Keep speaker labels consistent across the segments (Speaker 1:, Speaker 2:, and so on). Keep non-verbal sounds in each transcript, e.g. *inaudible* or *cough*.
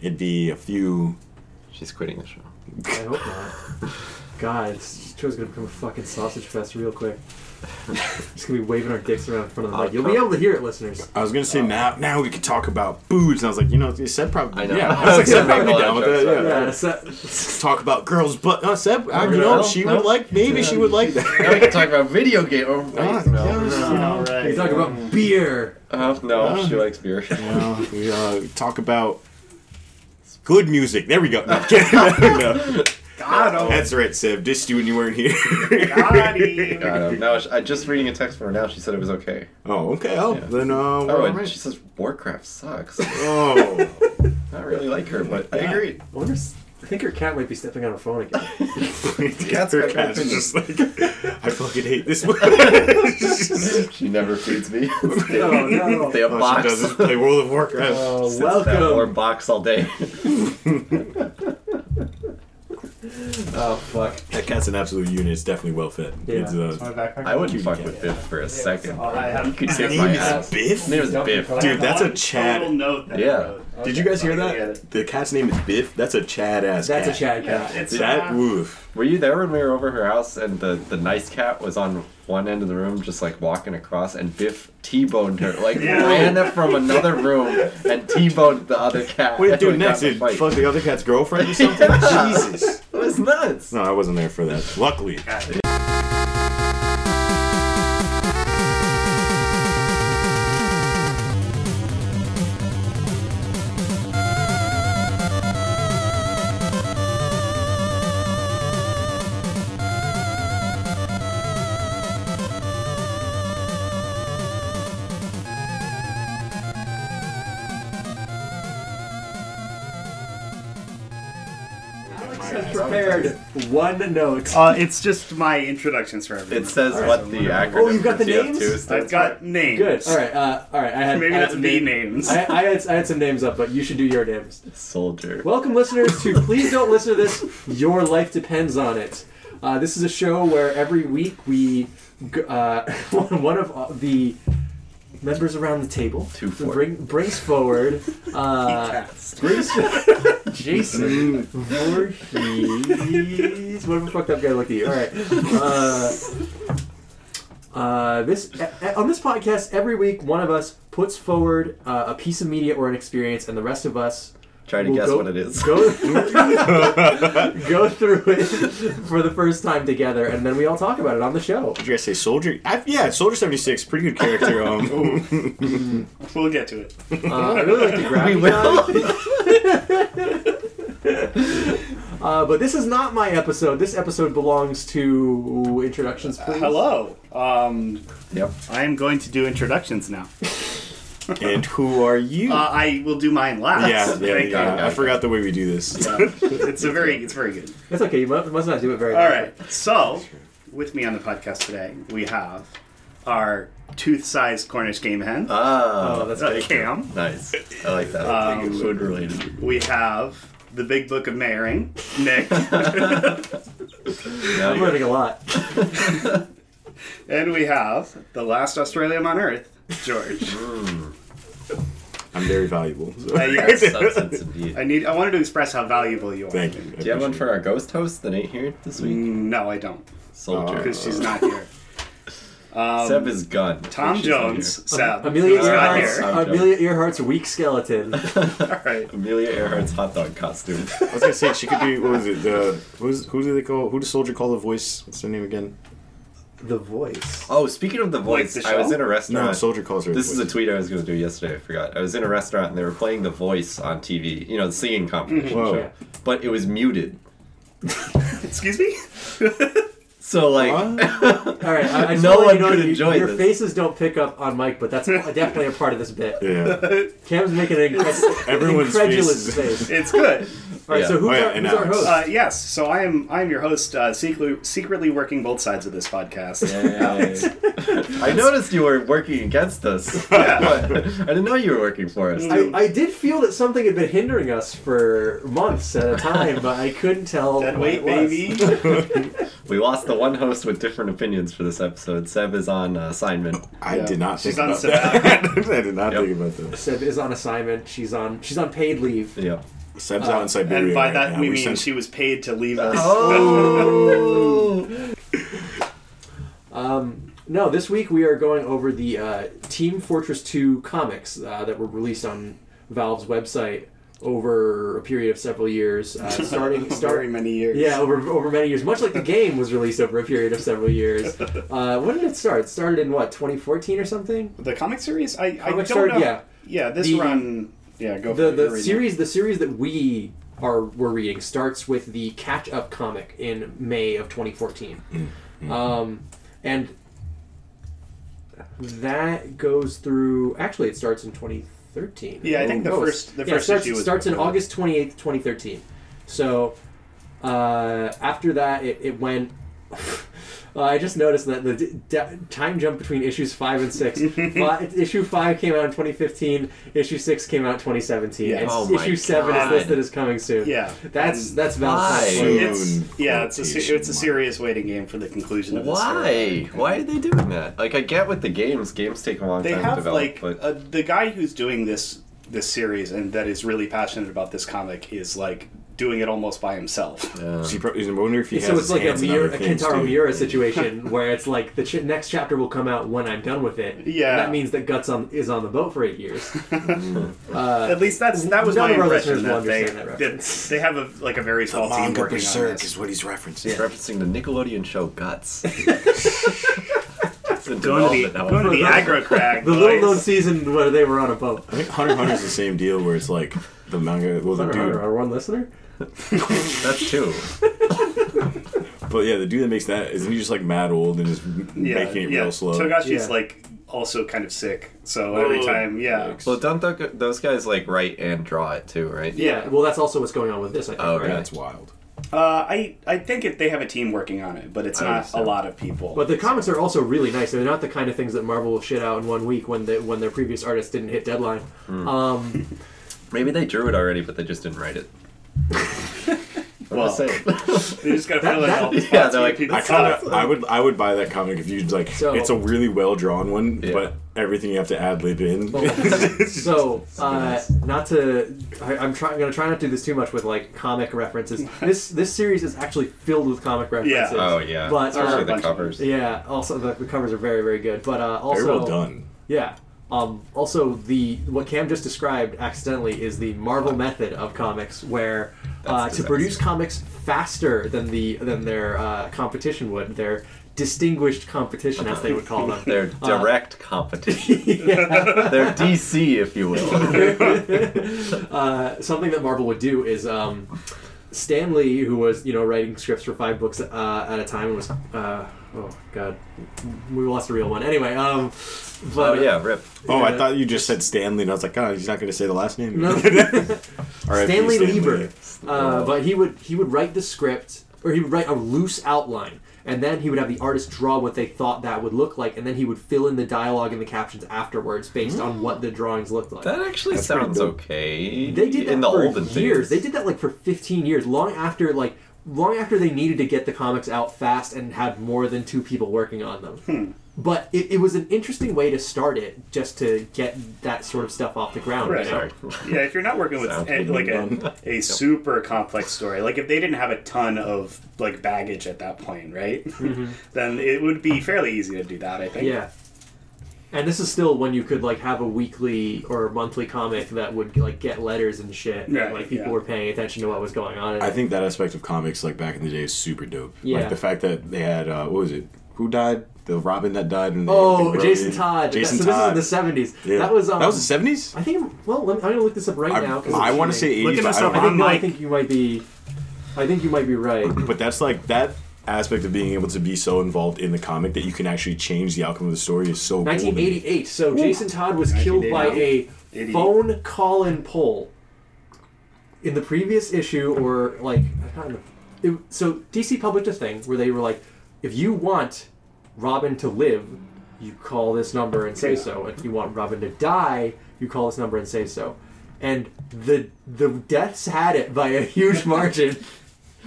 Speaker 1: it'd be a few.
Speaker 2: She's quitting the show.
Speaker 3: I hope not. God, this show's gonna become a fucking sausage fest real quick. Just gonna be waving our dicks around in front of the
Speaker 2: I'll
Speaker 3: mic. You'll be
Speaker 2: come.
Speaker 3: able to hear it, listeners.
Speaker 1: I was gonna say now, now we could talk about boobs, and I was like, you know, Seb probably,
Speaker 2: I know. *laughs*
Speaker 1: yeah, I was like, Seb might be
Speaker 2: Yeah.
Speaker 1: down with that.
Speaker 2: Yeah.
Speaker 1: Yeah.
Speaker 3: Yeah, so,
Speaker 1: Talk about girls, but uh, Seb, I, you
Speaker 2: No,
Speaker 1: know, she
Speaker 2: no.
Speaker 1: would like, maybe she would like
Speaker 2: *laughs* Now we
Speaker 1: that.
Speaker 2: can talk about video game. Oh, wait,
Speaker 1: Ah,
Speaker 2: no.
Speaker 1: yeah,
Speaker 2: no.
Speaker 1: you know.
Speaker 3: we talk about beer.
Speaker 2: Uh, no,
Speaker 1: Uh.
Speaker 2: she likes beer.
Speaker 1: You
Speaker 2: *laughs*
Speaker 1: know, we uh, talk about good music. There we go. No, I'm kidding. *laughs* No.
Speaker 4: Got him.
Speaker 1: That's right, Seb. Dissed you when you weren't here.
Speaker 4: Got him.
Speaker 2: God, no, she, I just reading a text from her now. She said it was okay.
Speaker 1: *laughs* oh, okay. Oh,
Speaker 2: Yeah.
Speaker 1: then uh, we're
Speaker 2: Oh,
Speaker 1: all
Speaker 2: and she
Speaker 1: right.
Speaker 2: says Warcraft sucks. *laughs*
Speaker 1: Oh,
Speaker 2: Not really like her, but I
Speaker 1: Yeah.
Speaker 2: *laughs* agree.
Speaker 3: I wonder. s- I think her cat might be stepping on her phone again.
Speaker 1: *laughs*
Speaker 3: *laughs*
Speaker 2: Cat's
Speaker 1: her
Speaker 2: *laughs* got
Speaker 1: cat's
Speaker 2: opinions.
Speaker 1: just like, I fucking hate
Speaker 2: *laughs*
Speaker 1: this one. *laughs* All
Speaker 2: She never feeds me.
Speaker 3: No, Oh,
Speaker 2: *laughs*
Speaker 3: no.
Speaker 2: They have
Speaker 1: Oh, she does is
Speaker 2: box.
Speaker 1: play Oh, World of Warcraft. *laughs*
Speaker 3: Uh,
Speaker 2: Sits down *laughs* Or
Speaker 3: welcome.
Speaker 2: box all day. *laughs*
Speaker 3: Oh fuck.
Speaker 1: That cat's an absolute unit. It's definitely well fed.
Speaker 3: Yeah.
Speaker 1: It's,
Speaker 4: That's
Speaker 1: uh,
Speaker 4: my backpack.
Speaker 2: I wouldn't
Speaker 1: Cute
Speaker 2: fuck
Speaker 1: cat.
Speaker 2: with Biff for a second.
Speaker 4: All I
Speaker 2: You
Speaker 4: have.
Speaker 2: could
Speaker 1: his
Speaker 2: kick
Speaker 1: name
Speaker 2: my
Speaker 1: is
Speaker 2: ass.
Speaker 1: Biff.
Speaker 2: Name is
Speaker 3: Don't
Speaker 2: Biff.
Speaker 3: be
Speaker 1: Dude, that's a
Speaker 4: One Total
Speaker 1: Chad.
Speaker 4: note that
Speaker 2: Yeah.
Speaker 4: I wrote.
Speaker 1: Did you guys hear
Speaker 4: Okay, I get
Speaker 1: that?
Speaker 4: it.
Speaker 1: The cat's name is Biff. That's a Chad ass.
Speaker 3: That's a Chad cat.
Speaker 4: It's
Speaker 1: That
Speaker 4: uh,
Speaker 1: woof.
Speaker 2: Were you there when we were over her house and the, the nice cat was on one end of the room just like walking across and Biff T-boned her, like
Speaker 4: Yeah.
Speaker 2: ran up from another room and T-boned the other cat.
Speaker 1: What did it do
Speaker 2: and got
Speaker 1: next?
Speaker 2: in a
Speaker 1: It
Speaker 2: fight.
Speaker 1: fuck the other cat's girlfriend *laughs* or something?
Speaker 2: Yeah.
Speaker 1: Jesus.
Speaker 2: It was nuts.
Speaker 1: No, I wasn't there for that. Luckily.
Speaker 3: I've prepared one note.
Speaker 4: Uh, it's just my introductions for everyone.
Speaker 2: It says
Speaker 3: Alright,
Speaker 2: what
Speaker 4: so
Speaker 2: the
Speaker 4: whatever.
Speaker 2: acronym
Speaker 3: Oh, you've got
Speaker 2: for
Speaker 3: the
Speaker 2: TF2
Speaker 3: names?
Speaker 2: stands
Speaker 4: I've got
Speaker 2: for.
Speaker 4: names.
Speaker 3: Good. All right. Uh, all right. I had
Speaker 4: Maybe
Speaker 3: I had
Speaker 4: not
Speaker 3: some
Speaker 4: the
Speaker 3: name-
Speaker 4: names.
Speaker 3: *laughs* I, I, had, I had some names up, but you should do your names.
Speaker 2: Soldier.
Speaker 3: Welcome, listeners, to Please Don't Listen to This. Your life depends on it. Uh, this is a show where every week we, g- uh, *laughs* one of uh, the members around the table
Speaker 2: Two for-
Speaker 3: bring, brings forward uh,
Speaker 4: Cast.
Speaker 3: brings *laughs* Jason
Speaker 2: Mm.
Speaker 3: Voorhees. Whatever fucked up guy looked at you. All right. Uh, uh, this a- a- on this podcast every week, one of us puts forward uh, a piece of media or an experience, and the rest of us
Speaker 2: Try to
Speaker 3: will
Speaker 2: guess
Speaker 3: go-
Speaker 2: what it is.
Speaker 3: Go, go through it for the first time together, and then we all talk about it on the show.
Speaker 1: Did you guys say Soldier? I, yeah, Soldier 76. Pretty good character. *laughs* Um,
Speaker 4: We'll get to it.
Speaker 3: Uh, I really like the
Speaker 2: *laughs* *laughs* we
Speaker 3: graphic.
Speaker 2: will.
Speaker 3: Uh, but this is not my episode. This episode belongs to introductions, please.
Speaker 4: Hello. Um,
Speaker 2: yep.
Speaker 4: I am going to do introductions now.
Speaker 1: and who are you?
Speaker 4: Uh, I will do mine last.
Speaker 1: yeah, yeah,
Speaker 4: Thank
Speaker 1: yeah.
Speaker 4: God.
Speaker 1: I forgot the way we do this.
Speaker 4: It's a very, it's very good.
Speaker 3: That's okay. You mu- must not do it very.
Speaker 4: All right. So, with me on the podcast today, we have our tooth-sized Cornish game hen, uh,
Speaker 2: Ah,
Speaker 3: Oh, that's
Speaker 2: very
Speaker 3: good.
Speaker 4: Cam.
Speaker 2: nice. I like that.
Speaker 4: Um,
Speaker 2: Food related.
Speaker 4: We have the Big Book of Mayering,
Speaker 1: *laughs*
Speaker 4: Nick,
Speaker 2: Now
Speaker 3: I'm *laughs*
Speaker 2: you-
Speaker 3: learning a lot.
Speaker 4: and we have the last Australian on Earth, George.
Speaker 1: I'm very valuable. So.
Speaker 4: Uh, yes.
Speaker 2: Substance indeed.
Speaker 4: I need. I wanted to express how valuable you
Speaker 1: *laughs*
Speaker 4: are.
Speaker 1: Thank you. I
Speaker 2: Do you have one
Speaker 1: appreciate
Speaker 2: for our ghost host that ain't here this
Speaker 3: Mm,
Speaker 2: week?
Speaker 4: No, I don't,
Speaker 2: Soldier.
Speaker 4: because she's not here.
Speaker 3: uh,
Speaker 2: Seb is gone.
Speaker 4: Tom
Speaker 2: She's not here.
Speaker 4: Jones, Seb.
Speaker 3: Amelia
Speaker 4: who's not
Speaker 3: Earhart's,
Speaker 4: here.
Speaker 2: I'm joking.
Speaker 3: Amelia Earhart's weak skeleton.
Speaker 4: All right.
Speaker 2: Amelia Earhart's hot dog costume. *laughs*
Speaker 1: I was gonna say she could be. What was it? The who's who do they call? Who does Soldier call the voice? What's their name again?
Speaker 3: the voice.
Speaker 2: Oh, speaking of the voice,
Speaker 4: the
Speaker 2: I was
Speaker 4: show?
Speaker 2: in a
Speaker 1: No,
Speaker 2: restaurant.
Speaker 1: Soldier calls her.
Speaker 2: This
Speaker 1: the
Speaker 2: is a
Speaker 1: voice.
Speaker 2: tweet I was going to do yesterday. I forgot. I was in a restaurant and they were playing The Voice on TV. You know, the singing competition
Speaker 3: Oh.
Speaker 1: Whoa.
Speaker 2: show.
Speaker 4: Mm-hmm.
Speaker 2: But it was muted.
Speaker 4: Excuse me. *laughs*
Speaker 2: So like,
Speaker 1: What?
Speaker 3: All right, I, I just
Speaker 2: No
Speaker 3: wanna let
Speaker 2: one
Speaker 3: you know
Speaker 2: could
Speaker 3: you-
Speaker 2: enjoy
Speaker 3: Your
Speaker 2: this.
Speaker 3: faces don't pick up on mic, but
Speaker 4: *laughs*
Speaker 3: that's definitely a part of this bit.
Speaker 1: Yeah.
Speaker 2: *laughs*
Speaker 3: Cam's making an incred-
Speaker 1: Everyone's
Speaker 3: incredulous
Speaker 1: faces.
Speaker 3: face.
Speaker 4: It's good.
Speaker 3: All right,
Speaker 2: Yeah.
Speaker 3: so who's,
Speaker 1: Oh, yeah,
Speaker 3: our,
Speaker 1: and
Speaker 3: who's our
Speaker 1: Alex.
Speaker 3: host?
Speaker 4: Uh, yes. So I am. I am your host, uh, secretly, secretly working both sides of this podcast.
Speaker 1: *laughs*
Speaker 2: Yay. I noticed you were working against
Speaker 4: *laughs*
Speaker 2: us. *laughs* But I didn't know you were working for
Speaker 4: Uh,
Speaker 2: us.
Speaker 3: I, I did feel that something had been hindering us for months at a time, but I couldn't tell.
Speaker 4: Dead
Speaker 3: what
Speaker 4: weight,
Speaker 3: Oh, it was.
Speaker 4: baby.
Speaker 2: We lost the one host with different opinions for this episode. Seb is on uh, assignment.
Speaker 1: I
Speaker 4: Yeah.
Speaker 1: did not think
Speaker 4: She's on
Speaker 1: about that. *laughs* I did not
Speaker 2: Yep.
Speaker 1: think about that.
Speaker 3: Seb is on assignment. She's on. She's on paid leave.
Speaker 2: Yeah.
Speaker 1: Seb's out in Siberia.
Speaker 4: Uh, And by
Speaker 1: right
Speaker 4: that
Speaker 1: now.
Speaker 4: we,
Speaker 1: We
Speaker 4: mean
Speaker 1: sent-
Speaker 4: she was paid to leave us. *laughs*
Speaker 2: Oh.
Speaker 3: Um, no, this week we are going over the uh, Team Fortress 2 comics uh, that were released on Valve's website over a period of several years,
Speaker 4: *laughs*
Speaker 3: uh, starting
Speaker 4: Very
Speaker 3: starting.
Speaker 4: many years.
Speaker 3: Yeah, over, over many years, much like the game was released over a period of several years.
Speaker 4: *laughs*
Speaker 3: Uh, when did it start? It started in what 2014 or something.
Speaker 4: The comic series? I, I
Speaker 3: Comic
Speaker 4: don't
Speaker 3: started-
Speaker 4: know.
Speaker 3: yeah.
Speaker 4: Yeah, this
Speaker 3: The- um,
Speaker 4: run. Yeah, go
Speaker 3: the
Speaker 4: for it.
Speaker 3: the series the series that we are we're reading starts with the catch up comic in May of 2014, um, and that goes through. Actually, it starts in 2013.
Speaker 4: Yeah, I think the
Speaker 3: it's-
Speaker 4: first- the
Speaker 3: yeah, it
Speaker 4: first
Speaker 3: starts,
Speaker 4: issue was
Speaker 3: starts in
Speaker 4: before.
Speaker 3: August 28th, 2013. So uh, after that, it, it went. *laughs* Uh, I just noticed that the d- de- time jump between issues five
Speaker 1: *laughs*
Speaker 3: and six. fi- issue five came out in 2015. Issue six came out in 2017.
Speaker 4: Yeah.
Speaker 3: And
Speaker 2: Oh my
Speaker 3: issue seven
Speaker 2: God.
Speaker 3: is listed as coming soon.
Speaker 4: Yeah.
Speaker 3: that's
Speaker 4: And
Speaker 3: that's Val's
Speaker 2: Why?
Speaker 3: plan.
Speaker 4: It's,
Speaker 1: Soon.
Speaker 4: yeah, it's a se-
Speaker 1: Quotation
Speaker 4: it's a
Speaker 1: mark.
Speaker 4: serious waiting game for the conclusion of this. story.
Speaker 2: Why? Why are they doing that? Like, I get with the games. Games take a long
Speaker 4: They
Speaker 2: time to
Speaker 4: have
Speaker 2: develop,
Speaker 4: like
Speaker 2: but
Speaker 4: uh, the guy who's doing this this series and that is really passionate about this comic is like doing it almost by himself.
Speaker 3: *laughs*
Speaker 2: uh,
Speaker 4: *laughs*
Speaker 1: She probably I wonder if he
Speaker 3: So
Speaker 1: has his
Speaker 3: it's like a,
Speaker 1: hands in
Speaker 3: Miura,
Speaker 1: other
Speaker 3: a
Speaker 1: things,
Speaker 3: Kentaro
Speaker 1: too. *laughs*
Speaker 3: Miura situation where it's like the ch- next chapter will come out when I'm done with it.
Speaker 4: Yeah.
Speaker 3: that means that Guts on, is on the boat for
Speaker 1: *laughs*
Speaker 3: eight years.
Speaker 4: At least that's that was
Speaker 3: Uh, None
Speaker 4: my
Speaker 3: of our
Speaker 4: impression
Speaker 3: listeners will
Speaker 4: that they
Speaker 3: understand that
Speaker 4: that they have a, like a very small team
Speaker 1: Manga
Speaker 4: working on
Speaker 1: Berserk
Speaker 4: this.
Speaker 1: is what he's referencing.
Speaker 2: it's referencing the Nickelodeon show
Speaker 4: *laughs*
Speaker 2: Guts. It's in
Speaker 4: Going to the
Speaker 2: development now.
Speaker 4: going
Speaker 2: *laughs*
Speaker 4: to the aggro crag.
Speaker 3: The little known
Speaker 4: boys.
Speaker 3: season where they were on a boat.
Speaker 1: I think Hunter x Hunter's the same deal where it's like the manga, well, the dude,
Speaker 3: Our one listener.
Speaker 2: That's two.
Speaker 1: but yeah, the dude that makes that isn't he just like mad old and just m-
Speaker 4: yeah,
Speaker 1: making it
Speaker 4: yeah.
Speaker 1: real slow?
Speaker 4: Togashi's
Speaker 3: Yeah.
Speaker 4: like also kind of sick, so every
Speaker 1: Whoa.
Speaker 4: time, yeah,
Speaker 1: Yikes.
Speaker 2: Well, don't th- those guys like write and draw it too, right?
Speaker 4: yeah.
Speaker 3: Well, that's also what's going on with this. I think.
Speaker 2: Oh,
Speaker 3: right?
Speaker 2: really?
Speaker 1: That's wild.
Speaker 4: Uh, I I think it, they have a team working on it, but it's
Speaker 2: I
Speaker 4: not
Speaker 2: understand.
Speaker 4: a lot of people.
Speaker 3: But the comics are also really nice. They're not the kind of things that Marvel will shit out in one week when they, when their previous artists didn't hit deadline.
Speaker 2: Mm.
Speaker 3: Um,
Speaker 1: *laughs*
Speaker 2: Maybe they drew it already, but they just didn't write it. I'm
Speaker 4: Well,
Speaker 2: just
Speaker 4: *laughs*
Speaker 2: saying.
Speaker 4: they just gotta fill in
Speaker 3: that-
Speaker 4: all
Speaker 2: *laughs*
Speaker 4: the
Speaker 2: yeah,
Speaker 4: spots.
Speaker 2: they're
Speaker 4: where
Speaker 2: like,
Speaker 4: people
Speaker 1: I kind of, I would, I would buy that comic if you'd like.
Speaker 3: So-
Speaker 1: it's a really well drawn one,
Speaker 2: Yeah.
Speaker 1: but everything you have to ad lib in. *laughs*
Speaker 3: so uh, not to, I, I'm trying going to try not to do this too much with like
Speaker 1: *laughs*
Speaker 3: comic references. This this series is actually filled with comic references.
Speaker 2: *laughs* Oh yeah.
Speaker 3: But, uh,
Speaker 2: Especially the
Speaker 4: bunch of-
Speaker 2: covers.
Speaker 3: Yeah, Also, the, the covers are very very good. But uh, also
Speaker 1: Very well done.
Speaker 3: Yeah. Um, also, the what Cam just described accidentally is the Marvel method of comics, where uh,
Speaker 2: That's
Speaker 3: to
Speaker 2: disaster.
Speaker 3: produce comics faster than the than their uh, competition would, their distinguished competition, as they would
Speaker 2: *laughs*
Speaker 3: call them.
Speaker 2: They're
Speaker 3: Uh,
Speaker 2: direct
Speaker 4: *laughs*
Speaker 2: competition. They're DC, if you will.
Speaker 3: uh, something that Marvel would do is um, Stan Lee, who was you know writing scripts for five books uh, at a time, and was uh, oh god, we lost a real one. Anyway, um,
Speaker 2: oh
Speaker 3: but
Speaker 2: yeah, rip.
Speaker 1: Oh, I
Speaker 3: Yeah.
Speaker 1: thought you just said Stanley, and I was like, oh, he's not going to say the last name.
Speaker 2: *laughs*
Speaker 3: No. *laughs*
Speaker 1: R.I.P.
Speaker 3: Stanley
Speaker 1: Stan
Speaker 3: Lieber.
Speaker 1: Lee.
Speaker 3: Uh, but he would he would write the script, or he would write a loose outline, and then he would have the artist draw what they thought that would look like, and then he would fill in the dialogue and the captions afterwards based on what the drawings looked like.
Speaker 2: That actually
Speaker 1: pretty
Speaker 2: sounds
Speaker 1: dope.
Speaker 2: okay.
Speaker 3: they did that
Speaker 2: in the
Speaker 3: for
Speaker 2: olden
Speaker 3: years. They
Speaker 2: Days.
Speaker 3: did that like for 15 years, long after like long after they needed to get the comics out fast and had more than two people working on them.
Speaker 2: Hmm.
Speaker 3: But it, it was an interesting way to start it, just to get that sort of stuff off the ground.
Speaker 4: Right.
Speaker 3: You know?
Speaker 2: Sorry.
Speaker 4: *laughs* yeah, if you're not working with
Speaker 2: Sounds
Speaker 4: a, like a,
Speaker 1: done.
Speaker 4: a super complex story, like if they didn't have a ton of like baggage at that point, right?
Speaker 2: Mm-hmm.
Speaker 4: *laughs* then it would be fairly easy to do that. I think.
Speaker 3: Yeah. And this is still when you could like have a weekly or monthly comic that would like get letters and shit. and,
Speaker 4: Right,
Speaker 3: like people
Speaker 4: yeah.
Speaker 3: were paying attention to what was going on.
Speaker 1: *laughs*
Speaker 3: in
Speaker 1: I
Speaker 3: it.
Speaker 1: think that aspect of comics, like back in the day, is super dope.
Speaker 3: Yeah.
Speaker 1: Like the fact that they had, uh, what was it? Who died? The Robin that died. And
Speaker 3: oh, Jason Todd.
Speaker 1: Jason
Speaker 3: so
Speaker 1: Todd.
Speaker 3: this is in the 70s.
Speaker 1: Yeah.
Speaker 3: That was um,
Speaker 1: that was the seventies.
Speaker 3: I think well, let me, I'm gonna look this up right
Speaker 1: I,
Speaker 3: now because
Speaker 1: I want to say
Speaker 4: Look
Speaker 1: eighties,
Speaker 4: at
Speaker 1: but,
Speaker 4: this
Speaker 1: I
Speaker 4: up
Speaker 1: don't-
Speaker 3: I think,
Speaker 4: on
Speaker 3: no, I
Speaker 4: Mike.
Speaker 3: think you might be I think you might be right.
Speaker 1: but that's like that aspect of being able to be so involved in the comic that you can actually change the outcome of the story is so cool. to me.
Speaker 3: 1988. So Jason Todd was killed by a
Speaker 4: 88.
Speaker 3: phone call-in poll in the previous issue, or like I don't know. It, so DC published a thing where they were like, if you want Robin to live, you call this number and say so. If you want Robin to die, you call this number and say so. And the the deaths had it by a huge margin.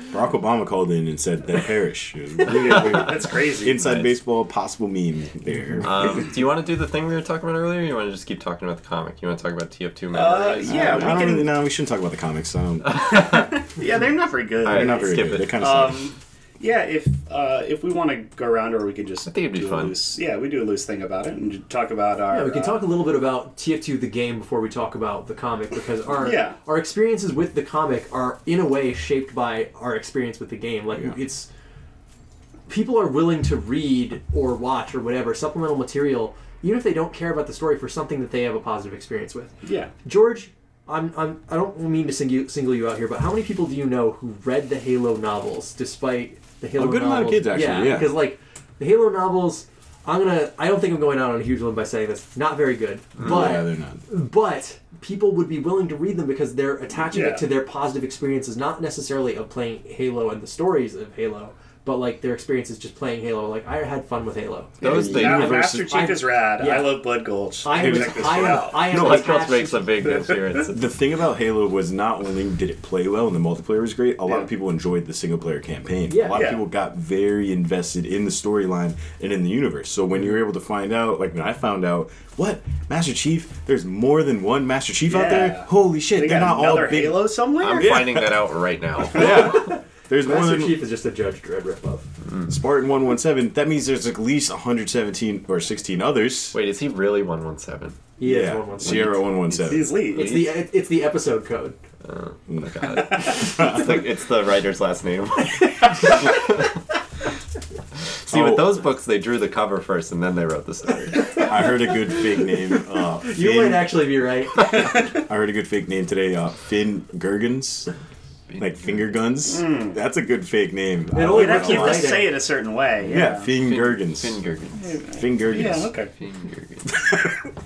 Speaker 1: Barack Obama called in and said that Parrish. It *laughs* was really weird.
Speaker 4: That's crazy.
Speaker 1: Inside
Speaker 2: Nice.
Speaker 1: baseball, possible meme there.
Speaker 2: *laughs* Um, do you want to do the thing we were talking about earlier? Or you want to just keep talking about the comic? You want to talk about TF2 Memorize?
Speaker 4: yeah.
Speaker 1: I
Speaker 4: we
Speaker 1: don't
Speaker 4: can-
Speaker 1: really know. We shouldn't talk about the comics.
Speaker 4: *laughs*
Speaker 1: I don't,
Speaker 4: Yeah, they're not very good.
Speaker 2: All
Speaker 1: they're
Speaker 2: right,
Speaker 1: not very
Speaker 2: skip
Speaker 1: good.
Speaker 2: it.
Speaker 1: They're kind of
Speaker 4: Um, yeah, if uh, if we want to go around, or we could just
Speaker 2: I think it'd be
Speaker 4: do
Speaker 2: fun.
Speaker 4: A loose, yeah, we do a loose thing about it and ju- talk about our.
Speaker 3: Yeah, we can
Speaker 4: uh,
Speaker 3: talk a little bit about TF2 the game before we talk about the comic because our
Speaker 4: Yeah.
Speaker 3: our experiences with the comic are in a way shaped by our experience with the game. Like
Speaker 1: Yeah.
Speaker 3: it's people are willing to read or watch or whatever supplemental material even if they don't care about the story for something that they have a positive experience with.
Speaker 4: yeah,
Speaker 3: George, I'm, I'm I don't mean to single you, single you out here, but how many people do you know who read the Halo novels despite the Halo?
Speaker 1: A good amount of
Speaker 3: novels-
Speaker 1: kids, actually, yeah.
Speaker 3: because like the Halo novels, I'm gonna I don't think I'm going out on a huge limb by saying this. Not very good, but
Speaker 1: yeah, they're not.
Speaker 3: but people would be willing to read them because they're attaching
Speaker 4: Yeah.
Speaker 3: it to their positive experiences, not necessarily of playing Halo and the stories of Halo, but like their experiences just playing Halo. Like I had fun with Halo.
Speaker 2: Those
Speaker 1: Yeah,
Speaker 2: things.
Speaker 4: yeah,
Speaker 1: universe
Speaker 4: Master
Speaker 1: is-
Speaker 4: Chief is rad.
Speaker 3: Yeah.
Speaker 4: I love Blood Gulch.
Speaker 3: I have,
Speaker 4: Check this
Speaker 3: I
Speaker 4: shit
Speaker 3: have,
Speaker 4: out.
Speaker 3: I have
Speaker 2: No, Blood Gulch
Speaker 3: attached-
Speaker 2: makes a *laughs* big appearance.
Speaker 1: The thing about Halo was not only did it play well and the multiplayer was great, a lot
Speaker 4: Yeah.
Speaker 1: of people enjoyed the single player campaign. a
Speaker 3: Yeah.
Speaker 1: lot
Speaker 4: Yeah.
Speaker 1: of people got very invested in the storyline and in the universe. So when you were able to find out, like when I found out, what? Master Chief? There's more than one Master Chief out
Speaker 4: Yeah.
Speaker 1: there? Holy shit,
Speaker 4: They
Speaker 1: are
Speaker 4: got
Speaker 1: not all
Speaker 4: another
Speaker 1: big.
Speaker 4: Halo somewhere.
Speaker 2: I'm finding that out right now.
Speaker 1: Yeah. *laughs* There's more
Speaker 3: Master
Speaker 1: than
Speaker 3: Chief is just a Judge Dredd ripoff.
Speaker 1: Spartan 117. That means there's at least 117 or 16 others.
Speaker 2: Wait, is he really 117?
Speaker 3: He is
Speaker 1: yeah,
Speaker 3: 117.
Speaker 1: Sierra 117.
Speaker 4: He's lead.
Speaker 3: It's the e, it's the episode code.
Speaker 2: Oh my god. it's, the, it's the writer's last name. See,
Speaker 1: Oh.
Speaker 2: with those books, they drew the cover first and then they wrote the story.
Speaker 1: I heard a good fake name. Uh,
Speaker 3: You
Speaker 1: Finn-
Speaker 3: might actually
Speaker 1: *laughs*
Speaker 3: be right.
Speaker 1: I heard a good fake name today. Uh, Finn Gergens, like finger guns. That's a good fake name. I
Speaker 3: only
Speaker 1: like
Speaker 4: You'd have
Speaker 1: that
Speaker 4: to,
Speaker 1: a
Speaker 4: you'd have
Speaker 1: lot.
Speaker 4: to say it a certain way. Yeah.
Speaker 1: yeah, Finn Gergens.
Speaker 2: Fingergens.
Speaker 1: Finn Gergens.
Speaker 4: Yeah, okay.
Speaker 2: Fingergens.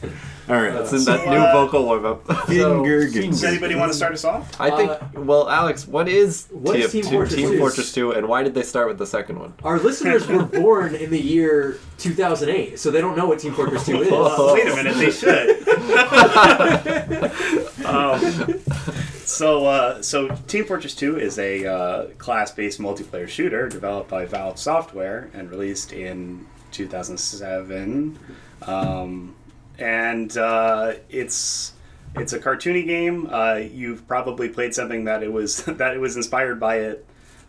Speaker 1: All right.
Speaker 2: *laughs* Isn't that
Speaker 4: So,
Speaker 2: new
Speaker 4: uh,
Speaker 2: vocal warm up?
Speaker 1: Finn
Speaker 3: So-
Speaker 4: Does
Speaker 1: Gergens.
Speaker 4: anybody want to start us off?
Speaker 2: I think. well, Alex, what is
Speaker 3: What is Team
Speaker 2: TF2
Speaker 3: Fortress 2?
Speaker 2: Team Fortress 2 and why did they start with the second one?
Speaker 3: Our listeners were born in the year 2008, so they don't know what Team Fortress
Speaker 1: *laughs*
Speaker 3: 2 is.
Speaker 2: Whoa.
Speaker 4: Wait a minute, they should. *laughs* um, so, uh, so Team Fortress 2 is a uh, class-based multiplayer shooter developed by Valve Software and released in 2007, um, and uh, it's it's a cartoony game. Uh, you've probably played something that it was *laughs* that it was inspired by it,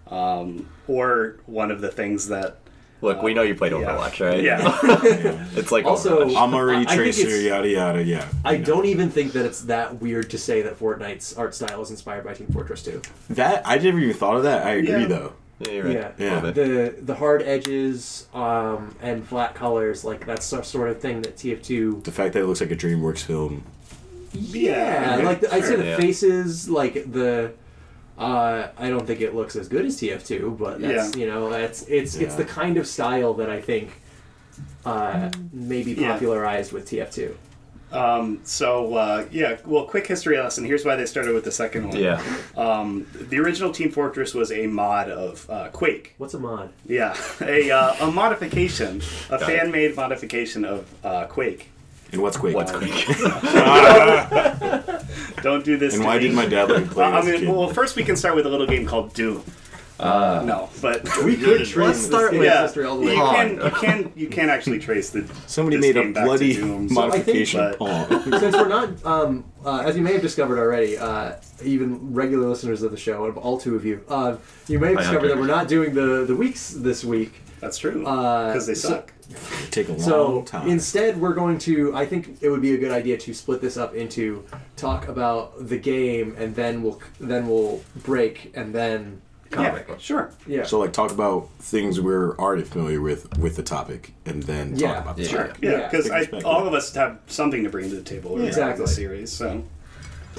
Speaker 4: um, or one of the things that
Speaker 2: Look, we know you played
Speaker 4: yeah.
Speaker 2: Overwatch, right?
Speaker 4: yeah.
Speaker 2: *laughs* it's like
Speaker 3: Also-
Speaker 2: Overwatch.
Speaker 1: Amari
Speaker 3: I- I think
Speaker 1: Tracer,
Speaker 3: it's-
Speaker 1: yada yada, yeah.
Speaker 3: I
Speaker 1: No.
Speaker 3: don't even think that it's that weird to say that Fortnite's art style is inspired by Team Fortress 2.
Speaker 1: That I never even thought of that. I agree
Speaker 4: Yeah.
Speaker 1: though.
Speaker 2: Yeah, you're right.
Speaker 3: Yeah.
Speaker 2: A little
Speaker 1: Yeah.
Speaker 2: bit.
Speaker 3: The the hard edges um, and flat colors, like that's the sort of thing that TF2
Speaker 1: The fact that it looks like a DreamWorks film.
Speaker 3: Yeah,
Speaker 4: Yeah,
Speaker 3: like the, I'd say
Speaker 2: sure,
Speaker 3: the
Speaker 2: yeah.
Speaker 3: faces, like the. Uh, I don't think it looks as good as TF2, but that's
Speaker 4: Yeah.
Speaker 3: you know that's it's it's
Speaker 1: Yeah.
Speaker 3: the kind of style that I think uh, may be
Speaker 4: Yeah.
Speaker 3: popularized with TF2.
Speaker 4: Um, so uh, yeah, well, quick history lesson. Here's why they started with the second one.
Speaker 2: yeah.
Speaker 4: Um, the original Team Fortress was a mod of uh, Quake.
Speaker 3: What's a mod?
Speaker 4: Yeah, *laughs* a uh, a modification, a
Speaker 2: Got it.
Speaker 4: fan made modification of uh, Quake.
Speaker 1: And what's Quake?
Speaker 2: What's quick?
Speaker 4: Don't do this.
Speaker 1: and
Speaker 4: to
Speaker 1: why
Speaker 4: me.
Speaker 1: did my dad let me play
Speaker 4: Well, *laughs* I
Speaker 1: as a
Speaker 4: mean,
Speaker 1: kid?
Speaker 4: well, first we can start with a little game called Doom.
Speaker 1: Ah.
Speaker 4: Uh, no, but
Speaker 3: *laughs* We could
Speaker 2: Let's start with-
Speaker 4: yeah,
Speaker 3: history all the
Speaker 4: you
Speaker 3: way.
Speaker 2: Pong. *laughs*
Speaker 4: can you can you can actually trace the
Speaker 1: Somebody
Speaker 4: this
Speaker 1: made a
Speaker 4: game back to
Speaker 1: bloody
Speaker 4: Doom. So I think-
Speaker 1: modification
Speaker 4: but-
Speaker 1: pawn.
Speaker 3: Since we're not, um, uh, as you may have discovered already, uh, even regular listeners of the show, of all two of you, uh, you may have
Speaker 2: I
Speaker 3: discovered that
Speaker 2: agree.
Speaker 3: we're not doing the the weeks this week.
Speaker 4: That's true
Speaker 3: Uh,
Speaker 4: because they
Speaker 3: so-
Speaker 4: suck.
Speaker 1: Take a long
Speaker 3: So
Speaker 1: time.
Speaker 3: instead, we're going to. I think it would be a good idea to split this up into talk about the game, and then we'll then we'll break, and then
Speaker 2: comic
Speaker 4: yeah,
Speaker 2: book.
Speaker 4: sure.
Speaker 3: yeah.
Speaker 1: So like talk about things we're already familiar with with the topic, and then
Speaker 3: Yeah.
Speaker 1: talk about the
Speaker 2: Yeah.
Speaker 1: topic.
Speaker 4: Yeah,
Speaker 3: Yeah.
Speaker 4: because
Speaker 1: Take respect
Speaker 4: all
Speaker 1: to
Speaker 4: of us have something to bring to the table around
Speaker 3: Exactly.
Speaker 4: the series. So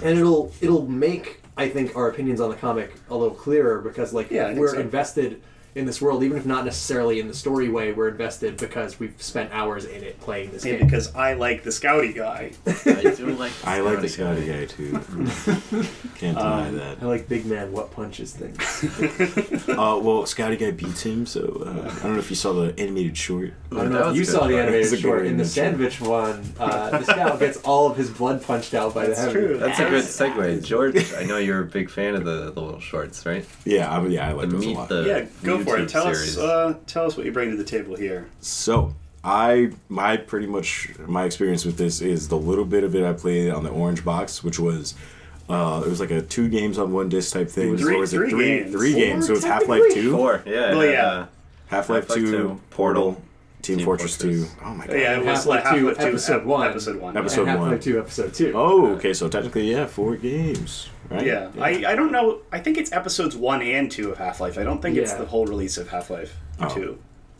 Speaker 3: and it'll it'll make I think our opinions on the comic a little clearer because like
Speaker 4: Yeah, I think
Speaker 3: we're
Speaker 4: so.
Speaker 3: invested in this world, even if not necessarily in the story way we're invested because we've spent hours in it playing this
Speaker 4: Maybe
Speaker 3: game.
Speaker 4: because I like the Scouty guy.
Speaker 5: I do like. the
Speaker 1: I like the
Speaker 5: Scotty
Speaker 1: Scotty guy
Speaker 4: *laughs*
Speaker 5: guy.
Speaker 1: too. Can't
Speaker 4: Um,
Speaker 1: deny that.
Speaker 3: I like big man what punches
Speaker 4: *laughs*
Speaker 3: things.
Speaker 1: Uh, well, Scotty guy beats him, so uh, I don't know if you saw the animated short.
Speaker 3: I don't
Speaker 5: That
Speaker 3: know if
Speaker 5: was
Speaker 3: you
Speaker 5: good,
Speaker 3: saw the
Speaker 5: right?
Speaker 1: It's a
Speaker 3: animated
Speaker 1: good
Speaker 3: short. In the
Speaker 1: animated short.
Speaker 3: sandwich one, uh, the scout gets all of his blood punched out by
Speaker 4: That's
Speaker 3: the heavy.
Speaker 4: true.
Speaker 2: That's a good segue, George. I know you're a big fan of the, the little shorts, right?
Speaker 1: Yeah, I, yeah, I like
Speaker 2: The
Speaker 1: those a
Speaker 2: meat,
Speaker 1: lot.
Speaker 2: the
Speaker 4: Yeah, go for
Speaker 2: YouTube
Speaker 4: it. Tell
Speaker 2: series.
Speaker 4: us, uh, tell us what you bring to the table here.
Speaker 1: So I my pretty much my experience with this is the little bit of it I played on the orange box, which was uh, it was like a two games on one disc type thing.
Speaker 4: was three-
Speaker 1: or was
Speaker 4: three
Speaker 1: it three
Speaker 4: games.
Speaker 1: three
Speaker 4: Four,
Speaker 1: games? So it's Half Life Two,
Speaker 2: Four, yeah.
Speaker 4: Well, yeah.
Speaker 2: uh,
Speaker 1: Half Life
Speaker 2: Half-Life
Speaker 1: Two,
Speaker 2: 2,
Speaker 1: Portal, Team,
Speaker 2: Team
Speaker 1: Fortress, Two.
Speaker 2: Fortress.
Speaker 1: Oh my god.
Speaker 4: Yeah, it was
Speaker 3: Half-Life
Speaker 4: like half
Speaker 3: 2,
Speaker 4: of two,
Speaker 3: episode
Speaker 4: ep-
Speaker 3: one.
Speaker 4: Episode one.
Speaker 1: Episode
Speaker 3: And Half
Speaker 1: one.
Speaker 3: Life Two, episode two.
Speaker 1: Oh, okay. So technically, yeah, four games, right?
Speaker 4: Yeah, I, I don't know. I think it's episodes one and two of Half Life. I don't think it's
Speaker 3: Yeah.
Speaker 4: the whole release of Half Life
Speaker 1: Oh.
Speaker 4: two.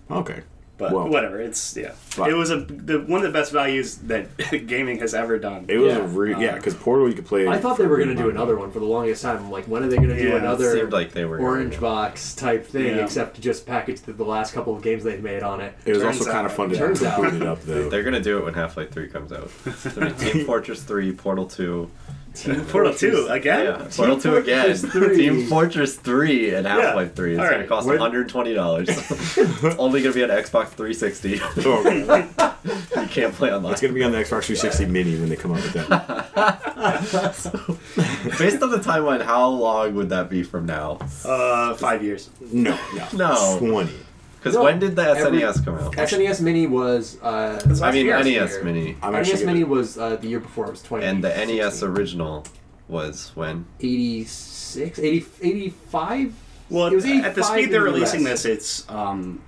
Speaker 1: okay.
Speaker 4: But
Speaker 1: Well,
Speaker 4: whatever, it's yeah.
Speaker 1: Right.
Speaker 4: It was a the one of the best values that *laughs* gaming has ever done.
Speaker 1: It was
Speaker 3: Yeah.
Speaker 1: a re- yeah, because Portal you could play.
Speaker 3: I thought they were going to do another one for the longest time. I'm like, when are they going to do
Speaker 4: Yeah, it
Speaker 3: another
Speaker 2: seemed like they were-
Speaker 3: orange box type thing,
Speaker 4: Yeah.
Speaker 3: except to just package the, the last couple of games they've made on it?
Speaker 1: It was
Speaker 4: Turns
Speaker 1: also
Speaker 4: out-
Speaker 1: kind of fun to
Speaker 3: Turns out.
Speaker 1: boot it up though.
Speaker 2: They're gonna do it when Half Life Three
Speaker 1: *laughs*
Speaker 2: comes out. It's gonna be Team Fortress Three, Portal Two,
Speaker 3: Team
Speaker 4: Portal two again.
Speaker 2: yeah, Portal Two again,
Speaker 3: Fortress 3.
Speaker 2: Team Fortress Three, and Half Life Three. It's gonna
Speaker 4: Alright,
Speaker 2: cost
Speaker 3: we're-
Speaker 2: one hundred twenty dollars. it's only gonna be on Xbox 360. *laughs* you
Speaker 1: Oh, okay.
Speaker 2: can't play online.
Speaker 1: it's gonna be on the Xbox 360 Mini when they come out with that.
Speaker 2: Based on the timeline, how long would that be from now?
Speaker 4: Uh, five years.
Speaker 1: No, no,
Speaker 2: No.
Speaker 1: twenty.
Speaker 2: Because
Speaker 3: No,
Speaker 2: when did the
Speaker 3: every- E
Speaker 2: SNES come out?
Speaker 3: SNES Mini was. Uh,
Speaker 2: I mean, NES
Speaker 4: last year.
Speaker 2: Mini,
Speaker 1: I'm
Speaker 3: NES
Speaker 1: actually
Speaker 3: Mini
Speaker 1: gonna,
Speaker 3: was uh, the year before. It was 20.
Speaker 2: and the E NES original was when.
Speaker 3: 86, 80, 85?
Speaker 4: Well,
Speaker 3: It was
Speaker 4: at the
Speaker 3: 85
Speaker 4: speed they're
Speaker 3: in the
Speaker 4: releasing
Speaker 3: US.
Speaker 4: this, it's um,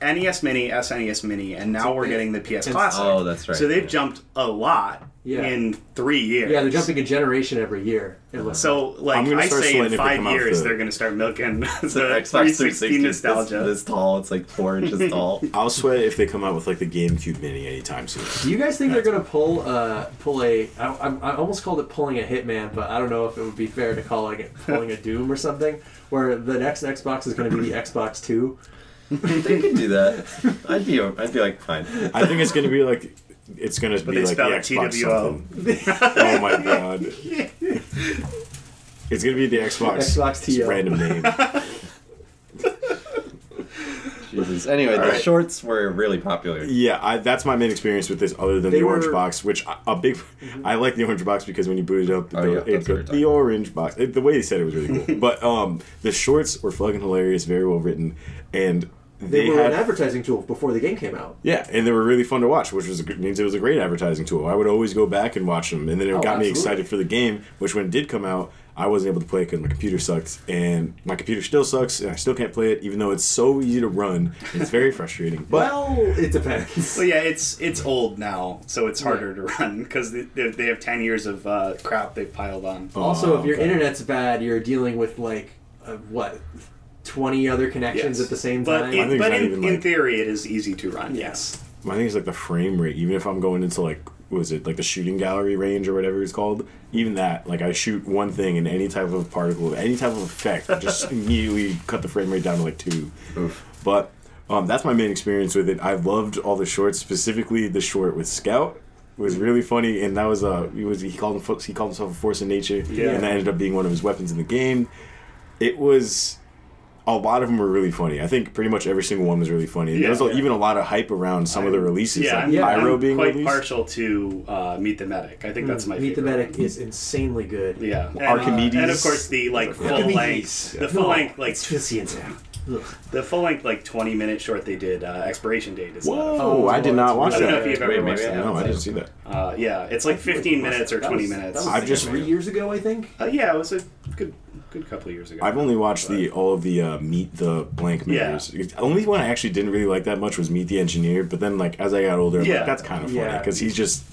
Speaker 4: NES Mini, SNES Mini, and now we're getting the PS
Speaker 3: it's-
Speaker 4: Classic.
Speaker 2: Oh, that's right,
Speaker 4: So they've
Speaker 2: yeah.
Speaker 4: jumped a lot
Speaker 3: Yeah.
Speaker 4: in three years.
Speaker 3: Yeah, they're jumping a generation every year. It looks like.
Speaker 4: So,
Speaker 1: I'm
Speaker 4: like,
Speaker 1: gonna
Speaker 4: I
Speaker 1: start
Speaker 4: say
Speaker 1: slating
Speaker 4: in
Speaker 1: if they
Speaker 4: five
Speaker 1: come out
Speaker 4: years,
Speaker 1: the-
Speaker 4: they're going to start milking *laughs* the
Speaker 2: The Xbox
Speaker 4: 360
Speaker 2: 360 is this,
Speaker 4: nostalgia.
Speaker 2: this tall. It's like four inches tall.
Speaker 1: I'll sweat if they come out with like the GameCube Mini anytime soon.
Speaker 3: Do you guys think they're gonna pull uh pull a I, I, I almost called it pulling a Hitman, but I don't know if it would be fair to call it pulling a Doom or something, where the next Xbox is gonna be the Xbox Two.
Speaker 2: they could do that. I'd be. I'd be like fine.
Speaker 1: I think it's gonna be like it's gonna be like
Speaker 4: they
Speaker 1: the
Speaker 4: spell it
Speaker 1: Xbox
Speaker 4: TWO.
Speaker 1: something. oh my god. It's gonna be the Xbox.
Speaker 3: Xbox
Speaker 1: just
Speaker 3: TO.
Speaker 1: Random name.
Speaker 2: Jesus. Anyway, the
Speaker 1: Alright.
Speaker 2: shorts were really popular.
Speaker 1: Yeah, I, that's my main experience with this, other than
Speaker 3: They
Speaker 1: the
Speaker 3: were- Mm-hmm.
Speaker 1: orange box, which I, a big. I like the orange box because when you boot it up,
Speaker 2: Oh,
Speaker 1: the,
Speaker 2: yeah,
Speaker 1: it
Speaker 2: that's
Speaker 1: go-
Speaker 2: what you're talking
Speaker 1: the orange box. It, the way they said it was really
Speaker 3: *laughs*
Speaker 1: cool, but um, the shorts were fucking hilarious, very well written, and
Speaker 3: They,
Speaker 1: they,
Speaker 3: were
Speaker 1: had
Speaker 3: an advertising tool before the game came out.
Speaker 1: yeah, and they were really fun to watch, which was a, good- means it was a great advertising tool. I would always go back and watch them, and then it
Speaker 3: Oh,
Speaker 1: got me
Speaker 3: absolutely.
Speaker 1: excited for the game. Which when it did come out, I wasn't able to play because my computer sucked, and my computer still sucks, and I still can't play it, even though it's so easy to run. It's very *laughs* frustrating, but.
Speaker 3: Well, it depends.
Speaker 4: Well, yeah, it's it's old now, so it's harder to *laughs* run because they, they they have ten years of uh, crap they've piled on.
Speaker 3: *laughs* Also, if your
Speaker 1: okay.
Speaker 3: internet's bad, you're dealing with like uh, what twenty other connections
Speaker 4: Yes.
Speaker 3: at the same
Speaker 4: But,
Speaker 3: time.
Speaker 1: I think
Speaker 4: in,
Speaker 1: it's
Speaker 4: but
Speaker 1: not
Speaker 4: in,
Speaker 1: even,
Speaker 4: in
Speaker 1: like-
Speaker 4: theory, it is easy to run.
Speaker 3: Yeah.
Speaker 4: Yes.
Speaker 1: My thing is like the frame rate. Even if I'm going into like was it like the shooting gallery range or whatever it's called, even that like I shoot one thing and any type of particle, any type of effect, just immediately cut the frame rate down to like two. But um, that's my main experience with it. I loved all the shorts, specifically the short with Scout. It was really funny, and that was uh, he was he called him, he called himself a force of nature,
Speaker 4: Yeah.
Speaker 1: and that ended up being one of his weapons in the game. It was a lot of them were really funny. I think pretty much every single one was really funny.
Speaker 4: Yeah.
Speaker 1: there was even a lot of hype around some of the releases,
Speaker 4: Yeah,
Speaker 1: like
Speaker 4: I'm, I'm
Speaker 1: Pyro being
Speaker 4: quite
Speaker 1: released.
Speaker 4: partial to uh, Meet the Medic. I think
Speaker 1: Hmm.
Speaker 4: that's my
Speaker 3: Meet the
Speaker 4: favorite.
Speaker 3: Medic is insanely good.
Speaker 4: Yeah, and, uh,
Speaker 1: Archimedes.
Speaker 4: and of course the like full
Speaker 3: Archimedes.
Speaker 4: length, the full
Speaker 3: No,
Speaker 4: length like
Speaker 3: it's Fissian Town. Ugh.
Speaker 4: the full length like twenty minute short they did. Uh, Expiration date is.
Speaker 1: Whoa!
Speaker 4: Uh,
Speaker 1: I did not watch
Speaker 4: I don't know if
Speaker 1: that.
Speaker 4: you've ever
Speaker 2: Wait,
Speaker 4: watched
Speaker 2: maybe
Speaker 4: that.
Speaker 1: No, I didn't see that.
Speaker 4: Uh, yeah, it's like fifteen minutes or
Speaker 3: That
Speaker 4: twenty
Speaker 3: was-
Speaker 4: minutes.
Speaker 3: That was
Speaker 1: I've just-
Speaker 3: three years ago, I think.
Speaker 4: uh, yeah, it was a good good couple of years ago.
Speaker 1: I've only watched the all of the uh, Meet the Blank
Speaker 4: Yeah.
Speaker 1: members. The only one I actually didn't really like that much was Meet the Engineer. But then, like as I got older, I'm
Speaker 4: Yeah.
Speaker 1: like, that's kind of funny
Speaker 3: Yeah.
Speaker 1: because he's just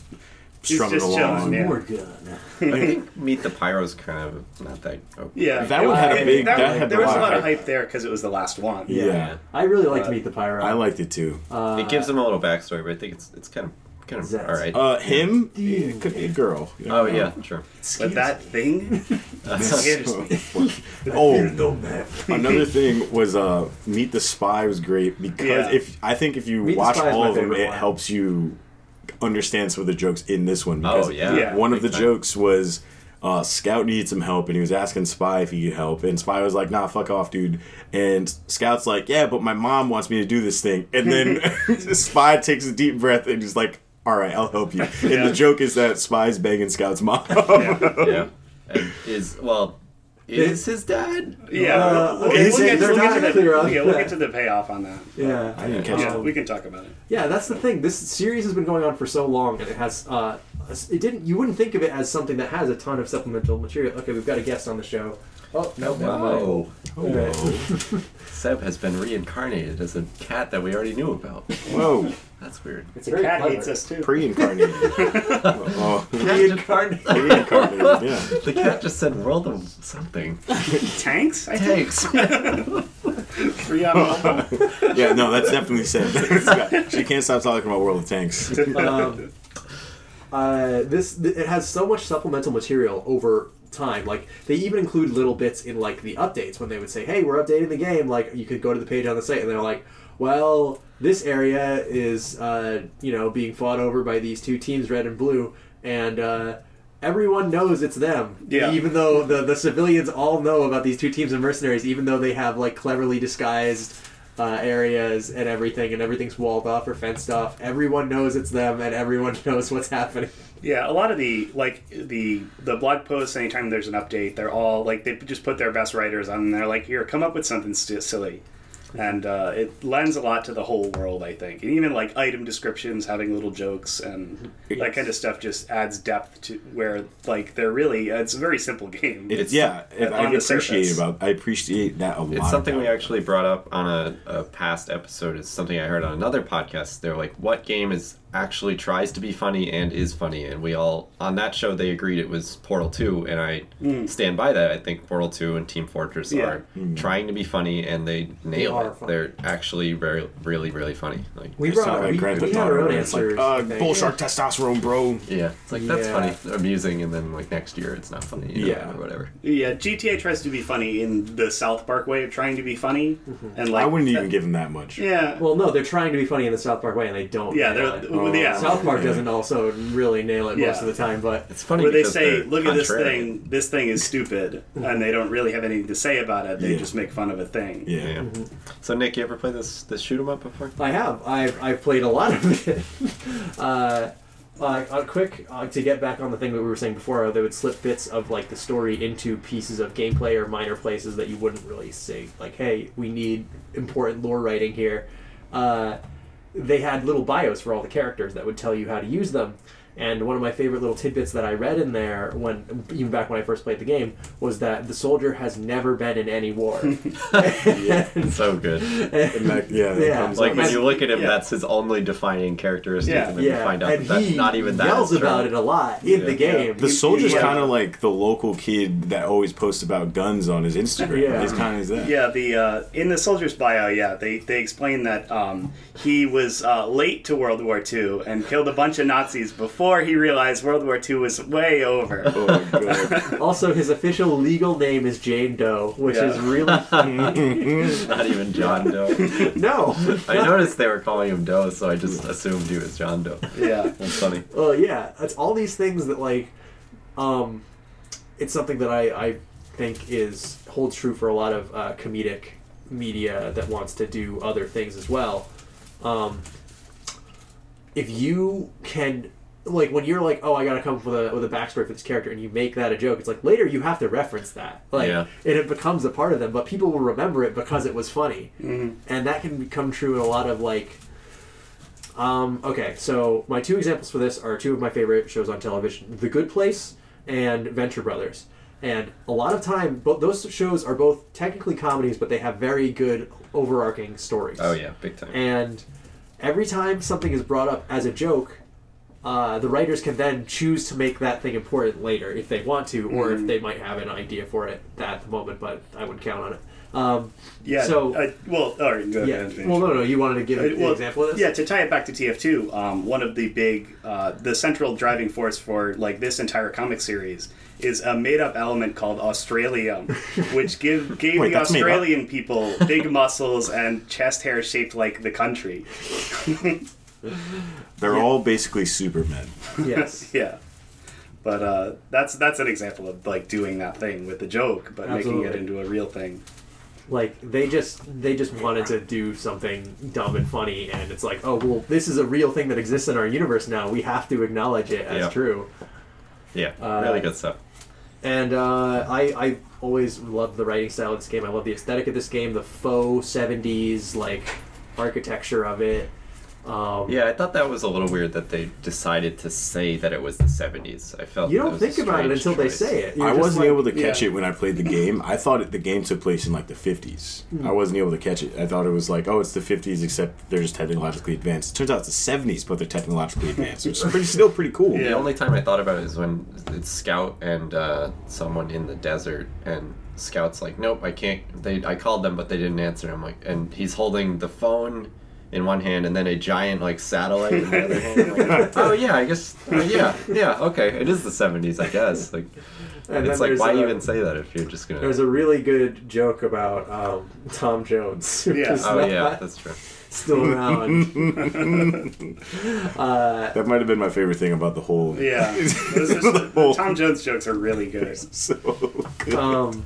Speaker 1: strumming
Speaker 4: just
Speaker 1: along.
Speaker 4: chilling, Oh, yeah.
Speaker 3: More gun.
Speaker 2: I think Meet the Pyro's kind of not that. Oh,
Speaker 4: yeah,
Speaker 1: That
Speaker 4: it
Speaker 1: one
Speaker 4: was-
Speaker 1: had a
Speaker 4: it-
Speaker 1: big- that
Speaker 4: one-
Speaker 1: had
Speaker 4: there
Speaker 1: a
Speaker 4: was
Speaker 1: lot
Speaker 4: a
Speaker 1: of
Speaker 4: lot of
Speaker 1: hype.
Speaker 4: hype there because it was the last one.
Speaker 1: Yeah.
Speaker 3: I really like to meet the Pyro.
Speaker 1: I liked it too.
Speaker 2: it gives him a little backstory, but I think it's it's kind of Kind of,
Speaker 3: Zets.
Speaker 2: all right.
Speaker 1: Uh, him? Yeah, it could be a girl. you
Speaker 2: oh
Speaker 1: never know.
Speaker 2: yeah, sure.
Speaker 4: But
Speaker 1: *laughs*
Speaker 4: that thing scares me. *laughs*
Speaker 1: oh, another thing was uh, Meet the Spy was great because
Speaker 4: Yeah.
Speaker 1: if I think if you
Speaker 3: Meet the
Speaker 1: watch
Speaker 3: Spy is
Speaker 1: all
Speaker 3: my
Speaker 1: of them,
Speaker 3: favorite
Speaker 1: it
Speaker 3: one.
Speaker 1: helps you understand some of the jokes in this one. Because
Speaker 2: Oh yeah.
Speaker 4: Yeah.
Speaker 1: one of the
Speaker 2: Big time.
Speaker 1: jokes was uh, Scout needed some help, and he was asking Spy if he could help, and Spy was like, "Nah, fuck off, dude." And Scout's like, "Yeah, but my mom wants me to do this thing," and
Speaker 3: *laughs*
Speaker 1: then *laughs* Spy takes a deep breath and he's like. All right, I'll help you. And
Speaker 4: Yeah.
Speaker 1: the joke is that Spy's banging Scout's mom. *laughs*
Speaker 2: Yeah. And is well, is his dad?
Speaker 4: Yeah,
Speaker 3: Uh,
Speaker 4: we'll,
Speaker 3: is
Speaker 4: we'll
Speaker 1: it-
Speaker 4: get,
Speaker 1: they're
Speaker 4: we'll get
Speaker 3: not
Speaker 4: to the,
Speaker 3: clear on
Speaker 4: yeah, we'll
Speaker 3: that.
Speaker 4: get to the payoff on that.
Speaker 3: Yeah.
Speaker 1: I didn't catch
Speaker 4: Yeah,
Speaker 1: that.
Speaker 4: we can talk about it.
Speaker 3: Yeah, that's the thing. This series has been going on for so long, and it has. Uh, it didn't. You wouldn't think of it as something that has a ton of supplemental material. Okay, we've got a guest on the show. Oh no, never mind.
Speaker 2: Wow.
Speaker 3: Alright.
Speaker 2: Seb has been reincarnated as a cat that we already knew about.
Speaker 1: Whoa,
Speaker 2: That's weird.
Speaker 3: It's
Speaker 4: The
Speaker 3: very
Speaker 4: cat
Speaker 3: clever.
Speaker 4: hates us too.
Speaker 1: pre-incarnated. *laughs* oh,
Speaker 2: Reincarnated.
Speaker 1: pre-incarnated. Yeah.
Speaker 2: The cat just said world of something.
Speaker 4: Tanks? I think.
Speaker 2: Thanks.
Speaker 4: Free on mobile.
Speaker 1: Yeah, no, that's definitely said. *laughs* she can't stop talking about World of Tanks.
Speaker 3: *laughs* um, uh, this th- it has so much supplemental material over time. Like they even include little bits in like the updates when they would say, "Hey, we're updating the game." Like you could go to the page on the site, and they're like, "Well, this area is uh, you know being fought over by these two teams, red and blue, and." Uh, Everyone knows it's them,
Speaker 4: Yeah.
Speaker 3: even though the, the civilians all know about these two teams of mercenaries, even though they have like cleverly disguised uh, areas and everything, and everything's walled off or fenced off. Everyone knows it's them, and everyone *laughs* knows what's happening.
Speaker 4: Yeah, a lot of the like the the blog posts. Anytime there's an update, they're all like they just put their best writers on. and They're like, here, come up with something st- silly, and uh, it lends a lot to the whole world. I think, and even like item descriptions, having little jokes and that kind of stuff just adds depth to where like they're really uh, it's a very simple game.
Speaker 2: It's-
Speaker 1: Yeah, and I
Speaker 4: On the
Speaker 1: appreciate
Speaker 4: surface.
Speaker 1: about I appreciate that a lot.
Speaker 2: It's something
Speaker 1: about
Speaker 2: we
Speaker 1: it.
Speaker 2: actually brought up on a, a past episode. It's something I heard on another podcast. They're like, what game is actually tries to be funny and is funny? And we all, on that show, they agreed it was Portal 2. And I stand by that. I think Portal 2 and Team Fortress
Speaker 4: Mm. Yeah. Mm.
Speaker 2: are trying to be funny and they nail
Speaker 3: are
Speaker 2: it.
Speaker 3: funny.
Speaker 2: They're actually very, really, really funny. Like,
Speaker 3: We
Speaker 1: It's
Speaker 3: brought
Speaker 1: not like
Speaker 3: we,
Speaker 1: Grand
Speaker 3: we
Speaker 1: Theft
Speaker 3: had our
Speaker 1: Auto,
Speaker 3: own
Speaker 1: where it's like,
Speaker 3: answers.
Speaker 1: uh,
Speaker 3: I think.
Speaker 1: bull shark testosterone, bro.
Speaker 2: yeah, it's like, that's
Speaker 3: Yeah.
Speaker 2: funny, amusing. And then, like, next year it's not funny. you know,
Speaker 1: Yeah.
Speaker 2: Or whatever.
Speaker 4: yeah, GTA tries to be funny in the South Park way of trying to be funny, and like
Speaker 1: I wouldn't even give him that much.
Speaker 4: Yeah,
Speaker 3: Well, no, they're trying to be funny in the South Park way, and they don't.
Speaker 4: yeah,
Speaker 3: nail
Speaker 4: they're
Speaker 3: it.
Speaker 4: yeah.
Speaker 3: South Park doesn't also really nail it
Speaker 4: Yeah.
Speaker 3: most of the time, but
Speaker 2: It's funny
Speaker 4: where they
Speaker 2: because
Speaker 4: say,
Speaker 2: they're
Speaker 4: "Look at this
Speaker 2: contrary.
Speaker 4: thing. This thing is stupid," and they don't really have anything to say about it. They
Speaker 1: Yeah.
Speaker 4: just make fun of a thing.
Speaker 1: Yeah. *laughs*
Speaker 2: Yeah.
Speaker 4: Mm-hmm.
Speaker 2: So, Nick, you ever play this, this shoot 'em up
Speaker 4: *laughs*
Speaker 2: before?
Speaker 3: I have. I've, I've played a lot of it. *laughs* uh, uh, on quick, uh, to get back on the thing that we were saying before, uh, they would slip bits of like the story into pieces of gameplay or minor places that you wouldn't really see. Like, hey, we need important lore writing here. Uh, they had little bios for all the characters that would tell you how to use them. And one of my favorite little tidbits that I read in there, when even back when I first played the game, was that the soldier has never been in any war.
Speaker 2: So good.
Speaker 1: And that- yeah, that
Speaker 3: Yeah.
Speaker 1: comes
Speaker 2: Like
Speaker 1: up.
Speaker 2: when you look at him,
Speaker 4: Yeah.
Speaker 2: that's his only defining characteristic,
Speaker 4: Yeah.
Speaker 2: and then you find out
Speaker 3: and
Speaker 2: that that's
Speaker 3: he
Speaker 2: not even that.
Speaker 3: yells
Speaker 2: is true.
Speaker 3: about it a lot in the
Speaker 2: Yeah.
Speaker 3: game.
Speaker 1: the
Speaker 3: He-
Speaker 1: soldier's
Speaker 3: he-
Speaker 1: kind of like the local kid that always posts about guns on his Instagram.
Speaker 3: Yeah.
Speaker 1: He's kind of that.
Speaker 4: Yeah, the uh, in the soldier's bio, yeah, they they explain that um, he was uh, late to World War II and killed a bunch of Nazis before he realized World War II was way over.
Speaker 1: Oh my
Speaker 3: *laughs*
Speaker 1: god.
Speaker 3: Also, his official legal name is Jane Doe, which
Speaker 4: Yeah.
Speaker 2: *laughs*
Speaker 3: is really
Speaker 2: *laughs* Not even John Doe.
Speaker 3: no. *laughs*
Speaker 2: I noticed they were calling him Doe, so I just assumed he was John Doe.
Speaker 4: Yeah,
Speaker 2: That's funny.
Speaker 3: Oh yeah, it's all these things that like, um, it's something that I I think is holds true for a lot of uh, comedic media that wants to do other things as well. Um, if you can. Like when you're like, oh, I gotta come up with a with a backstory for this character, and you make that a joke. It's like later you have to reference that, like,
Speaker 2: Yeah.
Speaker 3: and it becomes a part of them. But people will remember it because it was funny, mm and that can become true in a lot of like um, okay, so my two examples for this are two of my favorite shows on television: The Good Place and Venture Brothers. And a lot of time, both those shows are both technically comedies, but they have very good overarching stories.
Speaker 2: Oh yeah, big time.
Speaker 3: And every time something is brought up as a joke, uh, the writers can then choose to make that thing important later if they want to, or if they might have an idea for it at the moment. But I would count on it. Um,
Speaker 4: Yeah.
Speaker 3: So
Speaker 4: I, well, all right. Go ahead
Speaker 3: yeah.
Speaker 4: and finish.
Speaker 3: Well, no, no. You wanted to give
Speaker 4: Uh,
Speaker 3: an
Speaker 4: well,
Speaker 3: example of this?
Speaker 4: Yeah, *laughs* to tie it back to TF2, um, one of the big, uh, the central driving force for like this entire comic series is a made-up element called Australium,
Speaker 3: *laughs*
Speaker 4: which give gave
Speaker 1: Wait,
Speaker 4: the
Speaker 1: that's made up?
Speaker 4: Australian people big muscles and chest hair shaped like the country.
Speaker 1: They're all basically Supermen.
Speaker 3: Yes.
Speaker 4: yeah, but uh, that's that's an example of like doing that thing with the joke, but making it
Speaker 3: Absolutely.
Speaker 4: into a real thing.
Speaker 3: like they just they just wanted to do something dumb and funny and it's like oh well this is a real thing that exists in our universe now we have to acknowledge it as
Speaker 2: Yeah.
Speaker 3: true
Speaker 2: Yeah,
Speaker 3: uh,
Speaker 2: really good stuff.
Speaker 3: and uh, I, I always loved the writing style of this game i love the aesthetic of this game the faux 70s like architecture of it um,
Speaker 2: Yeah, I thought that was a little weird that they decided to say that it was the 70s. I felt
Speaker 3: you
Speaker 2: that
Speaker 3: don't
Speaker 2: was a
Speaker 3: think about it
Speaker 2: strange
Speaker 3: until they
Speaker 2: choice.
Speaker 3: say it You're
Speaker 1: I
Speaker 3: just
Speaker 1: wasn't
Speaker 3: like-
Speaker 1: able to catch
Speaker 4: yeah.
Speaker 1: it when I played the game. I thought it, the game took place in like the 50s.
Speaker 3: Hmm.
Speaker 1: I wasn't able to catch it. I thought it was like, oh, it's the 50s, except they're just technologically advanced. It turns out it's the 70s, but they're technologically advanced, which is pretty, still pretty cool.
Speaker 2: The
Speaker 4: Yeah.
Speaker 2: only time I thought about it is when it's Scout and uh, someone in the desert, and Scout's like, "Nope, I can't." They I called them, but they didn't answer. I'm like, and he's holding the phone in one hand, and then a giant like satellite in the other hand. I'm
Speaker 3: *laughs*
Speaker 2: like, oh yeah, I guess. oh, yeah, yeah, okay. It is the '70s, I guess. Like,
Speaker 3: And
Speaker 2: it's like,
Speaker 3: then there's
Speaker 2: why
Speaker 3: a-
Speaker 2: even say that if you're just gonna?
Speaker 3: there's a really good joke about um, Tom Jones. *laughs* who
Speaker 4: Yeah.
Speaker 3: is
Speaker 2: oh
Speaker 3: not
Speaker 2: yeah, that's true.
Speaker 3: still around. *laughs* Uh,
Speaker 1: That might have been my favorite thing about the whole. *laughs*
Speaker 3: *laughs*
Speaker 4: Yeah, Those are-
Speaker 1: The whole-
Speaker 4: Tom Jones jokes are really good.
Speaker 1: *laughs* So good.
Speaker 3: um,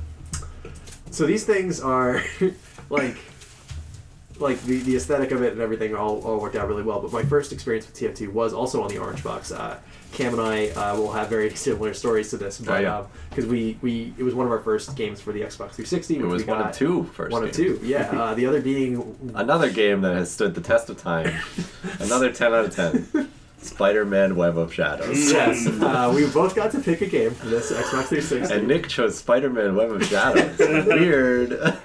Speaker 3: so these things are *laughs* like like the, the aesthetic of it and everything all, all worked out really well but my first experience with tft was also on the orange box uh, cam and i uh, will have very *laughs* similar stories to this but
Speaker 2: Oh, yeah.
Speaker 3: because we, we it was one of our first games for the xbox 360
Speaker 2: It
Speaker 3: which
Speaker 2: was
Speaker 3: we
Speaker 2: one
Speaker 3: got
Speaker 2: of two first.
Speaker 3: one of
Speaker 2: games.
Speaker 3: two yeah uh, the
Speaker 2: *laughs*
Speaker 3: other being *laughs*
Speaker 2: Another game that has stood the test of time. Another 10 out of
Speaker 3: *laughs*
Speaker 2: 10. Spider-Man: Web of Shadows.
Speaker 3: yes uh, we both got to pick a game for this xbox
Speaker 2: *laughs*
Speaker 3: 360
Speaker 2: And Nick chose Spider-Man: Web of
Speaker 1: *laughs*
Speaker 2: Shadows. Weird.
Speaker 3: *laughs*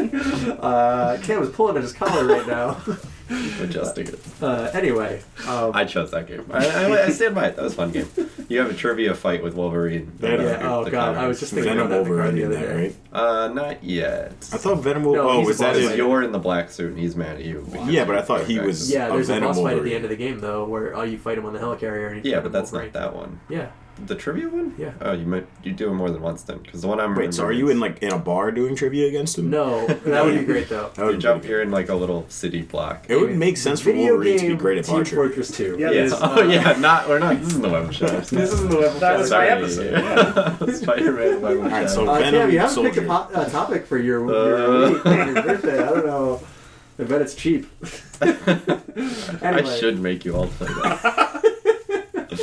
Speaker 3: uh, cam is pulling at his collar right now *laughs*
Speaker 2: Adjusting it.
Speaker 3: uh, anyway um,
Speaker 2: I chose that game. I, I, I stand by it. That was a fun game. You have a trivia fight with Wolverine.
Speaker 1: Yeah.
Speaker 2: Uh,
Speaker 3: yeah, oh
Speaker 2: the
Speaker 3: god,
Speaker 2: comic.
Speaker 3: I was just thinking
Speaker 1: Venom
Speaker 3: about that the
Speaker 1: Wolverine
Speaker 3: card the
Speaker 1: in
Speaker 3: other
Speaker 1: that,
Speaker 3: day.
Speaker 1: right?
Speaker 2: Uh, not yet.
Speaker 1: I thought Venom Wolverine.
Speaker 3: No,
Speaker 1: oh,
Speaker 3: he's
Speaker 1: was
Speaker 3: a
Speaker 1: that
Speaker 3: boss
Speaker 1: his.
Speaker 3: fight.
Speaker 2: You're in the black suit, and he's mad at you. because
Speaker 1: Yeah, but I thought he
Speaker 2: you're
Speaker 1: was-
Speaker 2: back.
Speaker 3: Yeah,
Speaker 1: of
Speaker 3: there's a
Speaker 1: Venom
Speaker 3: boss fight at the
Speaker 1: Wolverine.
Speaker 3: end of the game though, where oh you fight him on the helicarrier. And you
Speaker 2: Yeah,
Speaker 3: fight
Speaker 2: but
Speaker 3: him
Speaker 2: that's
Speaker 3: Wolverine.
Speaker 2: not that one.
Speaker 3: Yeah,
Speaker 2: The trivia one.
Speaker 3: Yeah.
Speaker 2: Oh, you might you do it more than once then, because the one I'm.
Speaker 1: Wait, so are
Speaker 2: remembering
Speaker 1: you
Speaker 2: is-
Speaker 1: in like in a bar doing trivia against him?
Speaker 3: no, that would be great though.
Speaker 1: That would
Speaker 2: You
Speaker 1: be
Speaker 2: jump.
Speaker 1: pretty
Speaker 2: You're in like a little city block.
Speaker 1: good. *laughs* It would make sense for
Speaker 3: Video
Speaker 1: Wolverine
Speaker 3: game
Speaker 1: to be great at
Speaker 3: Team
Speaker 1: bar trivia.
Speaker 3: Fortress Two.
Speaker 4: Yeah,
Speaker 2: Yeah. *laughs*
Speaker 4: Is,
Speaker 1: uh,
Speaker 2: oh yeah. Not. We're not. This isn't the web
Speaker 1: *laughs*
Speaker 2: of shadows.
Speaker 3: This isn't the web.
Speaker 4: That was my
Speaker 2: Sorry. *laughs*
Speaker 3: *laughs*
Speaker 4: episode. yeah.
Speaker 2: Spider-Man. Web of
Speaker 1: Alright, so
Speaker 2: Shadows.
Speaker 3: Uh, Cam, you
Speaker 1: Venom
Speaker 3: haven't picked
Speaker 1: Soldier.
Speaker 3: a po- uh, topic for your,
Speaker 2: Uh.
Speaker 3: your, your birthday. I don't know. I bet
Speaker 2: *laughs*
Speaker 3: it's cheap.
Speaker 2: I *laughs*
Speaker 3: Anyway.
Speaker 2: should make you all play that.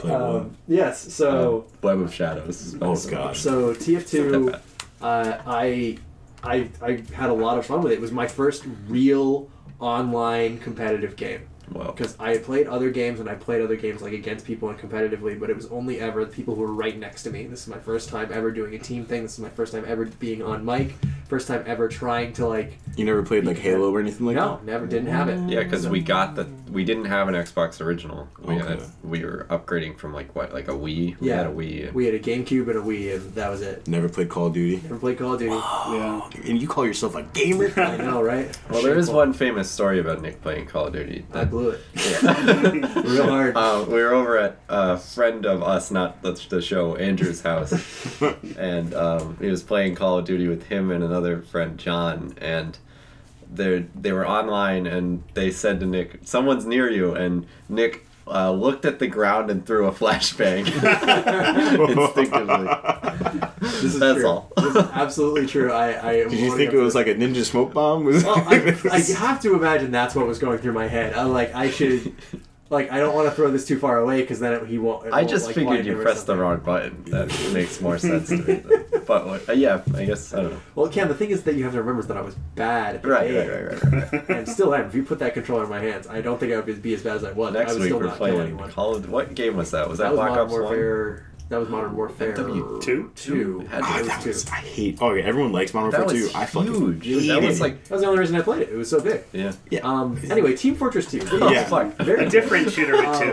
Speaker 1: Play one.
Speaker 3: Um, yes. So
Speaker 2: Uh, Web of Shadows.
Speaker 1: Oh, God.
Speaker 3: so TF two.
Speaker 2: Not
Speaker 3: uh, I, I I had a lot of fun with it. It was my first real online competitive game.
Speaker 2: Wow.
Speaker 3: because I had played other games and I played other games like against people and competitively, but it was only ever the people who were right next to me. This is my first time ever doing a team thing. This is my first time ever being on mic. First time ever trying to like
Speaker 1: You never played like Halo or anything like
Speaker 3: no,
Speaker 1: that?
Speaker 3: never didn't have it.
Speaker 2: Yeah, because we got the we didn't have an Xbox original. We had,
Speaker 1: Okay.
Speaker 2: we were upgrading from like what like a Wii. We
Speaker 3: Yeah.
Speaker 2: had a Wii. and-
Speaker 3: We had a GameCube and a Wii, and that was it.
Speaker 1: Never played Call of Duty?
Speaker 3: Never played Call of Duty.
Speaker 4: yeah.
Speaker 1: And you call yourself a *laughs* gamer?
Speaker 3: I know, right?
Speaker 2: well, there is
Speaker 3: Shameful.
Speaker 2: one famous story about Nick playing Call of Duty.
Speaker 3: I blew it
Speaker 2: Yeah. *laughs*
Speaker 3: real hard.
Speaker 2: Uh, we were over at a friend of us, not the, the show, Andrew's house,
Speaker 3: *laughs*
Speaker 2: and um, he was playing Call of Duty with him and another friend, John, and they they were online, and they said to Nick, "Someone's near you," and Nick uh, looked at the ground and threw a flashbang *laughs* instinctively.
Speaker 3: *laughs* this is
Speaker 2: That's
Speaker 3: true.
Speaker 2: all.
Speaker 3: This is absolutely true. I, I
Speaker 1: *laughs* Did you think it was like a ninja smoke bomb? Was
Speaker 3: Well,
Speaker 1: *laughs*
Speaker 3: I,
Speaker 2: *laughs*
Speaker 3: I have to imagine that's what was going through my head. I'm like, I should, like, I don't want to throw this too far away because then it, he won't.
Speaker 2: *laughs*
Speaker 3: it
Speaker 2: I
Speaker 3: won't,
Speaker 2: just
Speaker 3: like,
Speaker 2: figured
Speaker 3: blind him
Speaker 2: you
Speaker 3: or
Speaker 2: pressed the
Speaker 3: something.
Speaker 2: wrong button. That makes more sense to me. than- But what- uh, yeah, I guess I don't know.
Speaker 3: Well, Cam, the thing is that you have to remember is that I was bad at the
Speaker 2: Right,
Speaker 3: game,
Speaker 2: right, right, right. right.
Speaker 3: and still am. If you put that controller in my hands, I don't think I would be as bad as I was. I
Speaker 2: Next
Speaker 3: would
Speaker 2: week
Speaker 3: still
Speaker 2: we're
Speaker 3: not kill
Speaker 2: playing
Speaker 3: anyone.
Speaker 2: Call of. What game was that? Was that,
Speaker 3: That was
Speaker 2: Black
Speaker 3: Modern
Speaker 2: Ops One?
Speaker 3: Warfare. that was Modern Warfare
Speaker 2: FW2?
Speaker 4: Two?
Speaker 3: two.
Speaker 2: Had-
Speaker 1: Ah,
Speaker 3: Those
Speaker 1: *laughs* that
Speaker 3: two.
Speaker 1: was, I hate. Oh, yeah, everyone likes Modern
Speaker 2: That
Speaker 1: Warfare
Speaker 2: was
Speaker 1: 2. I fucking
Speaker 2: huge.
Speaker 1: hate
Speaker 2: That was
Speaker 1: it.
Speaker 2: like,
Speaker 3: That was the only reason I played it. It was so big.
Speaker 2: yeah. Oh,
Speaker 1: yeah,
Speaker 3: Um, anyway, Team Fortress 2.
Speaker 1: Yeah.
Speaker 2: Fuck.
Speaker 3: Very
Speaker 4: A *laughs* different shooter with
Speaker 3: Um,
Speaker 4: two.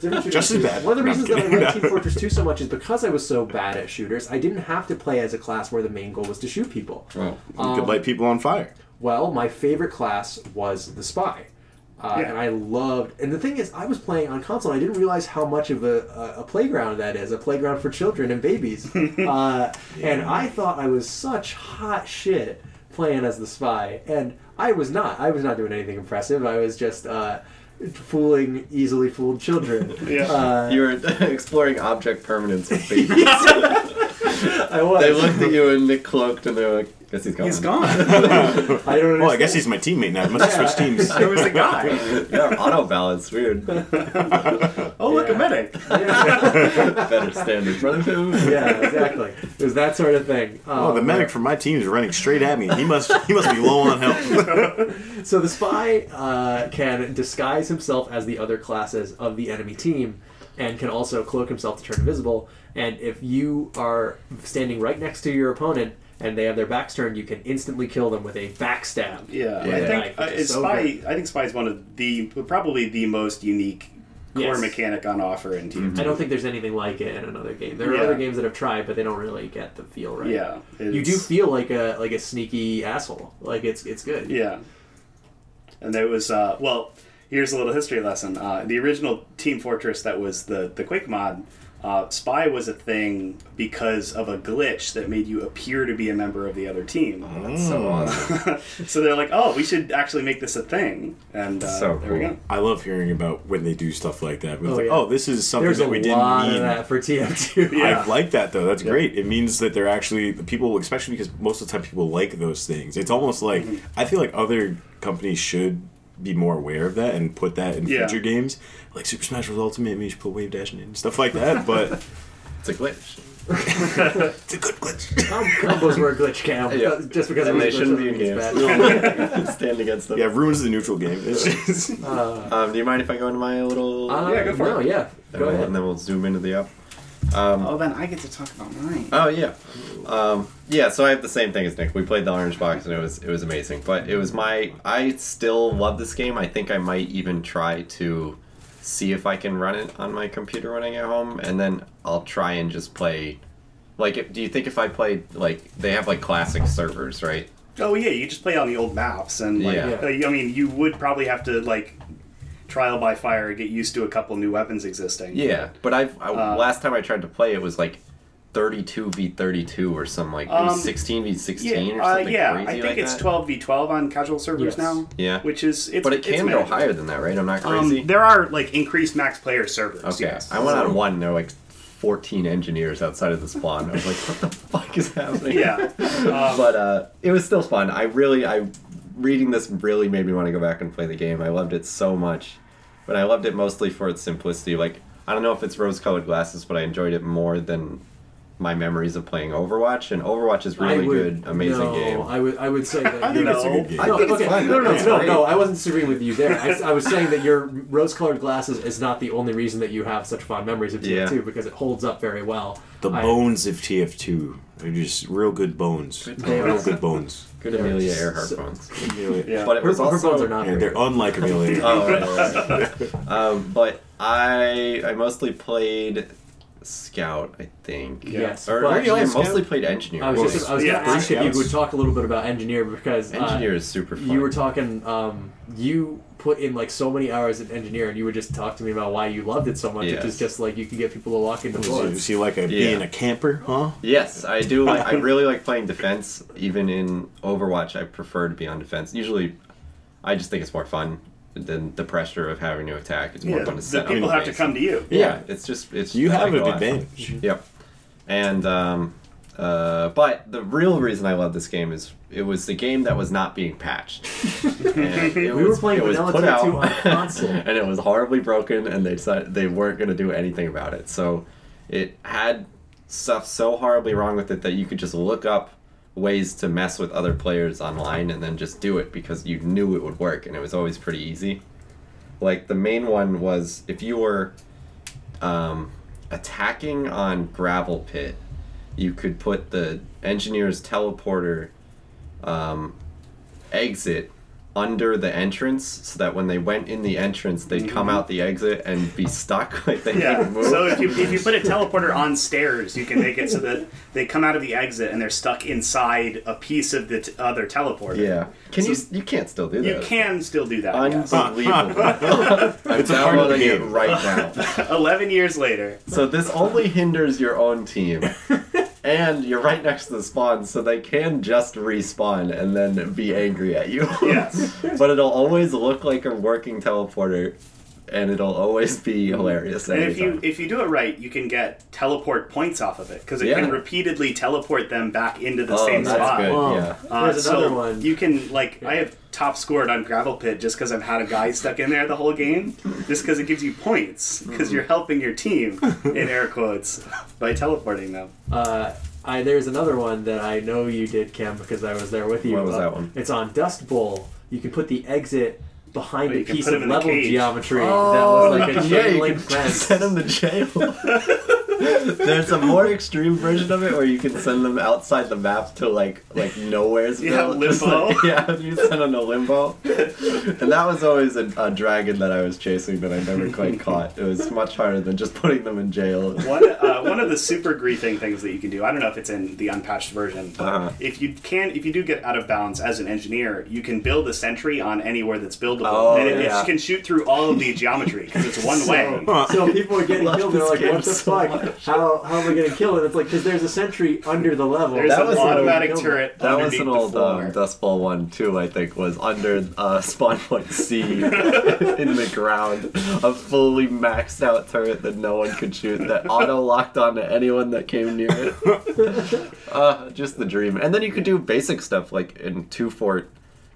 Speaker 3: different shooter
Speaker 1: Just as
Speaker 3: too.
Speaker 1: bad.
Speaker 3: One of the
Speaker 1: No,
Speaker 3: reasons
Speaker 1: I'm
Speaker 3: that I
Speaker 1: kidding.
Speaker 3: liked Team
Speaker 1: *laughs*
Speaker 3: Fortress 2 so much is because I was so bad at shooters, I didn't have to play as a class where the main goal was to shoot people.
Speaker 2: Well,
Speaker 1: you
Speaker 3: um,
Speaker 1: could light people on fire.
Speaker 3: Well, my favorite class was the spy. Uh,
Speaker 4: Yeah.
Speaker 3: And I loved, and the thing is, I was playing on console. and I didn't realize how much of a, a, a playground that is—a playground for children
Speaker 1: *laughs*
Speaker 3: and babies. uh, And I thought I was such hot shit playing as the spy, and I was not. I was not doing anything impressive. I was just uh, fooling easily fooled children.
Speaker 4: Yeah.
Speaker 3: uh,
Speaker 2: *laughs* you were exploring object permanence
Speaker 3: *laughs*
Speaker 2: with babies.
Speaker 3: I was.
Speaker 2: they looked at you and Nick cloaked, and they were like, "Guess he's gone."
Speaker 4: He's gone. *laughs*
Speaker 3: I don't. Understand.
Speaker 1: Well, I guess he's my teammate now. I must have switched
Speaker 3: *laughs*
Speaker 1: teams.
Speaker 4: there was a guy.
Speaker 2: *laughs* yeah, auto balance. Weird.
Speaker 4: Oh, look,
Speaker 3: Yeah.
Speaker 4: a medic.
Speaker 3: yeah,
Speaker 2: Better standard. Run him.
Speaker 3: *laughs* yeah, exactly. It was that sort of thing. Um,
Speaker 1: Oh, the medic from my team is running straight at me. He must he must be low on health. *laughs*
Speaker 3: So the spy uh, can disguise himself as the other classes of the enemy team, and can also cloak himself to turn invisible. And if you are standing right next to your opponent and they have their backs turned, you can instantly kill them with a backstab.
Speaker 4: Yeah,
Speaker 2: Yeah.
Speaker 4: I
Speaker 3: Knife,
Speaker 4: think uh,
Speaker 3: which is
Speaker 4: it's
Speaker 3: so
Speaker 4: Spy. I think Spy is one of the probably the most unique core
Speaker 3: Yes.
Speaker 4: mechanic on offer in TFT.
Speaker 3: I don't think there's anything like it in another game. There are
Speaker 4: Yeah.
Speaker 3: other games that have tried, but they don't really get the feel right.
Speaker 4: Yeah,
Speaker 3: You do
Speaker 4: it's-
Speaker 3: feel like a like a sneaky asshole. Like it's it's good.
Speaker 4: Yeah, and there was uh, well. Here's a little history lesson. Uh, the original Team Fortress that was the the Quake mod. Uh, Spy was a thing because of a glitch that made you appear to be a member of the other team.
Speaker 3: Mm.
Speaker 2: That's so awesome.
Speaker 4: so they're like, "Oh, we should actually make this a thing." And uh,
Speaker 2: So
Speaker 4: there we
Speaker 2: cool.
Speaker 4: go.
Speaker 1: I love hearing about when they do stuff like that. But it's
Speaker 3: Oh,
Speaker 1: like,
Speaker 3: yeah.
Speaker 1: oh, this is something
Speaker 3: There's a
Speaker 1: that we didn't
Speaker 3: lot
Speaker 1: need.
Speaker 3: of that
Speaker 2: *laughs*
Speaker 3: for TF2.
Speaker 1: I like that though. That's great. It means that they're actually the people, especially because most of the time people like those things. It's almost like I feel like other companies should be more aware of that and put that in
Speaker 4: Yeah.
Speaker 1: future games, like Super Smash Bros. Ultimate. Maybe you should put wave dashing in and stuff like that. But
Speaker 2: It's a glitch.
Speaker 1: it's a good glitch.
Speaker 3: Com- combos were a glitch cam.
Speaker 2: Yeah.
Speaker 3: Just because it
Speaker 2: And
Speaker 3: was
Speaker 2: they
Speaker 3: a glitch
Speaker 2: shouldn't be
Speaker 3: doesn't
Speaker 2: in
Speaker 3: mean it's
Speaker 2: games.
Speaker 3: bad. *laughs*
Speaker 2: *laughs* Stand against them.
Speaker 1: yeah, it ruins the neutral game. It's just-
Speaker 2: Um, do you mind if I go into my little?
Speaker 3: Uh,
Speaker 4: Yeah, go for
Speaker 3: no,
Speaker 4: it.
Speaker 3: yeah. Go
Speaker 2: and
Speaker 3: ahead.
Speaker 2: then we'll zoom into the app.
Speaker 4: Oh, then I get to talk about mine.
Speaker 2: Oh yeah, um, yeah. So I have the same thing as Nick. We played the Orange Box and it was it was amazing. But it was my I still love this game. I think I might even try to see if I can run it on my computer when I get home, and then I'll try and just play. Like, if, do you think if I played like they have like classic servers, right?
Speaker 4: Oh yeah, you just play on the old maps, and like,
Speaker 2: Yeah.
Speaker 4: uh, I mean, you would probably have to like trial by fire, get used to a couple new weapons existing.
Speaker 2: Yeah, but I've I,
Speaker 4: Uh,
Speaker 2: last time I tried to play it was like. 32 v 32 or some like it was
Speaker 4: Um,
Speaker 2: 16 v 16
Speaker 4: Yeah,
Speaker 2: or
Speaker 4: uh,
Speaker 2: something
Speaker 4: yeah.
Speaker 2: crazy
Speaker 4: I think
Speaker 2: like
Speaker 4: it's
Speaker 2: that.
Speaker 4: twelve v twelve on casual servers
Speaker 3: Yes.
Speaker 4: now.
Speaker 2: Yeah.
Speaker 4: which is it's
Speaker 2: but it
Speaker 4: it's
Speaker 2: can go
Speaker 4: manageable.
Speaker 2: higher than that right i'm not crazy
Speaker 4: Um, there are like increased max player servers.
Speaker 2: Okay.
Speaker 4: yes.
Speaker 2: I went on one and there were like 14 engineers outside of the spawn. I was like, what the fuck is happening? *laughs*
Speaker 3: um,
Speaker 4: Yeah,
Speaker 2: but uh, it was still fun. I really, I reading this really made me want to go back and play the game. I loved it so much, but I loved it mostly for its simplicity. Like I don't know if it's rose-colored glasses, but I enjoyed it more than my memories of playing Overwatch. And Overwatch is really
Speaker 3: I would,
Speaker 2: good, amazing
Speaker 3: no,
Speaker 2: game.
Speaker 3: I would, I would say that.
Speaker 1: I think
Speaker 3: you're-
Speaker 1: it's a
Speaker 4: No.
Speaker 1: good game.
Speaker 2: *laughs* I think it's
Speaker 3: okay.
Speaker 2: fine.
Speaker 3: No, no,
Speaker 2: It's
Speaker 3: no, no,
Speaker 2: great.
Speaker 3: no. I wasn't disagreeing with you there. I, I was saying that your rose-colored glasses is not the only reason that you have such fond memories of TF2
Speaker 2: Yeah.
Speaker 3: because it holds up very well.
Speaker 1: the
Speaker 3: I-
Speaker 1: bones of TF2 are just real good bones.
Speaker 3: bones.
Speaker 1: Real good bones.
Speaker 2: good Amelia Earhart
Speaker 3: So-
Speaker 2: bones.
Speaker 1: Yeah,
Speaker 4: yeah.
Speaker 2: But it
Speaker 3: Her,
Speaker 2: was
Speaker 3: her
Speaker 2: also
Speaker 3: bones are not. very
Speaker 1: they're
Speaker 3: good.
Speaker 1: unlike Amelia.
Speaker 2: Oh, right, right, right. um, but I I mostly played scout, I think.
Speaker 3: Yes,
Speaker 2: Or
Speaker 3: but-
Speaker 2: actually, I
Speaker 1: Scout?
Speaker 2: mostly played engineer.
Speaker 3: I was
Speaker 1: Well,
Speaker 3: just, I was
Speaker 4: yeah,
Speaker 3: going to
Speaker 1: Boy
Speaker 3: ask if you
Speaker 1: Scouts.
Speaker 3: would talk a little bit about engineer because uh,
Speaker 2: engineer is super fun.
Speaker 3: you were talking um, you put in like so many hours in engineer and you would just talk to me about why you loved it so much
Speaker 2: Yes.
Speaker 3: which is just like you can get people to walk into
Speaker 1: So you
Speaker 3: bullets
Speaker 1: see, like a being a camper, huh?
Speaker 2: yes, I do. Like, I really like playing defense. Even in Overwatch, I prefer to be on defense. Usually, I just think it's more fun than the pressure of having to attack. It's more
Speaker 4: yeah.
Speaker 2: fun to
Speaker 4: The
Speaker 2: set up
Speaker 4: people
Speaker 2: the
Speaker 4: have to
Speaker 2: base.
Speaker 4: come to you.
Speaker 2: Yeah, it's just it's.
Speaker 1: You
Speaker 2: I
Speaker 1: have
Speaker 2: like
Speaker 1: an
Speaker 2: a lot.
Speaker 1: advantage.
Speaker 2: Yep. And um, uh, but the real reason I love this game is it was the game that was not being patched.
Speaker 3: *laughs*
Speaker 4: *laughs*
Speaker 2: And it
Speaker 3: We were playing
Speaker 2: it was
Speaker 3: Vanilla
Speaker 2: put
Speaker 3: 22
Speaker 2: out,
Speaker 3: on console.
Speaker 2: *laughs* and it was horribly broken, and they decided they weren't going to do anything about it. So it had stuff so horribly wrong with it that you could just look up ways to mess with other players online and then just do it because you knew it would work and it was always pretty easy like the main one was if you were um, attacking on gravel pit, you could put the engineer's teleporter um, exit under the entrance so that when they went in the entrance they'd come out the exit and be *laughs* stuck like they couldn't
Speaker 4: Yeah.
Speaker 2: move.
Speaker 4: So if you, if you
Speaker 2: *laughs*
Speaker 4: put a teleporter on stairs, you can make it so that they come out of the exit and they're stuck inside a piece of the t- other teleporter.
Speaker 2: yeah. Can
Speaker 4: So-
Speaker 2: you you can't still do
Speaker 4: You
Speaker 2: that.
Speaker 4: can still do that.
Speaker 2: *laughs*
Speaker 4: yes. *laughs*
Speaker 2: Unbelievable. I'm
Speaker 1: It's a part of the
Speaker 2: downloading it
Speaker 1: game.
Speaker 2: right now.
Speaker 4: 11 years later.
Speaker 2: So this only hinders your own team. And you're right next to the spawn, so they can just respawn and then be angry at you.
Speaker 4: Yes.
Speaker 2: but it'll always look like a working teleporter, and it'll always be hilarious.
Speaker 4: *laughs* Mm. And
Speaker 2: every
Speaker 4: if you
Speaker 2: time.
Speaker 4: if you do it right, you can get teleport points off of it because it
Speaker 2: Yeah.
Speaker 4: can repeatedly teleport them back into the
Speaker 2: oh,
Speaker 4: same
Speaker 2: that's
Speaker 4: spot.
Speaker 2: good.
Speaker 1: Wow.
Speaker 2: Yeah.
Speaker 4: Uh,
Speaker 3: There's
Speaker 4: so
Speaker 3: another one.
Speaker 4: You can like I have top scored on gravel pit just because I've had a guy stuck in there the whole game, just because it gives you points
Speaker 2: Mm-hmm.
Speaker 4: because you're helping your team in air quotes by teleporting them.
Speaker 3: Uh, I, there's another one that I know you did, Kim, because I was there with you.
Speaker 2: What was
Speaker 3: Uh,
Speaker 2: that one?
Speaker 3: It's on Dust Bowl. You can put the exit behind
Speaker 4: Oh, you
Speaker 3: a
Speaker 4: can
Speaker 3: piece
Speaker 4: put
Speaker 3: of
Speaker 4: them in the
Speaker 3: level
Speaker 4: cage.
Speaker 3: geometry that was like a
Speaker 2: Oh, yeah,
Speaker 3: chain
Speaker 2: you
Speaker 3: link
Speaker 2: can
Speaker 3: fence.
Speaker 2: *laughs* send them to jail. *laughs* There's a more extreme version of it where you can send them outside the map to like like nowhere's
Speaker 4: *laughs* Yeah,
Speaker 2: *laughs* Just
Speaker 4: limbo.
Speaker 2: like- yeah, you send them to limbo. and that was always a, a dragon that I was chasing that I never
Speaker 4: *laughs*
Speaker 2: quite caught. It was much harder than just putting them in jail.
Speaker 4: One uh, one of the super griefing things that you can do. I don't know if it's in the unpatched version, but
Speaker 2: Uh-huh.
Speaker 4: if you can, if you do get out of bounds as an engineer, you can build a sentry on anywhere that's buildable,
Speaker 2: Oh,
Speaker 4: and it,
Speaker 2: yeah.
Speaker 4: it can shoot through all of the geometry because it's
Speaker 2: *laughs*
Speaker 4: one
Speaker 3: So-
Speaker 4: way.
Speaker 3: So people are getting
Speaker 2: love
Speaker 3: killed. They're
Speaker 2: this
Speaker 3: like,
Speaker 2: game
Speaker 3: "What the
Speaker 2: so
Speaker 3: fuck?
Speaker 2: much."
Speaker 3: How how am I gonna kill it?" It's like because there's a sentry under the level.
Speaker 4: There's
Speaker 2: That
Speaker 4: an
Speaker 2: was an
Speaker 4: automatic
Speaker 3: old-
Speaker 4: turret.
Speaker 2: That was
Speaker 4: underneath
Speaker 2: an
Speaker 4: the
Speaker 2: old
Speaker 4: floor.
Speaker 2: um, Dust Bowl one too. I think was under uh, *laughs* spawn point C *laughs* in the ground, a fully maxed out turret that no one could shoot that auto locked onto anyone that came near it.
Speaker 4: *laughs*
Speaker 2: uh, just the dream. And then you could do basic stuff like in two fort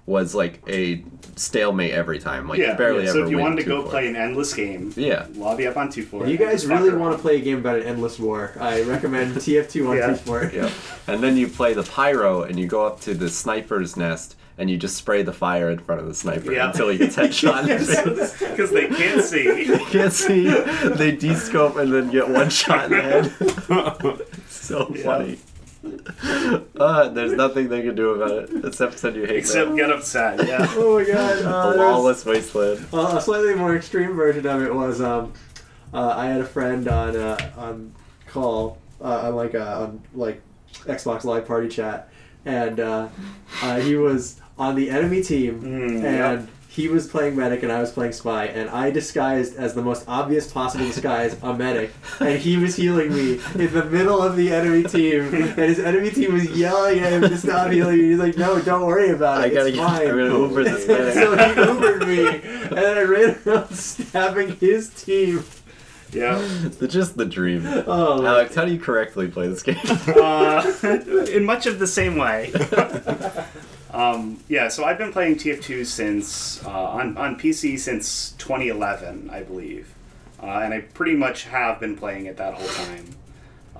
Speaker 2: was like a stalemate every time. Like
Speaker 4: yeah,
Speaker 2: you barely
Speaker 4: yeah.
Speaker 2: ever.
Speaker 4: So if you
Speaker 2: win
Speaker 4: wanted to
Speaker 2: two
Speaker 4: go
Speaker 2: fort.
Speaker 4: play an endless game,
Speaker 2: Yeah.
Speaker 4: lobby up on two four.
Speaker 3: If you guys really
Speaker 4: *laughs*
Speaker 3: want to play a game about an endless war, I recommend TF2 on
Speaker 4: Yeah.
Speaker 3: Two
Speaker 2: *laughs*
Speaker 3: Sport.
Speaker 2: Yeah. And then you play the pyro and you go up to the sniper's nest and you just spray the fire in front of the sniper
Speaker 4: Yeah.
Speaker 2: until he
Speaker 4: *laughs*
Speaker 2: gets headshot.
Speaker 4: because they can't see.
Speaker 3: *laughs*
Speaker 2: Can't see. They descope and then get one shot in the head.
Speaker 4: *laughs*
Speaker 2: so funny. Uh, there's nothing they can do about it except send you hate.
Speaker 4: Except
Speaker 2: mail.
Speaker 4: get upset. Yeah.
Speaker 3: *laughs* Oh my
Speaker 4: *laughs*
Speaker 3: god!
Speaker 2: the
Speaker 3: Uh, there's-
Speaker 2: lawless wasteland.
Speaker 3: Well, Uh, a slightly more extreme version of it was um, uh, I had a friend on uh, on call uh, on like a, on like Xbox Live party chat, and uh, uh, he was on the enemy team,
Speaker 4: Mm,
Speaker 3: and he was playing medic and I was playing spy, and I disguised as the most obvious possible disguise a medic, and he was healing me in the middle of the enemy team, and his enemy team was yelling at him to stop healing me. He's like, "No, don't worry about it.
Speaker 2: I gotta
Speaker 3: it's
Speaker 2: get-
Speaker 3: fine."
Speaker 2: I'm gonna Uber this medic.
Speaker 3: *laughs* so he Ubered me, and then I ran *laughs* around stabbing his team.
Speaker 4: Yeah.
Speaker 2: It's just the dream.
Speaker 4: *laughs*
Speaker 3: Oh, like-
Speaker 2: Alex, how do you correctly play this game? *laughs*
Speaker 4: uh, *laughs* in much of the same way. um, yeah, so I've been playing TF2 since uh, on on PC since 2011, I believe, uh, and I pretty much have been playing it that whole time,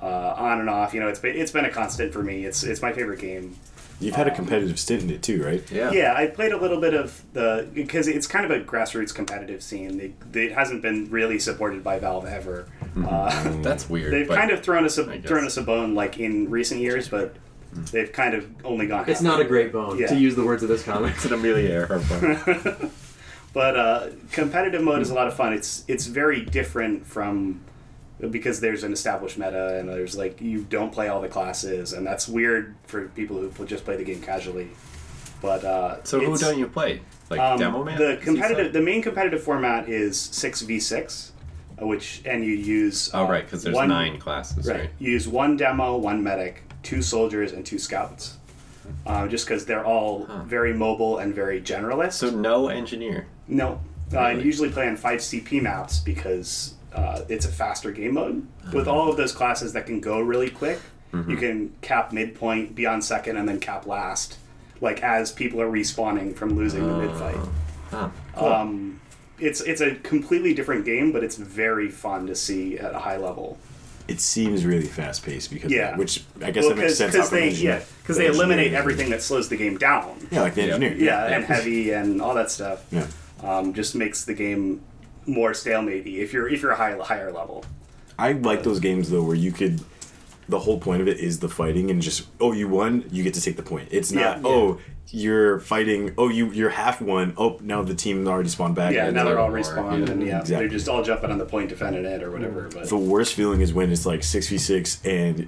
Speaker 4: uh, on and off. You know, it's been it's been a constant for me. It's it's my favorite game.
Speaker 1: You've had a competitive stint in it too, right?
Speaker 4: Yeah, I played a little bit of the because it's kind of a grassroots competitive scene. It, it hasn't been really supported by Valve ever.
Speaker 2: Mm-hmm.
Speaker 4: Uh,
Speaker 2: That's weird.
Speaker 4: They've
Speaker 2: but
Speaker 4: kind of thrown us a
Speaker 2: guess. Mm-hmm.
Speaker 4: thrown us a bone like in recent years, but they've kind of only gone.
Speaker 3: It's
Speaker 4: half
Speaker 3: not
Speaker 4: way.
Speaker 3: a great bone,
Speaker 4: Yeah.
Speaker 3: to use the words of this
Speaker 2: *laughs*
Speaker 3: comic.
Speaker 2: It's an Amelia
Speaker 4: *laughs*
Speaker 2: Earhart.
Speaker 4: But uh, competitive mode
Speaker 2: Mm-hmm.
Speaker 4: is a lot of fun. It's it's very different from because there's an established meta and there's like you don't play all the classes and that's weird for people who pl- just play the game casually. But uh,
Speaker 2: So who
Speaker 4: it's-
Speaker 2: don't you play? Like
Speaker 4: um,
Speaker 2: Demo Man? Is
Speaker 4: The
Speaker 2: he
Speaker 4: competitive,
Speaker 2: sub?
Speaker 4: the main competitive format is six v six, uh, which and you use.
Speaker 2: Oh
Speaker 4: uh,
Speaker 2: right, because there's
Speaker 4: one-
Speaker 2: nine classes, right?
Speaker 4: Right. You use one demo, one medic, two soldiers, and two scouts.
Speaker 2: Hmm.
Speaker 4: Uh, just because they're all very mobile and very generalist.
Speaker 2: So no engineer.
Speaker 4: no, uh, I
Speaker 2: Really?
Speaker 4: usually play on five CP maps because uh, it's a faster game mode. With all of those classes that can go really quick,
Speaker 2: Mm-hmm.
Speaker 4: you can cap midpoint, be on second, and then cap last. Like as people are respawning from losing the mid fight.
Speaker 2: Oh. Huh.
Speaker 4: Um, it's it's a completely different game, but it's very fun to see at a high level.
Speaker 1: It seems really fast paced because of
Speaker 4: Yeah.
Speaker 1: that, which I guess
Speaker 4: Well,
Speaker 1: that makes sense. how
Speaker 4: because
Speaker 1: come
Speaker 4: they
Speaker 1: engineer-
Speaker 4: yeah because
Speaker 1: the
Speaker 4: they
Speaker 1: engineer
Speaker 4: eliminate
Speaker 1: is-
Speaker 4: everything that slows the game down.
Speaker 1: Yeah, like the
Speaker 2: Yeah.
Speaker 1: engineer.
Speaker 4: Yeah, and heavy and all that stuff.
Speaker 1: Yeah.
Speaker 4: Um, just makes the game more stale, maybe if you're if you're a high, higher level.
Speaker 1: I like those games though where you could. The whole point of it is the fighting and just oh you won you get to take the point. It's not
Speaker 4: Yeah.
Speaker 1: oh you're fighting oh you you're half won oh now the team already spawned back.
Speaker 4: Yeah,
Speaker 1: And
Speaker 4: now they're all
Speaker 2: War,
Speaker 4: respawned,
Speaker 2: yeah.
Speaker 4: and yeah,
Speaker 1: Exactly.
Speaker 4: they're just all jumping on the point, defending it or whatever. But
Speaker 1: the worst feeling is when it's like six v six and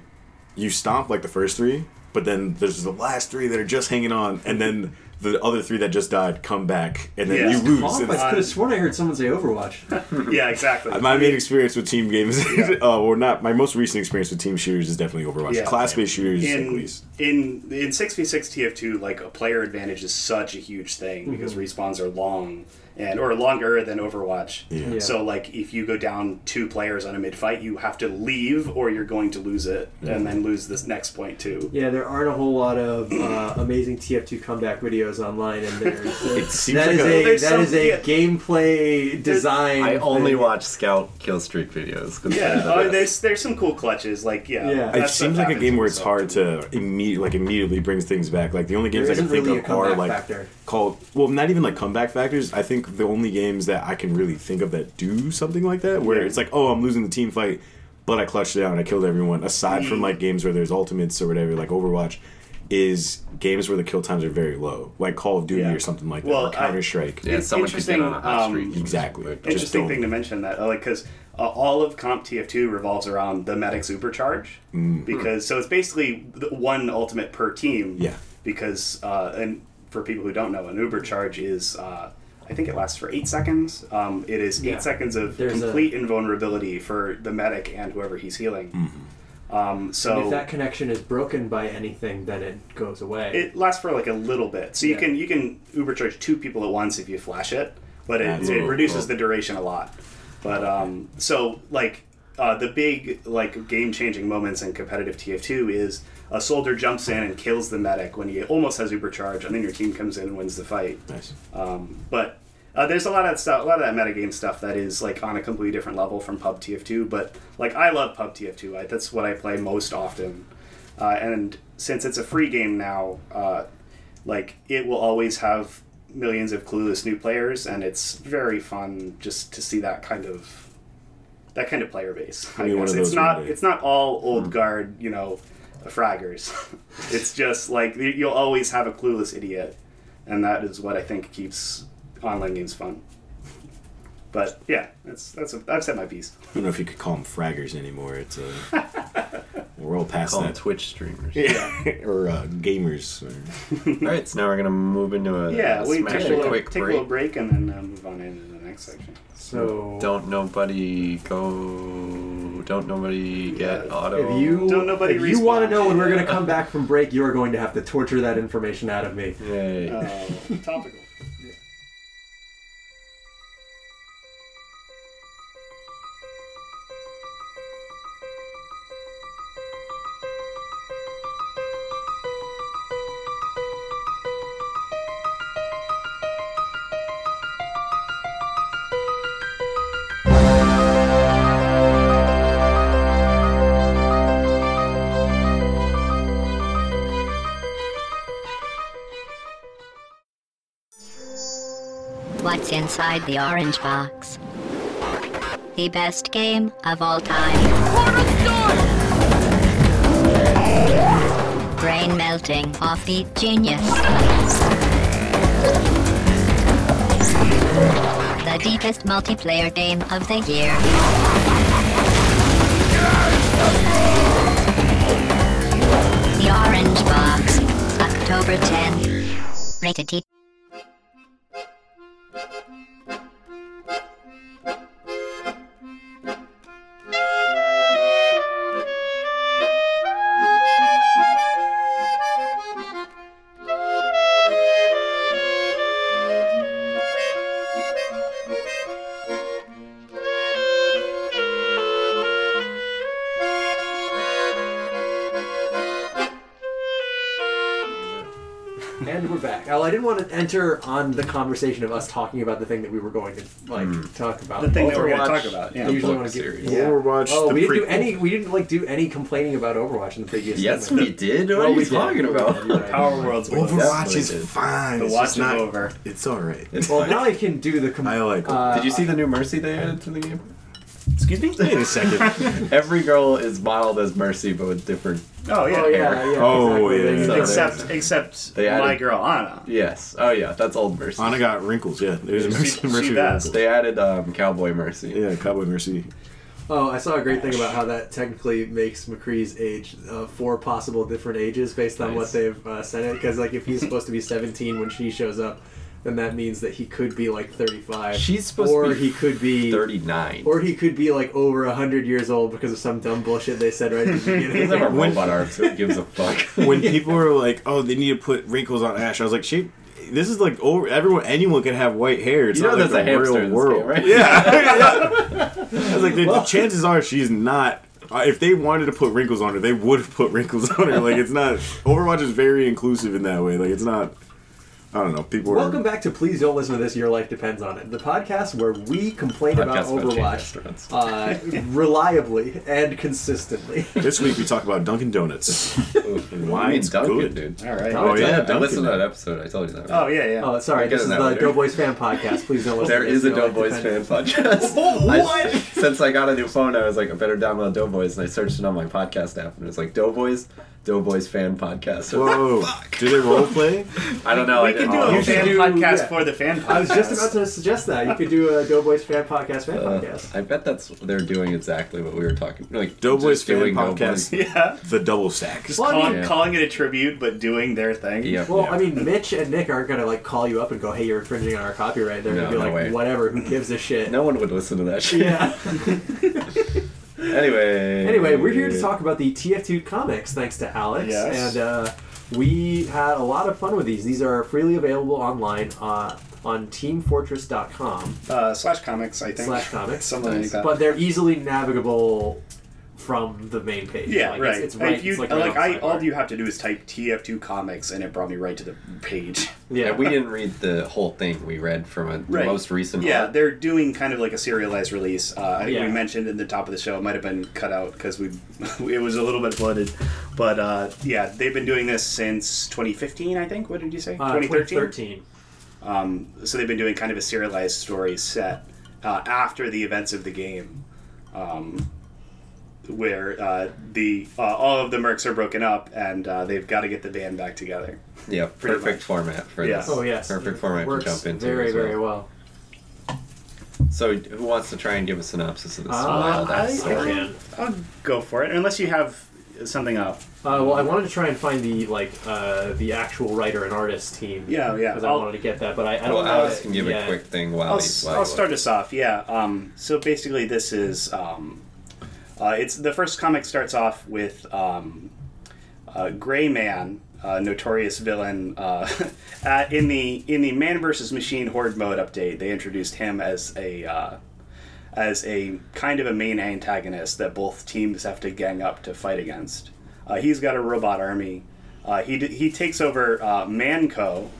Speaker 1: you stomp like the first three, but then there's the last three that are just hanging on, and then the other three that just died come back, and then
Speaker 4: Yeah.
Speaker 1: you lose.
Speaker 3: Off,
Speaker 1: And
Speaker 3: I
Speaker 1: it's-
Speaker 3: could have sworn I heard someone say
Speaker 4: *laughs*
Speaker 3: Overwatch.
Speaker 4: *laughs* yeah, exactly.
Speaker 1: my main experience with team games, *laughs* uh, or not, my most recent experience with team shooters is definitely Overwatch.
Speaker 4: Yeah.
Speaker 1: Class based shooters, at
Speaker 4: in
Speaker 1: least.
Speaker 4: in in six v six TF two, like a player advantage is such a huge thing
Speaker 3: Mm-hmm.
Speaker 4: because respawns are long and or longer than Overwatch.
Speaker 1: Yeah.
Speaker 3: Yeah.
Speaker 4: So like if you go down two players on a mid fight, you have to leave or you're going to lose it and then lose this next point too.
Speaker 3: Yeah, there aren't a whole lot of uh, amazing TF2 comeback videos online, and
Speaker 4: *laughs*
Speaker 3: there's
Speaker 1: It seems
Speaker 3: that
Speaker 1: like
Speaker 3: is
Speaker 1: a-
Speaker 3: a,
Speaker 4: There's
Speaker 3: that
Speaker 4: some-
Speaker 3: is a
Speaker 4: yeah.
Speaker 3: gameplay design.
Speaker 2: I only
Speaker 3: thing.
Speaker 2: watch scout kill streak videos. 'cause
Speaker 4: Yeah,
Speaker 2: they're the
Speaker 4: oh,
Speaker 2: best.
Speaker 4: there's there's some cool clutches like yeah.
Speaker 3: Yeah. It
Speaker 1: It
Speaker 4: that's
Speaker 1: seems like a
Speaker 4: what happens
Speaker 1: game where
Speaker 4: with
Speaker 1: it's
Speaker 4: some-
Speaker 1: hard to immediately like immediately brings things back. Like the only games
Speaker 3: There
Speaker 1: I can
Speaker 3: isn't
Speaker 1: think
Speaker 3: really
Speaker 1: of
Speaker 3: a
Speaker 1: are
Speaker 3: comeback
Speaker 1: like
Speaker 3: factor.
Speaker 1: called well, not even like comeback factors. I think the only games that I can really think of that do something like that, where
Speaker 4: Yeah.
Speaker 1: it's like, oh, I'm losing the team fight, but I clutched it out and I killed everyone. Aside
Speaker 3: Mm.
Speaker 1: from like games where there's ultimates or whatever, like Overwatch, is games where the kill times are very low, like Call of Duty
Speaker 4: Yeah.
Speaker 1: or something like
Speaker 4: Well,
Speaker 1: that, or
Speaker 4: I-
Speaker 1: Counter Strike.
Speaker 2: yeah, someone could get on a hot
Speaker 4: interesting,
Speaker 2: streak.
Speaker 4: um,
Speaker 1: Exactly.
Speaker 2: But-
Speaker 1: Just
Speaker 4: Interesting
Speaker 1: don't-
Speaker 4: thing to mention that, uh, like, because uh, all of Comp TF2 revolves around the medic supercharge,
Speaker 1: Mm.
Speaker 4: because so it's basically the one ultimate per team.
Speaker 1: Yeah.
Speaker 4: Because uh, and for people who don't know, an uber charge is uh, I think it lasts for eight seconds. Um, it is eight
Speaker 3: Yeah.
Speaker 4: seconds of
Speaker 3: There's a-
Speaker 4: complete invulnerability for the medic and whoever he's healing.
Speaker 1: Mm-hmm.
Speaker 4: Um,
Speaker 3: And
Speaker 2: Oh.
Speaker 3: if
Speaker 4: so
Speaker 3: that connection is broken by anything, then it goes away.
Speaker 4: it lasts for like a little bit. So you
Speaker 3: Yeah.
Speaker 4: can you can uber charge two people at once if you flash it, but it,
Speaker 1: That's
Speaker 4: it
Speaker 1: cool. Cool.
Speaker 4: reduces the duration a lot. But um, so like uh, the big like game changing moments in competitive TF2 is a soldier jumps in and kills the medic when he almost has uber charge, and then your team comes in and wins the fight.
Speaker 1: Nice.
Speaker 4: Um, but uh, there's a lot of stuff, a lot of that metagame stuff that is like on a completely different level from Pub TF2. But like I love Pub TF2. I, that's what I play most often. Uh, and since it's a free game now, uh, like it will always have millions of clueless new players, and it's very fun just to see that kind of that kind of player base. I
Speaker 1: Maybe one
Speaker 4: guess
Speaker 1: of
Speaker 4: it's
Speaker 1: those Hmm. one
Speaker 4: not
Speaker 1: day.
Speaker 4: it's not all old guard, you know, fraggers. *laughs* it's just like you- you'll always have a clueless idiot, and that is what I think keeps online games fun. But yeah, that's that's a, I've said my piece.
Speaker 1: I don't know if you could call them fraggers anymore. It's uh,
Speaker 3: *laughs*
Speaker 1: we're all past
Speaker 2: Call them
Speaker 1: that,
Speaker 2: Twitch streamers.
Speaker 1: *laughs* or uh, gamers. Or,
Speaker 2: All right, so now we're gonna move into a
Speaker 4: Yeah, we
Speaker 2: smash
Speaker 4: take a
Speaker 2: a
Speaker 4: little,
Speaker 2: quick
Speaker 4: take a
Speaker 2: break.
Speaker 4: little break and then uh, move on into the next *laughs* section.
Speaker 3: so
Speaker 2: Don't nobody go. Don't nobody get
Speaker 4: Yeah.
Speaker 2: auto.
Speaker 3: if you
Speaker 4: Don't nobody
Speaker 3: if you want to
Speaker 4: respond.
Speaker 3: know when we're
Speaker 2: *laughs*
Speaker 3: going to come back from break, you are going to have to torture that information out of me.
Speaker 2: Yay.
Speaker 4: Uh, topical.
Speaker 5: What's inside the orange box? The best game of all time. Brain melting offbeat genius. The deepest multiplayer game of the year. The Orange Box, October 10. Rated T.
Speaker 3: And we're back. Now, I didn't want to enter on the conversation of us talking about the thing that we were going to like talk about.
Speaker 4: The thing that we're
Speaker 3: Overwatch,
Speaker 4: gonna talk about, yeah.
Speaker 3: I usually
Speaker 2: Book
Speaker 3: want to
Speaker 2: Hmm. series.
Speaker 3: give. Yeah.
Speaker 1: Overwatch,
Speaker 3: Oh,
Speaker 1: the
Speaker 3: we didn't do
Speaker 1: prequel.
Speaker 3: any. We didn't like do any complaining about Overwatch in the previous.
Speaker 2: yes,
Speaker 3: segment.
Speaker 2: we did. What
Speaker 3: Well,
Speaker 2: are you
Speaker 3: we did.
Speaker 2: talking
Speaker 3: You're
Speaker 2: about?
Speaker 3: right.
Speaker 4: *laughs* Power Worlds. was-
Speaker 1: Overwatch
Speaker 2: Definitely
Speaker 1: is
Speaker 2: did.
Speaker 1: fine.
Speaker 4: The
Speaker 1: it's
Speaker 4: watch
Speaker 1: just
Speaker 4: is
Speaker 1: not
Speaker 4: over.
Speaker 2: *laughs*
Speaker 1: It's all right.
Speaker 2: It's
Speaker 3: Well,
Speaker 2: fine.
Speaker 3: now I can do the. Com-
Speaker 1: I like it.
Speaker 3: uh,
Speaker 2: Did you see the new Mercy they added to the game?
Speaker 1: Excuse me? Wait a second.
Speaker 2: Every girl is modeled as Mercy, but with different.
Speaker 4: Oh yeah.
Speaker 3: Oh yeah, yeah.
Speaker 1: Oh,
Speaker 3: exactly.
Speaker 1: yeah.
Speaker 3: They- they-
Speaker 4: Except except
Speaker 2: They added-
Speaker 4: my girl Anna.
Speaker 2: Yes. Oh yeah, that's old Mercy.
Speaker 1: Anna got wrinkles, yeah. There's a
Speaker 4: She-
Speaker 1: Mercy.
Speaker 4: she
Speaker 1: mercy
Speaker 4: best.
Speaker 1: wrinkles.
Speaker 2: They added um, Cowboy Mercy.
Speaker 1: Yeah, Cowboy Mercy.
Speaker 3: Oh, I saw a great thing about how that technically makes McCree's age uh, four possible different ages based on what
Speaker 2: Nice.
Speaker 3: they've uh, sent it. Because like if he's supposed to be 17 when she shows up, then that means that he could be like 35.
Speaker 2: She's supposed to
Speaker 3: or
Speaker 2: be
Speaker 3: he could be
Speaker 2: 39.
Speaker 3: Or he could be like over 100 years old because of some dumb bullshit they said right at
Speaker 2: *laughs*
Speaker 3: the
Speaker 2: He's like a
Speaker 3: beginning.
Speaker 2: robot arm, so he gives
Speaker 1: *laughs*
Speaker 2: a fuck.
Speaker 1: When people were like, "Oh, they need to put wrinkles on Ash," I was like, "She, this is like over. Everyone, anyone can have white hair. It's
Speaker 2: *laughs* You know
Speaker 1: not
Speaker 2: that's
Speaker 1: like
Speaker 2: a
Speaker 1: the
Speaker 2: hamster
Speaker 1: real
Speaker 2: in this
Speaker 1: world,
Speaker 2: game, right?
Speaker 1: Yeah. I was like, the, the chances are she's not. Uh, if they wanted to put wrinkles on her, they would have put wrinkles on her. Like it's not. Overwatch is very inclusive in that way. Like it's not. I don't know. People
Speaker 3: Welcome
Speaker 1: are.
Speaker 3: back to Please Don't Listen to This, Your Life Depends on It, the podcast where we complain about
Speaker 2: Podcast about chain
Speaker 3: Overwatch
Speaker 2: restaurants.
Speaker 3: uh, reliably and consistently.
Speaker 1: This week we talk about Dunkin'
Speaker 2: *laughs*
Speaker 1: Donuts. and
Speaker 2: I
Speaker 1: why
Speaker 2: mean,
Speaker 1: it's
Speaker 2: Duncan,
Speaker 1: good.
Speaker 2: dude.
Speaker 4: All right.
Speaker 3: Oh,
Speaker 1: yeah,
Speaker 2: I
Speaker 1: Duncan.
Speaker 2: listened to that episode. I told you that.
Speaker 4: Oh yeah yeah.
Speaker 3: Oh, sorry.
Speaker 2: We'll get
Speaker 3: This
Speaker 2: to
Speaker 3: is
Speaker 2: that
Speaker 3: the
Speaker 2: later.
Speaker 3: Doughboys fan podcast. Please don't listen.
Speaker 2: There
Speaker 3: to this.
Speaker 2: is a
Speaker 3: You're like *laughs*
Speaker 2: Doughboys fan
Speaker 3: defending-
Speaker 4: *laughs*
Speaker 2: podcast.
Speaker 3: Oh,
Speaker 2: I- since I got a new phone, I was like, I better download Doughboys, and I searched it on my podcast app, and it's like Doughboys, Doughboys fan podcast. So,
Speaker 1: Whoa! Do they role
Speaker 4: *laughs*
Speaker 1: play?
Speaker 2: I don't know. I
Speaker 4: we
Speaker 2: didn't
Speaker 4: can do a
Speaker 3: oh, You should
Speaker 4: fan
Speaker 3: do-
Speaker 4: podcast
Speaker 3: yeah.
Speaker 4: for the fan podcast.
Speaker 3: I was just about to suggest that you could do a Doughboys fan podcast fan
Speaker 2: Uh,
Speaker 3: podcast.
Speaker 2: I bet that's they're doing exactly what we were talking. Like
Speaker 1: Doughboys
Speaker 2: just
Speaker 1: fan
Speaker 2: doing
Speaker 1: podcast.
Speaker 2: Doughboys.
Speaker 4: *laughs* Yeah.
Speaker 1: The double stack.
Speaker 4: Just
Speaker 3: Well, I
Speaker 4: calling,
Speaker 2: mean-
Speaker 4: calling it a tribute, but doing their thing.
Speaker 2: Yeah.
Speaker 3: Well, I mean, Mitch and Nick aren't gonna like call you up and go, "Hey, you're infringing on our copyright." They're
Speaker 2: No,
Speaker 3: gonna be
Speaker 2: no
Speaker 3: like,
Speaker 2: way.
Speaker 3: "Whatever. Who gives a shit?"
Speaker 2: No one would listen to that shit.
Speaker 3: *laughs* Yeah.
Speaker 2: Anyway.
Speaker 3: Anyway, we're here to talk about the TF2 comics, thanks to Alex.
Speaker 4: Yes.
Speaker 3: And uh, we had a lot of fun with these. These are freely available online uh, on TeamFortress.com,
Speaker 4: Uh, slash comics, I think.
Speaker 3: Slash comics.
Speaker 4: Something like that.
Speaker 3: but they're easily navigable from the main page.
Speaker 4: yeah,
Speaker 3: Like,
Speaker 4: right.
Speaker 3: it's- It's, right.
Speaker 4: If you,
Speaker 3: it's
Speaker 4: like,
Speaker 3: like, right on
Speaker 4: I,
Speaker 3: the
Speaker 4: all
Speaker 3: sidebar.
Speaker 4: you have to do is type TF2 comics, and it brought me right to the
Speaker 2: *laughs*
Speaker 4: page.
Speaker 3: Yeah.
Speaker 2: Yeah, we didn't read the whole thing. We read from a, the
Speaker 4: *laughs* Right.
Speaker 2: most recent.
Speaker 4: Yeah,
Speaker 2: arc.
Speaker 4: they're doing kind of like a serialized release. Uh, I think
Speaker 3: Yeah.
Speaker 4: we mentioned in the top of the show it might have been cut out because we *laughs* it was a little bit bloated, but uh, yeah, they've been doing this since 2015. I think. What did you say?
Speaker 3: Uh, 2013.
Speaker 4: Um, so they've been doing kind of a serialized story set uh, after the events of the game, um, where uh, the uh, all of the mercs are broken up and uh, they've got to get the band back together.
Speaker 2: Yeah,
Speaker 4: Pretty
Speaker 2: perfect
Speaker 4: much.
Speaker 2: format for
Speaker 4: Yeah.
Speaker 2: this.
Speaker 3: Oh yes.
Speaker 2: perfect
Speaker 3: It
Speaker 2: format to
Speaker 3: works
Speaker 2: jump into.
Speaker 3: Very
Speaker 2: as well.
Speaker 3: very well.
Speaker 2: So, who wants to try and give a synopsis of this
Speaker 3: Uh,
Speaker 2: wild
Speaker 4: I-
Speaker 2: ass
Speaker 4: I
Speaker 2: story?
Speaker 4: can- I'll go for it unless you have something up.
Speaker 3: Uh, well, I wanted to try and find the like uh, the actual writer and artist team.
Speaker 4: Yeah, yeah.
Speaker 3: Because I
Speaker 4: I'll-
Speaker 3: wanted to get that, but I, I don't
Speaker 2: Well,
Speaker 3: know.
Speaker 2: Alex
Speaker 3: it-
Speaker 2: can give
Speaker 3: yeah.
Speaker 2: a quick thing while
Speaker 4: I'll,
Speaker 2: he-
Speaker 4: s-
Speaker 2: while
Speaker 4: I'll
Speaker 2: he
Speaker 4: start
Speaker 2: looks.
Speaker 4: us off. Yeah. Um, so basically, this is um, uh, it's the first comic starts off with um, uh, Gray Man, uh, notorious villain. Uh, *laughs* at, in the in the Man versus Machine Horde mode update, they introduced him as a uh, as a kind of a main antagonist that both teams have to gang up to fight against. Uh, he's got a robot army. Uh, he, d- he takes over uh, Manco,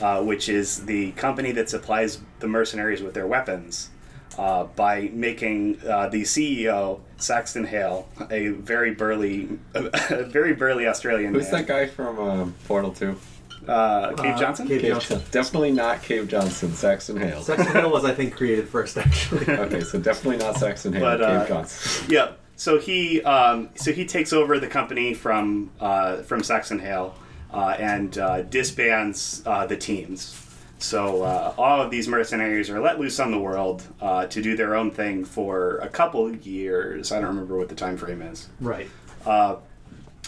Speaker 4: uh, which is the company that supplies the mercenaries with their weapons, uh, by making uh, the CEO Saxton Hale a very burly, *laughs* a very burly Australian.
Speaker 2: Who's that guy
Speaker 4: man.
Speaker 2: from um, Portal Two?
Speaker 4: Uh, Cave
Speaker 3: Uh,
Speaker 4: Johnson.
Speaker 3: Cave-
Speaker 2: Cave
Speaker 3: Johnson.
Speaker 2: Johnson. Definitely not Cave Johnson. Saxon
Speaker 3: *laughs*
Speaker 2: Hale.
Speaker 3: Sex Hill was, I think, created first,
Speaker 4: *laughs*
Speaker 3: actually.
Speaker 2: okay, so definitely not Saxon Hale.
Speaker 4: But, uh,
Speaker 2: Cave Johnson. *laughs*
Speaker 4: Yeah. So he um, so he takes over the company from uh, from Saxon Hale uh, and uh, disbands uh, the teams. So uh, all of these mercenaries are let loose on the world uh, to do their own thing for a couple years. I don't remember what the time frame is.
Speaker 3: right.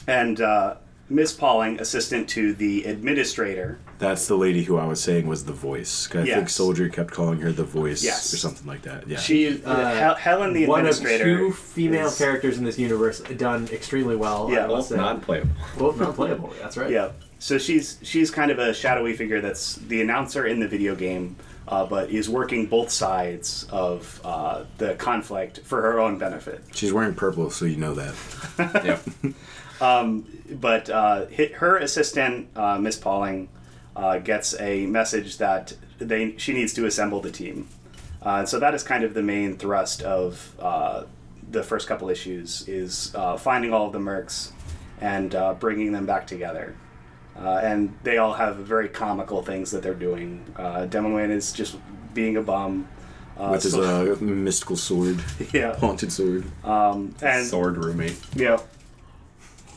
Speaker 4: And uh, Miss Pauling, assistant to the administrator,
Speaker 1: That's the lady who I was saying was the voice. 'Cause I think
Speaker 4: Yes.
Speaker 1: Soldier kept calling her the voice
Speaker 4: Yes.
Speaker 1: or something like that. Yeah.
Speaker 4: she
Speaker 3: Uh,
Speaker 4: Hel- Helen, the
Speaker 3: One of
Speaker 4: administrator,
Speaker 3: two female
Speaker 4: is-
Speaker 3: characters in this universe done extremely well.
Speaker 4: Yeah,
Speaker 3: I will
Speaker 2: Both
Speaker 3: say.
Speaker 2: non-playable.
Speaker 3: Both not playable. That's right.
Speaker 4: Yeah. So she's she's kind of a shadowy figure that's the announcer in the video game, uh, but is working both sides of uh, the conflict for her own benefit.
Speaker 1: She's wearing purple, so you know that.
Speaker 2: yeah.
Speaker 4: But uh, hi- her assistant, uh, Miss Pauling, uh, gets a message that they she needs to assemble the team. Uh, so that is kind of the main thrust of uh, the first couple issues is uh, finding all of the mercs and uh, bringing them back together. Uh, and they all have very comical things that they're doing. Uh, Demo Man is just being a bum. Uh,
Speaker 1: with his
Speaker 4: so-
Speaker 1: uh, mystical sword,
Speaker 4: *laughs*
Speaker 1: *laughs*
Speaker 4: yeah, Uh,
Speaker 1: haunted sword.
Speaker 4: and
Speaker 2: Sword roommate.
Speaker 4: Yeah.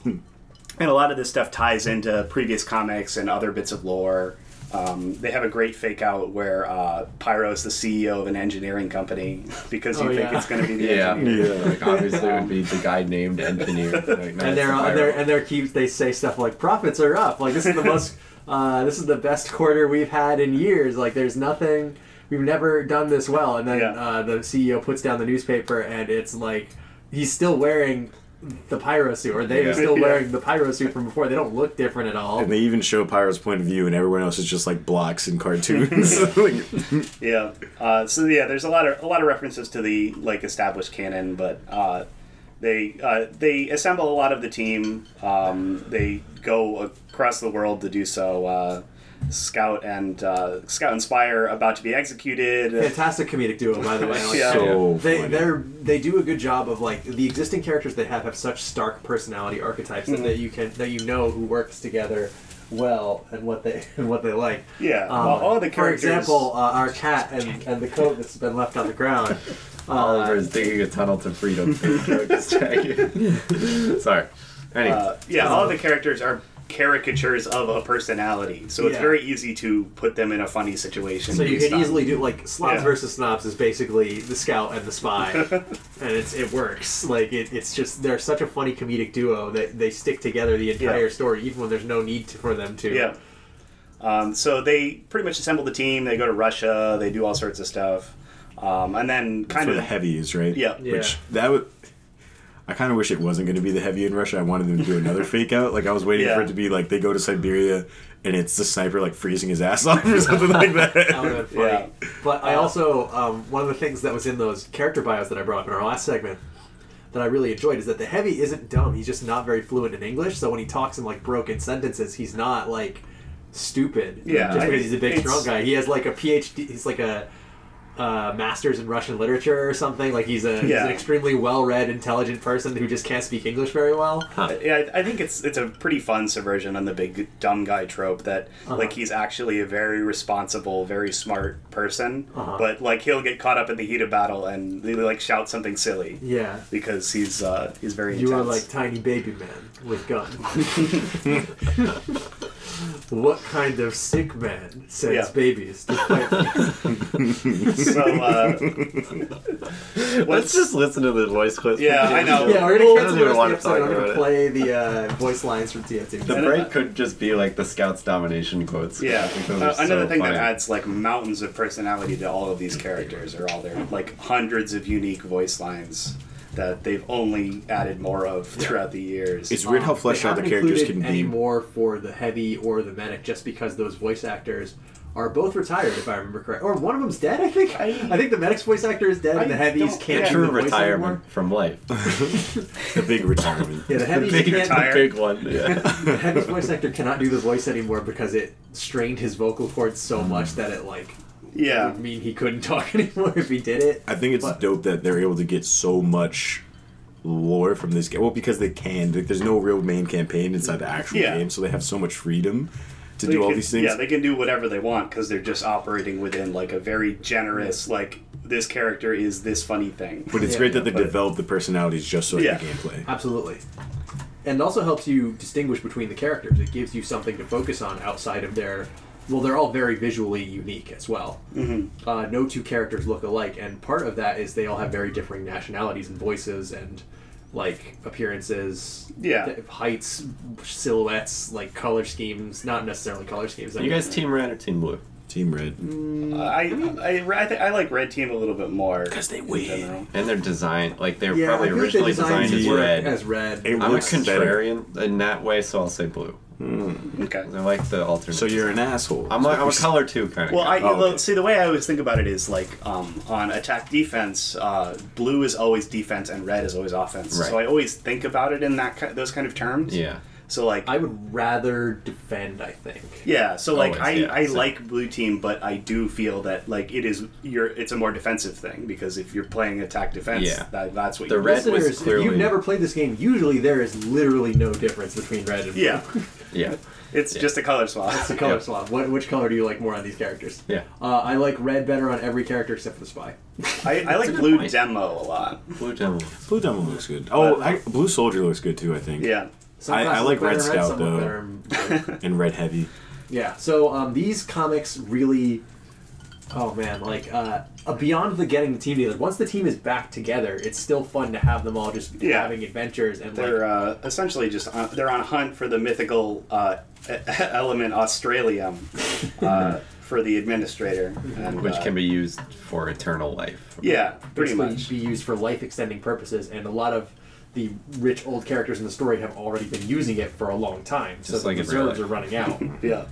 Speaker 4: And a lot of this stuff ties into previous comics and other bits of lore. Um, they have a great fake out where uh, Pyro's the CEO of an engineering company *laughs* because you
Speaker 3: Oh,
Speaker 4: think
Speaker 3: yeah.
Speaker 4: it's going to be
Speaker 2: *laughs*
Speaker 4: the
Speaker 2: Yeah.
Speaker 4: engineer.
Speaker 2: Like obviously it would be the guy named engineer. Like, no,
Speaker 3: and
Speaker 2: it's
Speaker 3: they're
Speaker 2: Spyro.
Speaker 3: and they're and they're keep they say stuff like profits are up. Like this is
Speaker 4: *laughs*
Speaker 3: the most uh, this is the best quarter we've had in years. Like there's nothing we've never done this well. And then
Speaker 4: Yeah.
Speaker 3: uh, the CEO puts down the newspaper and it's like he's still wearing the pyro suit, or they
Speaker 2: Yeah.
Speaker 3: are still
Speaker 4: *laughs* Yeah.
Speaker 3: wearing the pyro suit from before. They don't look different at all.
Speaker 1: And they even show Pyro's point of view, and everyone else is just like blocks
Speaker 4: *laughs*
Speaker 1: and cartoons. *laughs* Like,
Speaker 4: Yeah. Uh, so yeah, there's a lot of a lot of references to the like established canon, but uh, they uh, they assemble a lot of the team. Um, they go across the world to do so. Uh, Scout and uh, Scout and Spire about to be executed.
Speaker 3: Fantastic comedic duo, by the way. Like,
Speaker 4: *laughs* Yeah.
Speaker 1: so oh,
Speaker 3: They
Speaker 1: funny.
Speaker 3: they're they do a good job of like the existing characters they have have such stark personality archetypes
Speaker 4: Hmm.
Speaker 3: that, that you can that you know who works together well and what they *laughs* and what they like.
Speaker 4: Yeah,
Speaker 3: Um,
Speaker 4: well, all the characters.
Speaker 3: For example, uh, our cat and, and the coat that's been left on the
Speaker 4: *laughs*
Speaker 3: ground.
Speaker 2: Oliver is digging a tunnel to
Speaker 3: *laughs*
Speaker 2: freedom. *laughs* Sorry. Anyway,
Speaker 4: Uh, yeah, all of the characters are caricatures of a personality, so it's
Speaker 3: Yeah.
Speaker 4: very easy to put them in a funny situation.
Speaker 3: So you
Speaker 4: based
Speaker 3: can
Speaker 4: on-
Speaker 3: easily do like slobs
Speaker 4: Yeah.
Speaker 3: versus snobs is basically the scout and the
Speaker 4: *laughs*
Speaker 3: spy, and it's it works. Like it, it's just they're such a funny comedic duo that they stick together the entire
Speaker 4: Yeah.
Speaker 3: story, even when there's no need to, for them to.
Speaker 4: Yeah. Um, so they pretty much assemble the team. They go to Russia. They do all sorts of stuff, um, and then kind
Speaker 1: for
Speaker 4: of
Speaker 1: the heavies, right?
Speaker 4: Yeah.
Speaker 3: Yeah.
Speaker 1: Which that would. I kind of wish it wasn't going to be the heavy in Russia. I wanted them to do
Speaker 4: *laughs*
Speaker 1: another fake out. Like I was waiting
Speaker 4: Yeah.
Speaker 1: for it to be like they go to Siberia and it's the sniper like freezing his ass *laughs* off or something like
Speaker 3: *laughs*
Speaker 1: that.
Speaker 3: That would've been funny. But
Speaker 4: Uh,
Speaker 3: I also um, one of the things that was in those character bios that I brought up in our last segment that I really enjoyed is that the heavy isn't dumb. He's just not very fluent in English, so when he talks in like broken sentences, he's not like stupid.
Speaker 4: Yeah,
Speaker 3: just
Speaker 4: I-
Speaker 3: because he's a big
Speaker 4: it's-
Speaker 3: strong guy. He has like a PhD. He's like a uh, master's in Russian literature or something. Like he's a he's
Speaker 4: Yeah.
Speaker 3: an extremely well-read, intelligent person who just can't speak English very well.
Speaker 4: yeah, I I think it's it's a pretty fun subversion on the big dumb guy trope that
Speaker 3: Uh-huh.
Speaker 4: like he's actually a very responsible, very smart person,
Speaker 3: Uh-huh.
Speaker 4: but like he'll get caught up in the heat of battle and they like shout something silly
Speaker 3: Yeah.
Speaker 4: because he's uh, he's very intense.
Speaker 3: You are like tiny baby man with gun. *laughs* what kind of sick man sends
Speaker 4: Yeah.
Speaker 3: babies to *laughs* fight?
Speaker 4: so.
Speaker 1: *laughs*
Speaker 4: Uh,
Speaker 2: let's
Speaker 4: what's-
Speaker 2: just listen to the voice clip.
Speaker 4: Yeah, I know.
Speaker 3: yeah,
Speaker 2: Well, I
Speaker 3: we're gonna
Speaker 2: don't
Speaker 3: cancel
Speaker 2: even
Speaker 3: the rest of
Speaker 2: wanna
Speaker 3: the episode.
Speaker 2: talk
Speaker 3: I'm gonna
Speaker 2: about it.
Speaker 3: play the uh, voice lines from TFT.
Speaker 2: The break could just be like the scouts domination quotes.
Speaker 4: Yeah.
Speaker 2: I think those are
Speaker 4: Uh, another
Speaker 2: so
Speaker 4: thing
Speaker 2: funny.
Speaker 4: that adds like mountains of personality to all of these characters are all their like hundreds of unique voice lines that they've only added more of throughout the years.
Speaker 1: It's weird how fleshed out the characters can
Speaker 3: any
Speaker 1: be.
Speaker 3: more for the heavy or the medic, just because those voice actors are both retired, if I remember correct. Or one of them's dead, I think. I,
Speaker 4: I-
Speaker 3: think the medic's voice actor is dead,
Speaker 4: I
Speaker 3: and the heavies
Speaker 4: don't-
Speaker 3: can't
Speaker 4: yeah.
Speaker 3: do
Speaker 2: True
Speaker 3: the voice
Speaker 2: retirement
Speaker 3: anymore.
Speaker 2: from life. *laughs*
Speaker 1: The big retirement.
Speaker 3: Yeah, the heavies
Speaker 2: big,
Speaker 3: can't.
Speaker 4: retire-
Speaker 2: big one. Yeah.
Speaker 3: The Heavy's voice actor cannot do the voice anymore because it strained his vocal cords so much that it like
Speaker 4: Mm. yeah.
Speaker 3: would mean he couldn't *laughs* talk anymore if he did it.
Speaker 1: I think it's
Speaker 3: But-
Speaker 1: dope that they're able to get so much lore from this game. Well, because they can. Like, there's no real main campaign inside the actual
Speaker 4: Yeah.
Speaker 1: game, so they have so much freedom to
Speaker 4: They
Speaker 1: do all
Speaker 4: can-
Speaker 1: these things.
Speaker 4: Yeah, they can do whatever they want because they're just operating within like a very generous like this character is this funny thing.
Speaker 1: but it's
Speaker 3: Yeah,
Speaker 1: great that they
Speaker 4: but-
Speaker 1: develop the personalities just so yeah.
Speaker 4: Yeah.
Speaker 1: the gameplay.
Speaker 3: Absolutely. And it also helps you distinguish between the characters. It gives you something to focus on outside of their. Well, they're all very visually unique as well. Mm-hmm. Uh, no two characters look alike, and part of that is they all have very differing nationalities and voices and like appearances,
Speaker 4: Yeah.
Speaker 3: th- heights, silhouettes, like color schemes. Not necessarily color schemes. I
Speaker 2: you
Speaker 3: mean-
Speaker 2: guys team red or team blue?
Speaker 1: Team Red.
Speaker 3: Mm.
Speaker 4: Uh, I I I, think I like Red Team a little bit more
Speaker 1: 'Cause they
Speaker 4: in
Speaker 1: win.
Speaker 4: general.
Speaker 2: And they're designed like they were
Speaker 3: Yeah,
Speaker 2: probably
Speaker 3: I feel like they
Speaker 2: originally designed as
Speaker 1: these
Speaker 3: it
Speaker 2: red.
Speaker 3: As red.
Speaker 1: It
Speaker 2: I'm a
Speaker 1: looks better.
Speaker 2: contrarian in that way, so I'll say blue.
Speaker 4: Okay.
Speaker 2: I like the alternate.
Speaker 1: So you're an asshole.
Speaker 2: I'm a, I'm a color two kind of.
Speaker 4: Well,
Speaker 2: guy.
Speaker 4: I
Speaker 1: Oh,
Speaker 4: well,
Speaker 1: okay.
Speaker 4: see the way I always think about it is like um, on attack defense, uh, blue is always defense and red is always offense.
Speaker 2: Right.
Speaker 4: So I always think about it in that ki- those kind of terms.
Speaker 2: yeah.
Speaker 4: So like
Speaker 3: I would rather defend, I think.
Speaker 4: yeah, so like
Speaker 2: Always, yeah,
Speaker 4: I, I
Speaker 2: so-
Speaker 4: like blue team, but I do feel that like it is you're it's a more defensive thing because if you're playing attack defense,
Speaker 2: Yeah.
Speaker 4: that, that's what
Speaker 2: The
Speaker 4: you
Speaker 2: red was
Speaker 3: Listeners, if
Speaker 2: clearly-
Speaker 3: you've never played this game, usually there is literally no difference between red and blue.
Speaker 4: yeah
Speaker 2: *laughs* Yeah.
Speaker 4: It's just a color swap.
Speaker 3: It's a color
Speaker 2: Yep.
Speaker 3: swap. What, which color do you like more on these characters?
Speaker 2: Yeah.
Speaker 3: Uh, I like red better on every character except for the spy.
Speaker 4: I, I like
Speaker 2: good
Speaker 4: blue
Speaker 2: point.
Speaker 4: demo a lot.
Speaker 2: Blue Devil.
Speaker 1: Blue Devil looks good. Oh, I, Blue Soldier looks good too. I think.
Speaker 4: Yeah.
Speaker 3: Some
Speaker 1: I- I
Speaker 3: classes
Speaker 1: like
Speaker 3: look
Speaker 1: Red
Speaker 3: better
Speaker 1: Scout,
Speaker 3: some
Speaker 1: though.
Speaker 3: look better-
Speaker 1: And Red Heavy.
Speaker 3: yeah. So um, these comics really, oh man, like uh, uh, beyond the getting the team together. Once the team is back together, it's still fun to have them all just
Speaker 4: Yeah.
Speaker 3: having adventures and
Speaker 4: They're
Speaker 3: like,
Speaker 4: uh, essentially just on, they're on a hunt for the mythical uh, *laughs* element Australium uh, for the administrator, and,
Speaker 2: Which
Speaker 4: uh,
Speaker 2: can be used for eternal life.
Speaker 4: yeah, pretty
Speaker 3: basically
Speaker 4: much.
Speaker 3: be used for life extending purposes, and a lot of the rich old characters in the story have already been using it for a long time. so
Speaker 2: Just like
Speaker 3: the
Speaker 2: in real
Speaker 3: reserves are
Speaker 2: life. *laughs*
Speaker 3: running out.
Speaker 4: Yeah.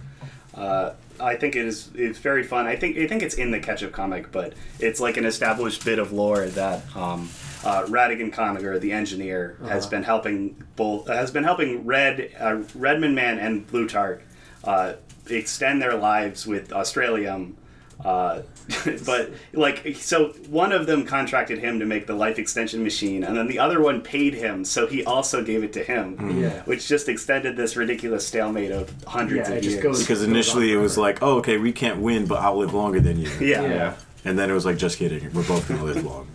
Speaker 4: Uh, I think it is. It's very fun. I think. I think it's in the ketchup comic, but it's like an established bit of lore that um, uh, Radigan Conager, the engineer, has been helping both. Has been helping Red uh, Redman Man and Plutarch uh, extend their lives with Australium. Uh, *laughs* but like, so one of them contracted him to make the life extension machine, and then the other one paid him, so he also gave it to him,
Speaker 3: Yeah.
Speaker 4: which just extended this ridiculous stalemate of hundreds
Speaker 3: Yeah,
Speaker 4: of
Speaker 3: it just
Speaker 4: years.
Speaker 3: goes-
Speaker 1: Because initially it was like, oh, okay, we can't win, but I'll live longer than you.
Speaker 4: Yeah.
Speaker 3: Yeah.
Speaker 1: And then it was like, just kidding, we're both gonna live
Speaker 4: *laughs*
Speaker 1: long.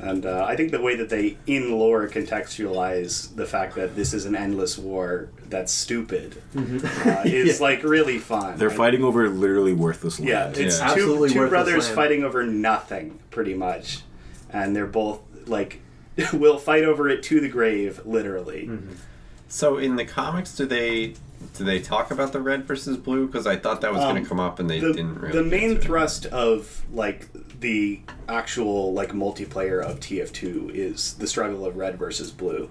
Speaker 4: And uh, I think the way that they, in lore, contextualize the fact that this is an endless war that's stupid uh, is like really fun.
Speaker 1: They're
Speaker 4: I-
Speaker 1: fighting over literally worthless land.
Speaker 4: Yeah, it's
Speaker 2: Yeah.
Speaker 4: two,
Speaker 3: Absolutely
Speaker 4: two
Speaker 3: worthless
Speaker 4: brothers
Speaker 3: land.
Speaker 4: fighting over nothing, pretty much. And they're both like, *laughs* will fight over it to the grave, literally.
Speaker 2: So in the comics, do they do they talk about the red versus blue? Because I thought that was going
Speaker 4: Um,
Speaker 2: to come up, and they
Speaker 4: the,
Speaker 2: didn't really.
Speaker 4: the main
Speaker 2: answer.
Speaker 4: thrust of like the actual like multiplayer of TF2 is the struggle of red versus blue.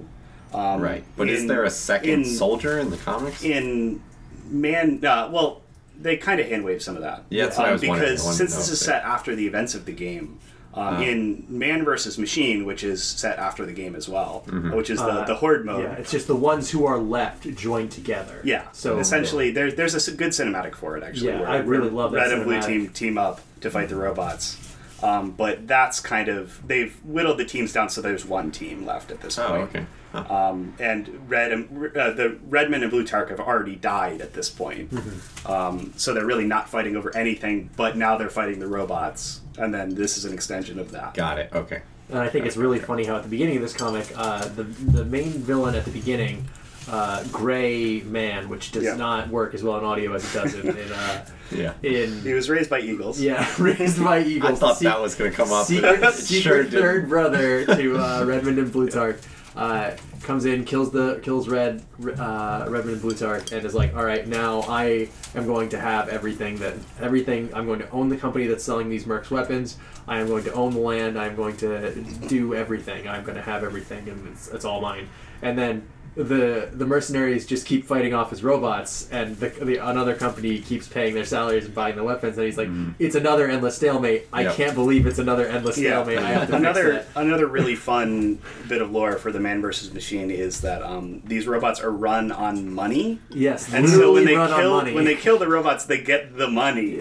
Speaker 4: Um,
Speaker 2: Right, but is
Speaker 4: in-
Speaker 2: there a second
Speaker 4: in-
Speaker 2: soldier in the comics?
Speaker 4: in man uh, well they kind of handwave some of that
Speaker 2: Yeah, that's what I
Speaker 4: Um,
Speaker 2: was
Speaker 4: because
Speaker 2: wondering. I wanted to
Speaker 4: since
Speaker 2: know
Speaker 4: this
Speaker 2: if Uh-huh.
Speaker 4: is
Speaker 2: they-
Speaker 4: set after the events of the game um, in man versus machine which is set after the game as well
Speaker 2: Mm-hmm.
Speaker 4: which is the,
Speaker 3: Uh,
Speaker 4: the horde mode
Speaker 3: Yeah,
Speaker 4: yeah,
Speaker 3: it's just the ones who are left join together.
Speaker 4: so
Speaker 3: So
Speaker 4: essentially there, there's a s- good cinematic for it actually
Speaker 3: Yeah,
Speaker 4: where
Speaker 3: I really love that
Speaker 4: red and blue
Speaker 3: cinematic.
Speaker 4: team team up to fight the robots um, but that's kind of they've whittled the teams down so there's one team left at this
Speaker 2: oh,
Speaker 4: point
Speaker 2: okay. Huh.
Speaker 4: um, and Red and uh, the Redman and Blue Tark have already died at this point, um, so they're really not fighting over anything. But now they're fighting the robots, and then this is an extension of that.
Speaker 2: Got it. Okay.
Speaker 3: And I think it's really funny how at the beginning of this comic, uh, the the main villain at the beginning, uh, Gray Man, which does
Speaker 4: Yeah.
Speaker 3: not work as well in audio as it does in in, uh,
Speaker 2: *laughs* Yeah.
Speaker 4: He
Speaker 3: in
Speaker 4: was raised by eagles.
Speaker 3: yeah, *laughs* raised by
Speaker 2: I
Speaker 3: eagles.
Speaker 2: thought
Speaker 3: the
Speaker 2: that was going to come up.
Speaker 3: secret,
Speaker 2: but *laughs* it
Speaker 3: secret
Speaker 2: sure didn't.
Speaker 3: third brother to uh, Redmond and Plutarch. Uh, comes in, kills the kills Red uh, Redmond and Plutarch, and is like, "All right, now I am going to have everything that everything. I'm going to own the company that's selling these Mercs weapons. I am going to own the land. I'm going to do everything. I'm going to have everything, and it's, it's all mine." And then the the mercenaries just keep fighting off his robots, and the, the another company keeps paying their salaries and buying the weapons. And he's like, "It's another endless stalemate. I
Speaker 2: Yep.
Speaker 3: can't believe it's another endless
Speaker 4: Yeah.
Speaker 3: stalemate. I have to
Speaker 4: Another
Speaker 3: fix
Speaker 4: another really fun bit of lore for the man versus machine is that um, these robots are run on money,
Speaker 3: that. Yes,
Speaker 4: and so when they
Speaker 3: run on
Speaker 4: kill
Speaker 3: money.
Speaker 4: when they kill the robots, they get the money,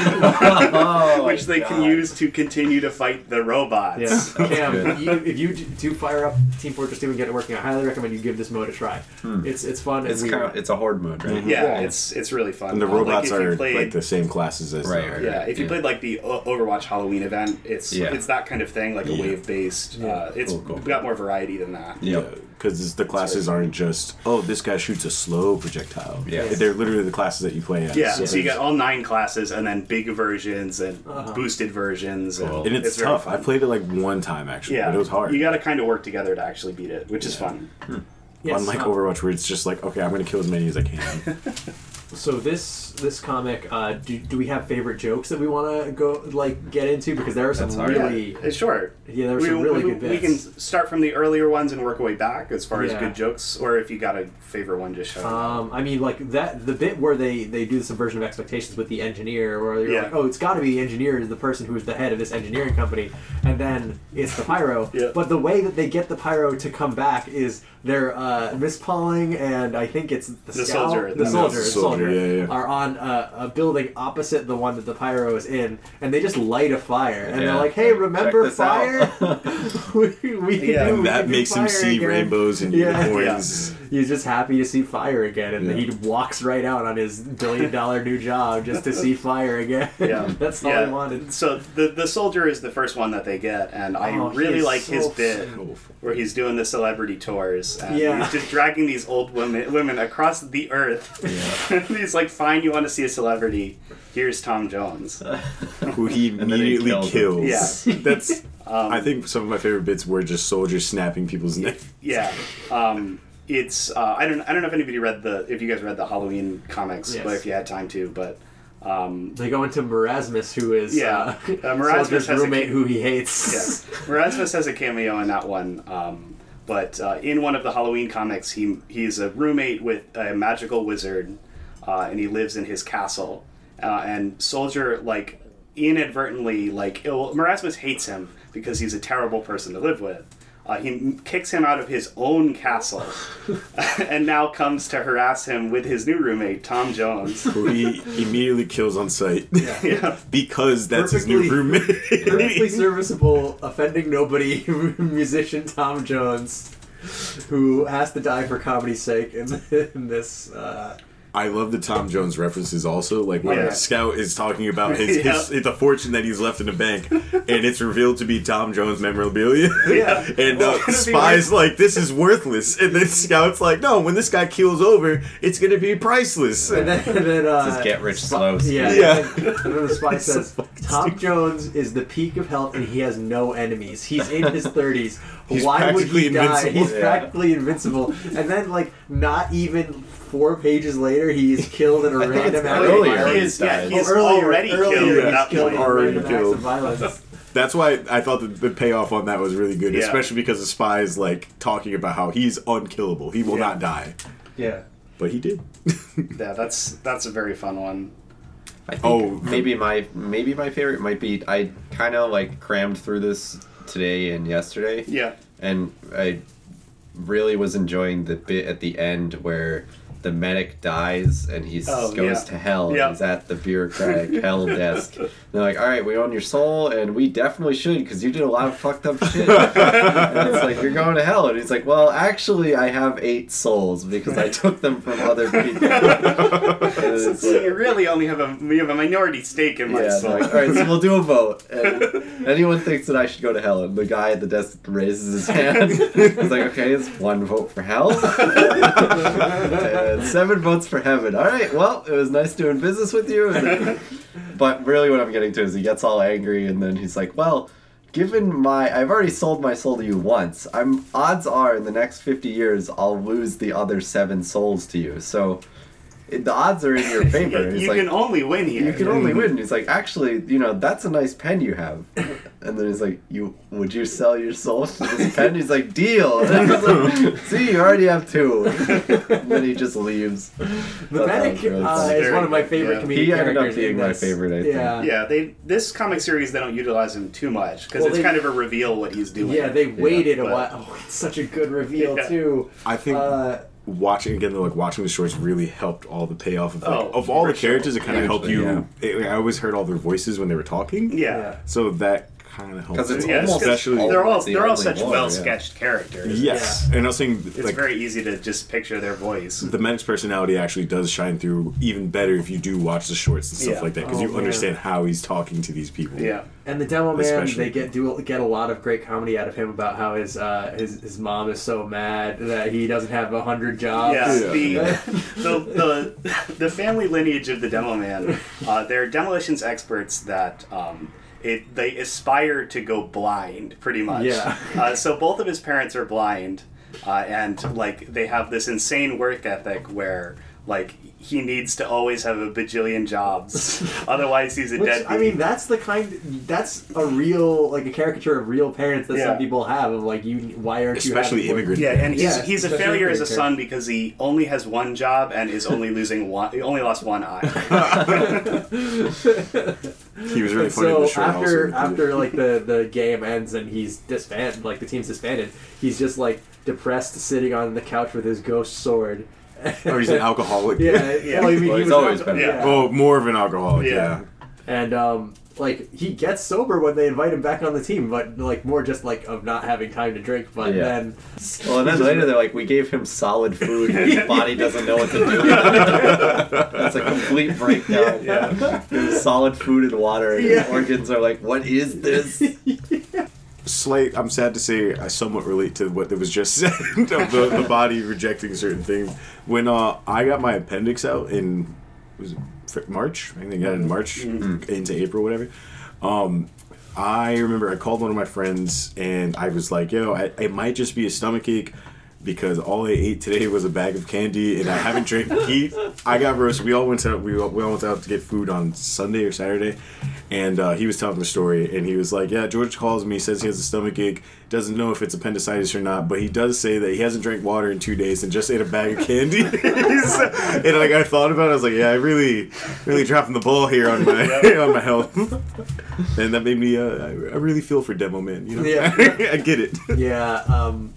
Speaker 2: Oh,
Speaker 4: *laughs* which they can
Speaker 2: God.
Speaker 4: use to continue to fight the robots.
Speaker 3: *laughs*
Speaker 4: *laughs*
Speaker 3: yeah, Cam,
Speaker 2: good.
Speaker 3: you, if you d- do fire up Team Fortress 2 and get it working, I highly recommend you give this mode a try. It's it's fun. and
Speaker 2: Hmm. It's
Speaker 3: weird.
Speaker 2: kind of, it's a horde mode, right?
Speaker 4: Yeah, it's it's really fun.
Speaker 1: And the
Speaker 4: Um, like,
Speaker 1: robots
Speaker 4: if you
Speaker 1: are
Speaker 4: played-
Speaker 1: like the same classes as
Speaker 2: Right, right.
Speaker 4: Yeah, if you
Speaker 2: Yeah.
Speaker 4: played like the O- Overwatch Halloween event, it's
Speaker 2: Yeah.
Speaker 4: it's that kind of thing, like a
Speaker 1: Yeah.
Speaker 4: wave based. Uh, it's
Speaker 2: Cool, cool.
Speaker 4: got more variety than that.
Speaker 2: Yep.
Speaker 1: Because the classes aren't just oh this guy shoots a slow projectile.
Speaker 2: Yeah.
Speaker 1: they're literally the classes that you play as.
Speaker 4: Yeah, so you got all nine classes and then big versions and
Speaker 3: Uh-huh.
Speaker 4: boosted versions.
Speaker 2: Cool.
Speaker 1: and it's,
Speaker 4: very
Speaker 1: tough. I
Speaker 4: fun.
Speaker 1: played it like one time actually,
Speaker 4: Yeah,
Speaker 1: but it was hard.
Speaker 4: You got to kind of work together to actually beat it, which is fun.
Speaker 3: Yes,
Speaker 1: Unlike
Speaker 3: uh,
Speaker 1: Overwatch, where it's just like okay, I'm gonna kill as many as I can.
Speaker 3: So this this comic, uh, do, do we have favorite jokes that we want to go like get into? Because there are some
Speaker 2: That's hard.
Speaker 3: really
Speaker 4: Yeah, sure.
Speaker 3: Yeah, there were some really
Speaker 4: we,
Speaker 3: good
Speaker 4: We can
Speaker 3: bits.
Speaker 4: start from the earlier ones and work our way back as far
Speaker 3: Yeah.
Speaker 4: as good jokes, or if you got a favorite one, just shout it out.
Speaker 3: Um, I mean, like that the bit where they they do the subversion of expectations with the engineer, where you're
Speaker 4: Yeah.
Speaker 3: like, oh, it's got to be the engineer is the person who's the head of this engineering company, and then it's the pyro.
Speaker 4: *laughs* Yeah.
Speaker 3: But the way that they get the pyro to come back is they're uh, Miss Pauling and I think it's the, scout-
Speaker 4: soldier.
Speaker 3: The
Speaker 4: The
Speaker 3: soldier, the
Speaker 1: soldier,
Speaker 3: soldier,
Speaker 1: yeah, yeah.
Speaker 3: are on a, a building opposite the one that the pyro is in, and they just light a fire, and they're
Speaker 2: Yeah.
Speaker 3: like, "Hey,
Speaker 2: Check
Speaker 3: remember
Speaker 2: this out."
Speaker 3: fire?
Speaker 2: *laughs*
Speaker 3: *laughs* we, we can
Speaker 4: Yeah.
Speaker 3: do-
Speaker 4: And
Speaker 3: we
Speaker 1: that
Speaker 3: can do
Speaker 1: makes him
Speaker 3: fire
Speaker 1: see
Speaker 3: again."
Speaker 1: rainbows and
Speaker 3: Yeah.
Speaker 1: unicorns.
Speaker 3: He's just happy to see fire again, and
Speaker 1: Yeah.
Speaker 3: he walks right out on his billion dollar new job just to see fire again.
Speaker 4: *laughs* Yeah.
Speaker 3: *laughs* that's all he wanted.
Speaker 4: So the the soldier is the first one that they get, and I
Speaker 3: Oh, he
Speaker 4: really
Speaker 3: is
Speaker 4: like
Speaker 3: so
Speaker 4: his bit
Speaker 1: Awful.
Speaker 4: where he's doing the celebrity tours. And
Speaker 3: Yeah.
Speaker 4: he's just dragging these old women women across the earth. *laughs* he's like, "Fine, you want to see a celebrity? Here's Tom Jones."
Speaker 1: *laughs* Who he
Speaker 2: then he
Speaker 1: immediately
Speaker 2: kills
Speaker 1: kills.
Speaker 2: him.
Speaker 4: Yeah.
Speaker 1: That's. I think some of my favorite bits were just soldiers snapping people's *laughs* necks.
Speaker 4: Yeah. Um, it's uh, I don't I don't know if anybody read the if you guys read the Halloween comics,
Speaker 3: Yes.
Speaker 4: but if you had time to, but um,
Speaker 3: They go into Marasmus, who is
Speaker 4: Yeah.
Speaker 3: uh,
Speaker 4: Uh, Marasmus
Speaker 3: Soldier's
Speaker 4: has a
Speaker 3: roommate
Speaker 4: kid-
Speaker 3: who he hates.
Speaker 4: Yes,
Speaker 3: *laughs*
Speaker 4: *laughs* Erasmus has a cameo in that one. Um, but uh, in one of the Halloween comics, he he's a roommate with a magical wizard, uh, and he lives in his castle. Uh, and Soldier like inadvertently like ill, Erasmus hates him because he's a terrible person to live with. Uh, he m- kicks him out of his own castle, *laughs* and now comes to harass him with his new roommate Tom Jones. *laughs*
Speaker 1: Who he immediately kills on sight.
Speaker 4: yeah.
Speaker 1: *laughs* because that's his new
Speaker 3: Perfectly- Perfectly
Speaker 1: roommate.
Speaker 3: serviceable, offending nobody, *laughs* musician Tom Jones, who has to die for comedy's sake in, *laughs* in this. Uh,
Speaker 1: *laughs* I love the Tom Jones references also. Like when
Speaker 4: Yeah.
Speaker 1: Scout is talking about his,
Speaker 4: Yeah.
Speaker 1: his the fortune that he's left in the bank, and it's revealed to be Tom Jones memorabilia. *laughs*
Speaker 3: Yeah.
Speaker 1: and uh,
Speaker 4: Well, it's gonna be
Speaker 1: Spy's like, "This is worthless," and then Scout's like, "No, when this guy keels over, it's gonna be priceless."
Speaker 3: *laughs* and then, and then uh,
Speaker 2: Just get rich
Speaker 3: Sp-
Speaker 2: slow. scheme.
Speaker 3: Yeah.
Speaker 1: Yeah.
Speaker 3: And, then, and then the spy says,
Speaker 1: fucking
Speaker 3: Tom Jones is the peak of health and he has no enemies. He's in his 30s.
Speaker 1: He's
Speaker 3: Why would
Speaker 1: practically
Speaker 3: he die?
Speaker 1: invincible."
Speaker 3: He's
Speaker 1: Yeah.
Speaker 3: practically invincible. And then, like, not even four pages later, he is killed in a random act of
Speaker 2: earlier.
Speaker 3: violence.
Speaker 4: He is, yeah,
Speaker 2: died.
Speaker 4: he's
Speaker 3: Oh,
Speaker 4: already
Speaker 3: earlier
Speaker 4: killed.
Speaker 3: he's
Speaker 4: at that
Speaker 3: killed
Speaker 4: point.
Speaker 3: in
Speaker 1: Already
Speaker 3: random acts
Speaker 1: killed.
Speaker 3: of violence.
Speaker 1: That's why I thought that the payoff on that was really good,
Speaker 4: Yeah.
Speaker 1: especially because the spy is like talking about how he's unkillable. He will
Speaker 4: Yeah.
Speaker 1: not die,
Speaker 3: Yeah.
Speaker 1: but he did.
Speaker 4: Yeah, that's that's a very fun one.
Speaker 2: I think
Speaker 1: Oh.
Speaker 2: maybe my maybe my favorite might be I kind of like crammed through this today and yesterday. *laughs*
Speaker 4: Yeah.
Speaker 2: and I really was enjoying the bit at the end where the medic dies and he
Speaker 4: Oh,
Speaker 2: goes
Speaker 4: yeah.
Speaker 2: to hell.
Speaker 4: Yeah.
Speaker 2: And he's at the bureaucratic hell desk.
Speaker 4: *laughs*
Speaker 2: And they're like, "All right, we own your soul, and we definitely should because you did a lot of fucked up
Speaker 4: *laughs*
Speaker 2: shit." and it's like you're going to hell, and he's like, "Well, actually, I have eight souls because
Speaker 4: *laughs*
Speaker 2: I took them from other people." And it's
Speaker 4: So
Speaker 2: like-
Speaker 4: you really only have a you have a minority stake in my
Speaker 2: yeah,
Speaker 4: soul.
Speaker 2: they're like, all right, so we'll do a vote. And anyone thinks that I should go to hell, and the guy at the desk raises his hand. He's like, okay, it's one vote for hell, and seven votes for heaven. All right, well, it was nice doing business with you. And- but really, what I'm getting to is he gets all angry, and then he's like, well. Given my, I've already sold my soul to you once. I'm odds are in the next fifty years I'll lose the other seven souls to you. So, it- the odds are
Speaker 4: *laughs*
Speaker 2: in your favor.
Speaker 4: *laughs* you
Speaker 2: He's
Speaker 4: you
Speaker 2: like,
Speaker 4: can only win here.
Speaker 2: you can only win. He's like, actually, you know, that's a nice pen you have. And then he's like, you would you sell your soul for this pen? He's like, deal. *laughs* And I was like, See, you already have two. And then he just leaves.
Speaker 3: The medic uh, is
Speaker 4: Very
Speaker 3: one of my
Speaker 4: good,
Speaker 3: favorite
Speaker 4: yeah.
Speaker 3: comedic
Speaker 2: He ended up
Speaker 3: characters.
Speaker 2: being
Speaker 3: in
Speaker 2: my
Speaker 3: this.
Speaker 2: favorite, I think.
Speaker 3: Yeah.
Speaker 4: *laughs* Yeah, they this comic series they don't utilize him too much because
Speaker 3: Well,
Speaker 4: it's
Speaker 3: they-
Speaker 4: kind of a reveal what he's doing.
Speaker 3: Yeah, they waited a
Speaker 4: but-
Speaker 3: while. *laughs* Oh, it's such a good reveal,
Speaker 4: Yeah.
Speaker 3: too.
Speaker 1: I think
Speaker 3: Uh,
Speaker 1: watching again, like watching the shorts really helped all the payoff of like,
Speaker 4: Oh,
Speaker 1: of all the
Speaker 4: for sure.
Speaker 1: characters. It kind of helped you.
Speaker 2: Hugely,
Speaker 1: it- I always heard all their voices when they were talking.
Speaker 4: yeah.
Speaker 1: so that kind of helped.
Speaker 2: 'Cause it's
Speaker 1: it.
Speaker 4: Yeah, it's
Speaker 2: almost
Speaker 4: 'cause
Speaker 1: especially.
Speaker 2: all-
Speaker 4: they're all
Speaker 2: it's the
Speaker 4: they're all
Speaker 2: only
Speaker 4: such
Speaker 2: one,
Speaker 4: well sketched characters.
Speaker 1: yes, and I was saying
Speaker 4: It's
Speaker 1: like
Speaker 4: very easy to just picture their voice.
Speaker 1: the medic's personality actually does shine through even better if you do watch the shorts and stuff
Speaker 4: Yeah.
Speaker 1: like that because
Speaker 3: Oh,
Speaker 1: you
Speaker 3: man.
Speaker 1: understand how he's talking to these people.
Speaker 4: Yeah.
Speaker 3: And the demo man,
Speaker 1: Especially-
Speaker 3: they get do get a lot of great comedy out of him about how his uh, his his mom is so mad that he doesn't have a hundred jobs.
Speaker 4: Yeah,
Speaker 1: Yeah.
Speaker 4: The, the, the, the family lineage of the Demo Man, uh, they're demolitions experts that um, it, they aspire to go blind, pretty much.
Speaker 3: Yeah.
Speaker 4: Uh, so both of his parents are blind, uh, and like they have this insane work ethic where Like he needs to always have a bajillion
Speaker 3: *laughs*
Speaker 4: jobs, otherwise he's a
Speaker 3: Which,
Speaker 4: deadbeat.
Speaker 3: I mean, that's the kind. That's a real, like a caricature of real parents that
Speaker 4: Yeah.
Speaker 3: some people have of like, you. Why aren't
Speaker 1: Especially
Speaker 3: you? having-
Speaker 1: immigrant
Speaker 4: yeah, and he's,
Speaker 3: Yeah,
Speaker 4: he's a
Speaker 3: especially
Speaker 4: failure as a
Speaker 3: daycare.
Speaker 4: son because he only has one job and is only losing one. He only lost one
Speaker 3: *laughs*
Speaker 4: eye.
Speaker 1: He was really funny in
Speaker 3: So
Speaker 1: the short
Speaker 3: after
Speaker 1: also.
Speaker 3: after like the the game ends and he's disbanded, like the team's disbanded. He's just like depressed, sitting on the couch with his ghost sword.
Speaker 1: oh, he's an alcoholic.
Speaker 3: *laughs* Yeah,
Speaker 4: Yeah.
Speaker 3: well, I mean,
Speaker 2: Well,
Speaker 3: he
Speaker 2: he's
Speaker 3: was
Speaker 2: always been-
Speaker 4: Yeah.
Speaker 1: *laughs* Oh, more of an alcoholic.
Speaker 4: Yeah.
Speaker 1: Yeah.
Speaker 3: and um, like he gets sober when they invite him back on the team, but like more just like of not having time to drink. But
Speaker 2: Yeah.
Speaker 3: then,
Speaker 2: Well, and then later they're like, we gave him solid food. and His body doesn't know what to do. That's a complete breakdown.
Speaker 4: Yeah.
Speaker 2: Solid food and water. And his
Speaker 3: Yeah.
Speaker 2: organs are like, what is this?
Speaker 1: Slight. I'm sad to say, I somewhat relate to what was just *laughs* said of the,
Speaker 3: *laughs*
Speaker 1: the body rejecting certain things. When uh, I got my appendix out in was it Fe- March? I think I got it in March
Speaker 3: Mm-hmm.
Speaker 1: into April, whatever. Um, I remember I called one of my friends and I was like, "Yo, I, it might just be a stomach ache." Because all I ate today was a bag of candy, and I haven't drank heat. I got roasted. We all went out. We all, we all went out to get food on Sunday or Saturday, and uh, he was telling the story. And he was like, "Yeah, George calls me, says he has a stomach ache, doesn't know if it's appendicitis or not, but he does say that he hasn't drank water in two days and just ate a bag of candy." *laughs* and like I thought about, it, I was like, "Yeah, I really, really dropping the ball here on my *laughs* on my health." And that made me. Uh, I, I really feel for Demo Man. You know,
Speaker 3: Yeah.
Speaker 1: *laughs* I get it.
Speaker 3: yeah, um,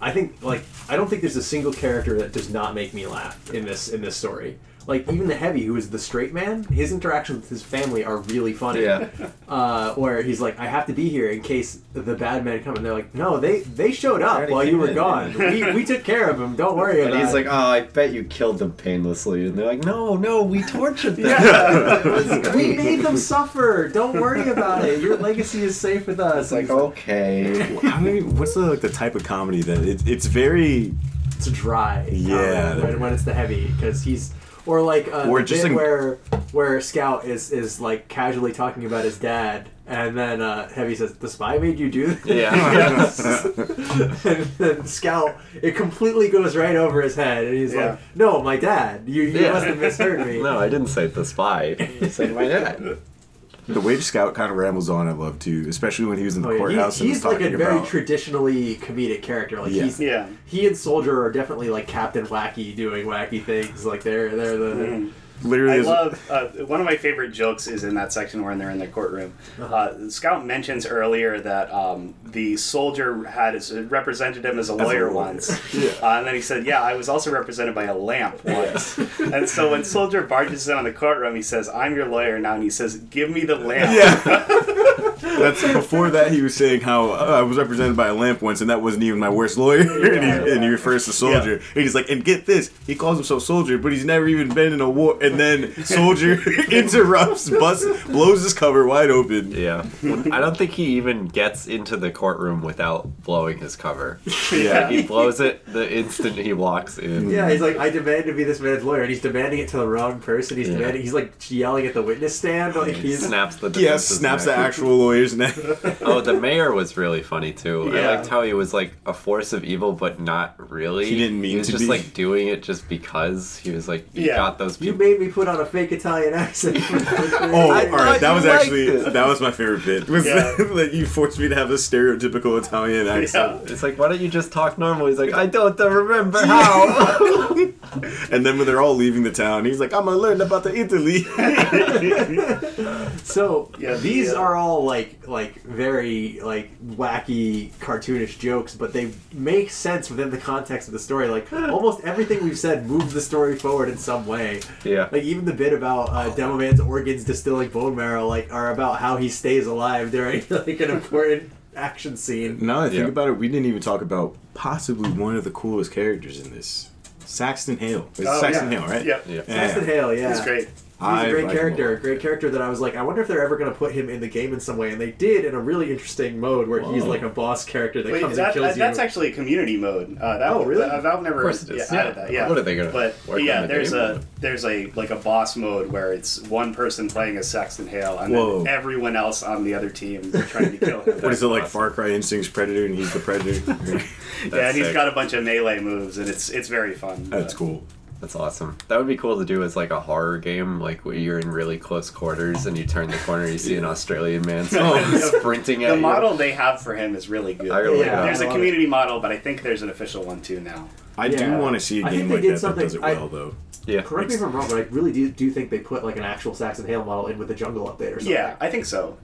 Speaker 3: I think like I don't think there's a single character that does not make me laugh in this in this story. Like even the heavy, who is the straight man, his interactions with his family are really funny.
Speaker 2: Yeah.
Speaker 3: Uh, where he's like, I have to be here in case the bad men come, and they're like, No, they they showed up
Speaker 2: already
Speaker 3: while you
Speaker 2: came
Speaker 3: were
Speaker 2: in.
Speaker 3: gone. we, we took care of them. Don't
Speaker 2: *laughs*
Speaker 3: worry
Speaker 2: And
Speaker 3: about
Speaker 2: he's
Speaker 3: it.
Speaker 2: like, oh, I bet you killed them painlessly. And they're like, no, no, we tortured them. *laughs*
Speaker 3: *laughs* we made them suffer. Don't worry about it. Your legacy is safe with us.
Speaker 2: It's like, okay.
Speaker 1: How many? What's the like the type of comedy that it, it's very
Speaker 3: it's dry.
Speaker 1: oh. Yeah.
Speaker 3: um, when, when it's the heavy because he's or like uh,
Speaker 1: Or
Speaker 3: the
Speaker 1: just
Speaker 3: bit
Speaker 1: in-
Speaker 3: where where Scout is is like casually talking about his dad, and then uh, Heavy says, "The spy made you do this."
Speaker 2: Yeah.
Speaker 3: *laughs*
Speaker 2: *laughs*
Speaker 3: and then Scout it completely goes right over his head, and he's
Speaker 4: Yeah.
Speaker 3: like, "No, my dad. You you
Speaker 2: Yeah.
Speaker 3: must have misheard
Speaker 2: *laughs*
Speaker 3: me."
Speaker 2: No, I didn't say the *laughs* spy. I said my dad.
Speaker 1: the Wave Scout kind of rambles on. I love too, especially when he was in the
Speaker 3: Oh, yeah.
Speaker 1: courthouse
Speaker 3: He's,
Speaker 1: and
Speaker 3: he's
Speaker 1: was
Speaker 3: like
Speaker 1: talking
Speaker 3: a very
Speaker 1: about.
Speaker 3: traditionally comedic character. Like
Speaker 1: Yeah.
Speaker 3: he's
Speaker 4: Yeah.
Speaker 3: he and Soldier are definitely like Captain Wacky doing wacky things. Like they're they're the
Speaker 1: literally,
Speaker 4: I
Speaker 1: is-
Speaker 4: love uh, one of my favorite jokes is in that section when they're in the courtroom. Uh, Scout mentions earlier that um, the soldier had his represented him as a lawyer
Speaker 1: lawyer.
Speaker 4: once, uh, and then he said, "Yeah, I was also represented by a lamp once." and so when Soldier barges in on the courtroom, he says, "I'm your lawyer now," and he says, "Give me the lamp."
Speaker 1: Yeah. That's before that he was saying how uh, I was represented by a lamp once, and that wasn't even my worst lawyer. *laughs* and, he, and he refers to Soldier, and he's like, and get this, he calls himself Soldier, but he's never even been in a war. And then
Speaker 3: *laughs*
Speaker 1: Soldier *laughs* interrupts, busts, blows his cover wide open.
Speaker 2: Yeah. I don't think he even gets into the courtroom without blowing his cover.
Speaker 1: Yeah.
Speaker 2: He blows it the instant he walks in.
Speaker 3: Yeah, he's like, I demand to be this man's lawyer, and he's demanding it to the wrong person. He's
Speaker 2: Yeah.
Speaker 3: demanding, he's like yelling at the witness stand. Like
Speaker 2: He
Speaker 3: he's
Speaker 2: snaps the
Speaker 1: Yeah,
Speaker 2: defense's
Speaker 1: snaps the
Speaker 2: neck.
Speaker 1: actual lawyer's neck.
Speaker 3: *laughs*
Speaker 2: Oh, the mayor was really funny too.
Speaker 4: Yeah.
Speaker 2: I liked how he was like a force of evil, but not really.
Speaker 1: He didn't mean
Speaker 2: He was
Speaker 1: to
Speaker 2: just
Speaker 1: be.
Speaker 2: like doing it just because he was like, you
Speaker 4: Yeah.
Speaker 2: got those
Speaker 3: you
Speaker 2: people.
Speaker 3: made me put on a fake Italian
Speaker 1: *laughs*
Speaker 3: accent. *laughs*
Speaker 1: Oh,
Speaker 2: I
Speaker 1: all right.
Speaker 2: thought
Speaker 1: That
Speaker 2: you
Speaker 1: was
Speaker 2: liked
Speaker 1: actually
Speaker 2: it.
Speaker 1: that was my favorite bit. Was *laughs*
Speaker 4: Yeah.
Speaker 1: that, you forced me to have a stereotypical Italian accent,
Speaker 4: *laughs* Yeah.
Speaker 2: It's like, why don't you just talk normal? He's like, I don't remember how.
Speaker 1: and then when they're all leaving the town, he's like, "I'm gonna learn about the Italy." *laughs*
Speaker 3: so
Speaker 4: Yeah,
Speaker 3: these
Speaker 4: yeah.
Speaker 3: are all like like very like wacky cartoonish jokes, but they make sense within the context of the story. Like almost everything we've said moves the story forward in some way.
Speaker 2: yeah.
Speaker 3: Like even the bit about uh, Demo Man's organs distilling bone marrow, like are about how he stays alive during *laughs* like an important action scene.
Speaker 1: Now that I think
Speaker 2: Yeah.
Speaker 1: about it, we didn't even talk about possibly one of the coolest characters in this. Saxton Hale. It's
Speaker 4: Oh,
Speaker 1: Saxton
Speaker 4: yeah.
Speaker 1: Hale, right?
Speaker 4: Yep.
Speaker 2: yeah.
Speaker 3: Justin Hale, yeah,
Speaker 4: It's great.
Speaker 3: He's a great
Speaker 1: like him
Speaker 3: character, a
Speaker 1: lot.
Speaker 3: great character that I was like, I wonder if they're ever going to put him in the game in some way, and they did in a really interesting mode where he's
Speaker 2: Whoa.
Speaker 3: like a boss character that
Speaker 4: Wait,
Speaker 3: comes
Speaker 4: that,
Speaker 3: and kills
Speaker 4: that- that's
Speaker 3: you.
Speaker 4: actually community mode. Uh, that,
Speaker 3: Oh, really?
Speaker 4: that- Valve never
Speaker 2: Of course it is.
Speaker 4: Yeah, added
Speaker 2: Yeah.
Speaker 4: that. Yeah.
Speaker 2: What are they gonna
Speaker 4: But
Speaker 2: work on
Speaker 4: yeah,
Speaker 2: the
Speaker 4: there's
Speaker 2: game
Speaker 4: a
Speaker 2: mode?
Speaker 4: there's a like a boss mode where it's one person playing as Saxton Hale and
Speaker 1: Whoa.
Speaker 4: then everyone else on the other team *laughs* trying to kill
Speaker 1: What
Speaker 4: him.
Speaker 1: is it like Far Cry Instinct's Predator and he's the Predator?
Speaker 4: *laughs* yeah, and he's
Speaker 2: sick.
Speaker 4: got a bunch of melee moves and it's it's very fun.
Speaker 1: That's
Speaker 4: Uh,
Speaker 1: cool.
Speaker 2: That's awesome. That would be cool to do as like a horror game, like where you're in really close quarters and you turn the corner, you see an Australian man *laughs* sprinting at
Speaker 4: The
Speaker 2: you.
Speaker 4: model they have for him is really good.
Speaker 2: I really
Speaker 3: Yeah.
Speaker 4: There's
Speaker 3: I
Speaker 4: a
Speaker 3: love
Speaker 4: community model, but I think there's an official one too now.
Speaker 1: I do
Speaker 3: Yeah.
Speaker 1: want to see a
Speaker 3: I think
Speaker 1: game
Speaker 3: they
Speaker 1: like
Speaker 3: did
Speaker 1: that that
Speaker 3: something-
Speaker 1: does it
Speaker 3: I-
Speaker 1: well, though.
Speaker 2: Yeah.
Speaker 3: Correct me if I'm wrong, but I really do, do think they put like an actual Saxon Hale model in with the jungle update or something.
Speaker 4: Yeah, I think so.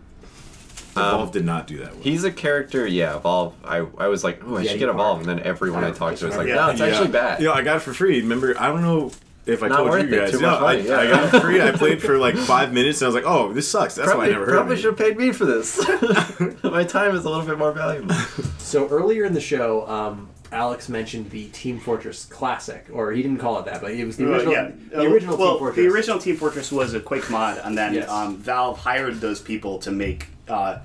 Speaker 3: Um,
Speaker 1: Evolve did not do that well.
Speaker 2: He's a character, yeah, Evolve. I, I was like, oh, I
Speaker 3: Yeah,
Speaker 2: should
Speaker 3: you
Speaker 2: get
Speaker 3: are.
Speaker 2: Evolve. And then everyone I talked to was like,
Speaker 4: Yeah.
Speaker 2: no, it's actually bad.
Speaker 1: Yeah, I got it for free. Remember, I don't know if I
Speaker 2: Not
Speaker 1: told
Speaker 2: worth
Speaker 1: you
Speaker 2: it.
Speaker 1: guys.
Speaker 2: Too
Speaker 1: No,
Speaker 2: much
Speaker 1: I,
Speaker 2: money, yeah.
Speaker 1: I got it for free. I played for
Speaker 2: *laughs*
Speaker 1: like five minutes, and I was like, "Oh, this sucks." That's
Speaker 2: Probably,
Speaker 1: why I never heard.
Speaker 2: probably
Speaker 1: of it.
Speaker 2: should have paid me for this. *laughs* My time is a little bit more valuable.
Speaker 3: So earlier in the show, um, Alex mentioned the Team Fortress Classic, or he didn't call it that, but it was the
Speaker 4: Well,
Speaker 3: original,
Speaker 4: Uh, yeah.
Speaker 3: the original
Speaker 4: well,
Speaker 3: Team Fortress.
Speaker 4: The original Team Fortress was a quick mod, and then
Speaker 3: Yes.
Speaker 4: um, Valve hired those people to make uh,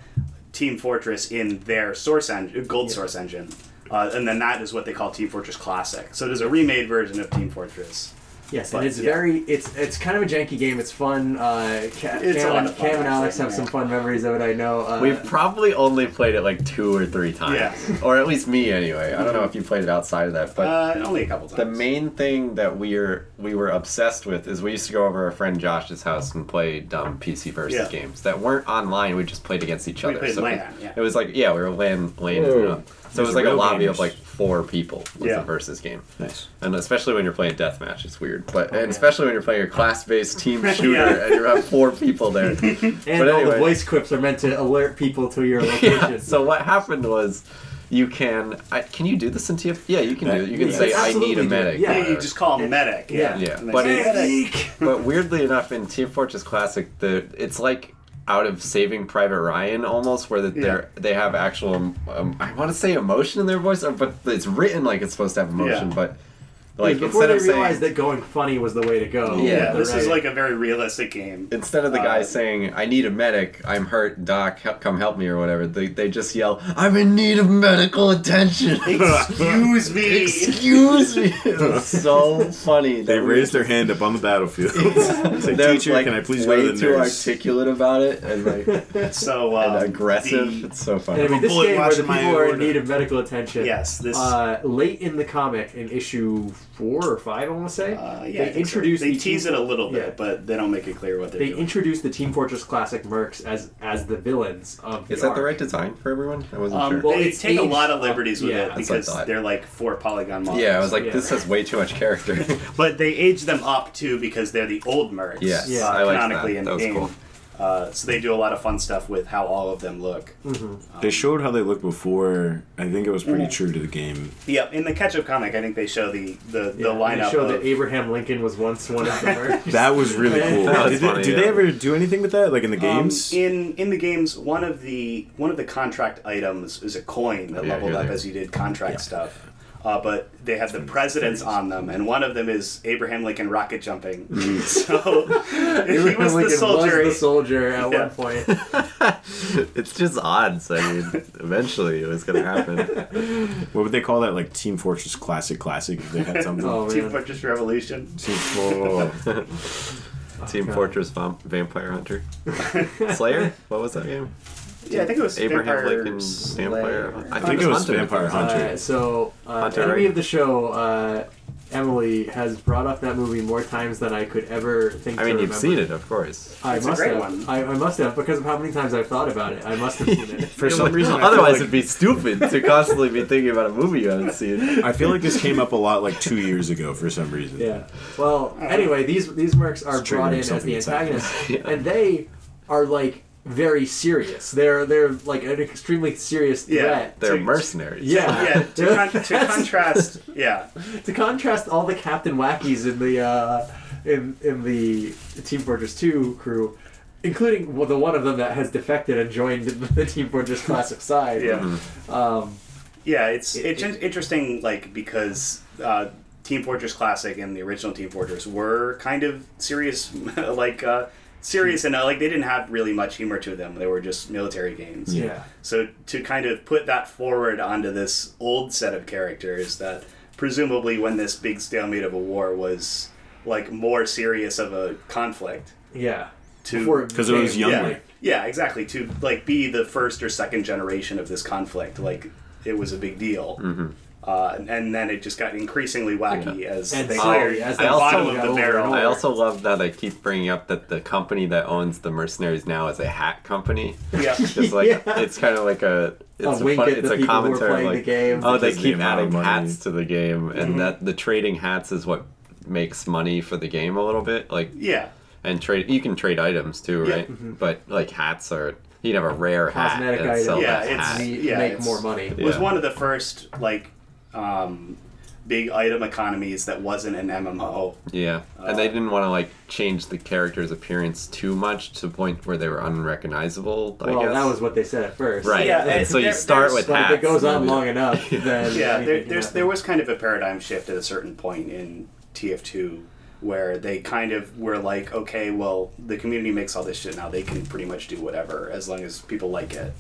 Speaker 4: Team Fortress in their source engine, Gold Source engine, uh, and then that is what they call Team Fortress Classic. So there's a remade version of Team Fortress.
Speaker 3: Yes,
Speaker 4: But,
Speaker 3: and it's
Speaker 4: yeah.
Speaker 3: very it's it's kind of a janky game. It's fun. Uh, Ca-
Speaker 4: It's a
Speaker 3: Cam,
Speaker 4: lot
Speaker 3: and,
Speaker 4: of fun,
Speaker 3: Cam and Alex
Speaker 4: actually,
Speaker 3: have some
Speaker 4: yeah.
Speaker 3: fun memories of it. I know. Uh, *laughs*
Speaker 2: We've probably only played it like two or three times.
Speaker 4: Yeah.
Speaker 2: Or at least me, anyway. I don't know if you played it outside of that, but.
Speaker 4: Uh, only a couple times.
Speaker 2: The main thing that we are we were obsessed with is we used to go over our friend Josh's house and play dumb PC versus
Speaker 4: Yeah.
Speaker 2: games that weren't online. We just played against each
Speaker 4: We
Speaker 2: other.
Speaker 4: played
Speaker 2: so
Speaker 4: LAN, yeah.
Speaker 2: It was like yeah, we were LAN LAN.
Speaker 1: Whoa.
Speaker 2: uh, So it was
Speaker 1: These
Speaker 2: like
Speaker 1: are
Speaker 2: a
Speaker 1: real
Speaker 2: lobby
Speaker 1: gamers.
Speaker 2: of like four people was
Speaker 4: Yeah.
Speaker 2: a versus game.
Speaker 1: Nice.
Speaker 2: And especially when you're playing deathmatch, it's weird.
Speaker 4: Oh,
Speaker 2: But and especially when you're playing a class-based
Speaker 4: *laughs*
Speaker 2: team shooter and you have four people there.
Speaker 3: and
Speaker 2: but
Speaker 3: all
Speaker 2: anyway.
Speaker 3: the voice quips are meant to alert people to
Speaker 4: *laughs*
Speaker 3: your location.
Speaker 2: so what happened was, you can I, can you do this in TF? Yeah, you can do it. You can
Speaker 1: Yeah.
Speaker 2: say I
Speaker 3: Absolutely
Speaker 2: need a
Speaker 3: do it.
Speaker 2: medic.
Speaker 3: Yeah.
Speaker 2: or
Speaker 4: Yeah, you
Speaker 2: whatever.
Speaker 4: just call him Medic. Yeah,
Speaker 3: yeah.
Speaker 2: Yeah,
Speaker 4: And they
Speaker 2: but
Speaker 4: say,
Speaker 2: it's-
Speaker 4: "Medic."
Speaker 2: but weirdly enough, in Team Fortress Classic, the it's like out of Saving Private Ryan almost, where that they're they have actual um, I want to say emotion in their voice, or- but it's written like it's supposed to have emotion,
Speaker 4: Yeah.
Speaker 2: but
Speaker 3: It was
Speaker 2: like
Speaker 3: before
Speaker 2: instead
Speaker 3: they
Speaker 2: of saying
Speaker 3: realized that going funny was the way to go.
Speaker 2: Yeah,
Speaker 4: yeah,
Speaker 3: the
Speaker 4: this is
Speaker 3: right-
Speaker 4: like a very realistic game.
Speaker 2: instead of the guy
Speaker 4: uh,
Speaker 2: saying I need a medic, I'm hurt, Doc, help, come help me or whatever, they they just yell I'm in need of medical attention.
Speaker 4: *laughs* Excuse
Speaker 2: *laughs*
Speaker 4: me.
Speaker 2: Excuse me. It was so funny.
Speaker 1: They
Speaker 2: that we
Speaker 1: raised their hand up on the
Speaker 2: *laughs*
Speaker 1: battlefield. it's like,
Speaker 2: they're,
Speaker 1: teacher,
Speaker 2: like,
Speaker 1: can I please
Speaker 2: way
Speaker 1: go to the
Speaker 2: too
Speaker 1: nurse?
Speaker 2: articulate about it and like
Speaker 4: So um,
Speaker 2: and aggressive.
Speaker 4: the-
Speaker 2: It's so
Speaker 3: And I
Speaker 2: funny.
Speaker 3: mean, this
Speaker 1: Bullet
Speaker 3: game where the
Speaker 1: watching my
Speaker 3: people are in
Speaker 1: order.
Speaker 3: need of medical attention.
Speaker 4: Yes, this-
Speaker 3: uh, late in the comic, in issue four or five, I want to say,
Speaker 4: uh, yeah, I
Speaker 3: they
Speaker 4: think so.
Speaker 3: introduce
Speaker 4: they
Speaker 3: the
Speaker 4: tease
Speaker 3: team-
Speaker 4: it a little bit,
Speaker 3: yeah.
Speaker 4: but they don't make it clear what they're
Speaker 3: They
Speaker 4: doing.
Speaker 3: introduced the Team Fortress Classic Mercs as as the villains of. The
Speaker 2: Is that the
Speaker 3: arc.
Speaker 2: right design for everyone? I wasn't
Speaker 4: Um,
Speaker 2: sure.
Speaker 3: well,
Speaker 4: they
Speaker 3: it's
Speaker 4: take a
Speaker 3: aged
Speaker 4: lot of
Speaker 3: up.
Speaker 4: liberties with
Speaker 3: Yeah.
Speaker 4: it
Speaker 3: That's
Speaker 2: what I
Speaker 4: because
Speaker 2: thought.
Speaker 4: they're like four polygon models.
Speaker 2: yeah, I was like,
Speaker 3: yeah.
Speaker 2: this has way too much character. *laughs*
Speaker 4: but they age them up too because they're the old mercs.
Speaker 2: Yes,
Speaker 4: uh,
Speaker 3: Yeah. I
Speaker 2: liked
Speaker 4: canonically
Speaker 2: that.
Speaker 4: in
Speaker 2: That
Speaker 4: the
Speaker 2: was
Speaker 4: game.
Speaker 2: cool.
Speaker 4: Uh, so they do a lot of fun stuff with how all of them look.
Speaker 2: Hmm.
Speaker 1: They showed how they looked before. I think it was pretty true to the game.
Speaker 4: Yeah, in the catch-up comic, I think they show the the, the
Speaker 3: Yeah,
Speaker 4: lineup.
Speaker 3: They show
Speaker 4: of,
Speaker 3: that Abraham Lincoln was once one
Speaker 4: *laughs*
Speaker 3: of the Mercs.
Speaker 1: That was really cool.
Speaker 2: That was
Speaker 1: did, they-
Speaker 2: funny,
Speaker 1: did
Speaker 2: yeah.
Speaker 1: they ever do anything with that, like in the
Speaker 4: Um,
Speaker 1: games?
Speaker 4: in in the games, one of the one of the contract items is a coin that
Speaker 2: Yeah,
Speaker 4: leveled
Speaker 2: here
Speaker 4: up
Speaker 2: they are.
Speaker 4: as you did contract stuff. Uh, but they have the presidents on them, and one of them is Abraham Lincoln rocket jumping. *laughs* so *laughs* he was
Speaker 3: Abraham
Speaker 4: the
Speaker 3: Lincoln
Speaker 4: soldier.
Speaker 3: was the soldier at one
Speaker 4: Yeah. *laughs*
Speaker 3: point.
Speaker 2: it's just odds. I mean,
Speaker 3: *laughs*
Speaker 2: eventually it was gonna happen. *laughs*
Speaker 1: what would they call that? Like Team Fortress Classic Classic? If they
Speaker 2: *laughs*
Speaker 1: had something.
Speaker 3: Oh
Speaker 4: Team
Speaker 3: man.
Speaker 4: Fortress Revolution.
Speaker 1: Team- oh.
Speaker 2: Team
Speaker 3: God.
Speaker 2: Fortress Vam- Vampire
Speaker 3: *laughs*
Speaker 2: Hunter, Slayer. What was that game?
Speaker 4: Yeah, I think it was
Speaker 2: Abraham
Speaker 4: Vampire
Speaker 2: Lincoln
Speaker 4: Slayer.
Speaker 2: Vampire.
Speaker 1: I think it was
Speaker 2: Hunter.
Speaker 1: Vampire Hunter.
Speaker 3: Alright, so uh,
Speaker 2: Hunter,
Speaker 3: enemy
Speaker 2: right?
Speaker 3: of the show, uh, Emily has brought up that movie more times than I could ever think.
Speaker 2: I mean,
Speaker 3: to
Speaker 2: you've
Speaker 3: remember.
Speaker 2: seen it, of course.
Speaker 3: I
Speaker 4: It's a
Speaker 3: must
Speaker 4: great
Speaker 3: have.
Speaker 4: one.
Speaker 3: I, I must have because of how many times I've thought about it. I must have seen
Speaker 4: *laughs*
Speaker 3: it.
Speaker 1: *laughs* For some reason, I feel
Speaker 2: otherwise
Speaker 1: like-
Speaker 2: it'd be stupid to constantly be thinking about a movie you
Speaker 1: *laughs*
Speaker 2: haven't seen.
Speaker 1: I feel like this came up a lot like two years ago for some reason.
Speaker 3: Yeah. Well,
Speaker 4: Uh,
Speaker 3: anyway, these these mercs are
Speaker 1: Just
Speaker 3: brought
Speaker 1: triggering
Speaker 3: in as the
Speaker 1: something inside.
Speaker 4: *laughs*
Speaker 3: antagonists,
Speaker 2: Yeah.
Speaker 3: and they are like very serious. They're they're like an extremely serious
Speaker 4: Yeah.
Speaker 3: threat.
Speaker 2: They're
Speaker 4: To-
Speaker 2: mercenaries.
Speaker 3: Yeah.
Speaker 4: Yeah, to,
Speaker 3: *laughs*
Speaker 4: con- to
Speaker 3: That's-
Speaker 4: contrast, yeah,
Speaker 3: to contrast all the Captain Wackies in the uh, in in the Team Fortress Two crew, including well, the one of them that has defected and joined *laughs* the Team Fortress Classic side.
Speaker 4: yeah.
Speaker 3: Um,
Speaker 4: Yeah, it's
Speaker 3: It-
Speaker 4: it's
Speaker 3: it-
Speaker 4: interesting, like because uh, Team Fortress Classic and the original Team Fortress were kind of serious, *laughs* like uh, serious, and uh, like they didn't have really much humor to them. They were just military games.
Speaker 3: yeah.
Speaker 4: So to kind of put that forward onto this old set of characters that presumably when this big stalemate of a war was like more serious of a conflict
Speaker 3: Yeah.
Speaker 4: To-
Speaker 3: Before
Speaker 1: 'Cause it was
Speaker 3: became-
Speaker 1: younger.
Speaker 4: yeah, yeah, exactly. To
Speaker 2: Mm-hmm.
Speaker 4: like be the first or second generation of this conflict, like it was a big deal. Uh, and then it just got increasingly wacky as
Speaker 3: And
Speaker 4: they
Speaker 3: sorry,
Speaker 4: cleared
Speaker 3: as
Speaker 4: the
Speaker 2: the
Speaker 4: bottom
Speaker 2: song
Speaker 4: of
Speaker 3: got
Speaker 4: the
Speaker 3: older
Speaker 4: barrel.
Speaker 3: and
Speaker 2: I also love that they keep bringing up that the company that owns the mercenaries now is a hat company.
Speaker 4: *laughs* Yeah.
Speaker 2: It's like
Speaker 3: *laughs* Yeah.
Speaker 2: it's kind of like a it's
Speaker 3: A
Speaker 2: a,
Speaker 3: wink
Speaker 2: fun,
Speaker 3: at
Speaker 2: it's
Speaker 3: the
Speaker 2: a
Speaker 3: people who are
Speaker 2: commentary
Speaker 3: playing
Speaker 2: like
Speaker 3: the game. Mm-hmm.
Speaker 2: oh they
Speaker 1: Because the
Speaker 2: keep
Speaker 1: amount of
Speaker 2: adding
Speaker 1: money.
Speaker 2: hats to the game and that the trading hats is what makes money for the game a little bit like
Speaker 4: Yeah.
Speaker 2: and trade you can trade items too
Speaker 4: Yeah.
Speaker 2: right but like hats are you can have a rare
Speaker 3: Mm-hmm. Cosmetic
Speaker 2: hat and sell
Speaker 3: item.
Speaker 4: Yeah,
Speaker 2: that
Speaker 4: it's-
Speaker 2: hat.
Speaker 3: We
Speaker 4: Yeah,
Speaker 3: make
Speaker 4: it's-
Speaker 3: more money.
Speaker 4: was
Speaker 2: Yeah.
Speaker 4: one of the first like um, big item economies that wasn't an MMO.
Speaker 2: Yeah, and
Speaker 1: Uh,
Speaker 2: they didn't want to like change the character's appearance too much to the point where they were unrecognizable. I
Speaker 3: well,
Speaker 2: guess
Speaker 3: that was what they said at first.
Speaker 2: right.
Speaker 4: Yeah,
Speaker 2: and
Speaker 4: it-
Speaker 2: so you
Speaker 4: there-
Speaker 2: start
Speaker 4: there's-
Speaker 2: with
Speaker 3: But
Speaker 2: hats.
Speaker 3: if it goes
Speaker 2: and
Speaker 3: on
Speaker 2: then-
Speaker 3: long enough, then
Speaker 4: *laughs* Yeah, there,
Speaker 3: anything can
Speaker 4: there's
Speaker 3: happen.
Speaker 4: there was kind of a paradigm shift at a certain point in TF2 where they kind of were like, okay, well, the community makes all this shit now. They can pretty much do whatever as long as people like it.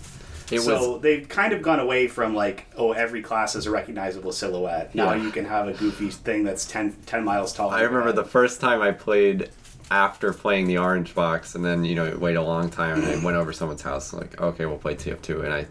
Speaker 2: It
Speaker 4: so
Speaker 2: was
Speaker 4: they've kind of gone away from like, oh, every class is a recognizable silhouette. Now
Speaker 2: Yeah.
Speaker 4: you can have a goofy thing that's 10, 10 miles tall.
Speaker 2: I remember the first time I played after playing the Orange Box, and then you know wait a long time, and I went over someone's house. Like, okay, we'll play TF2, and I.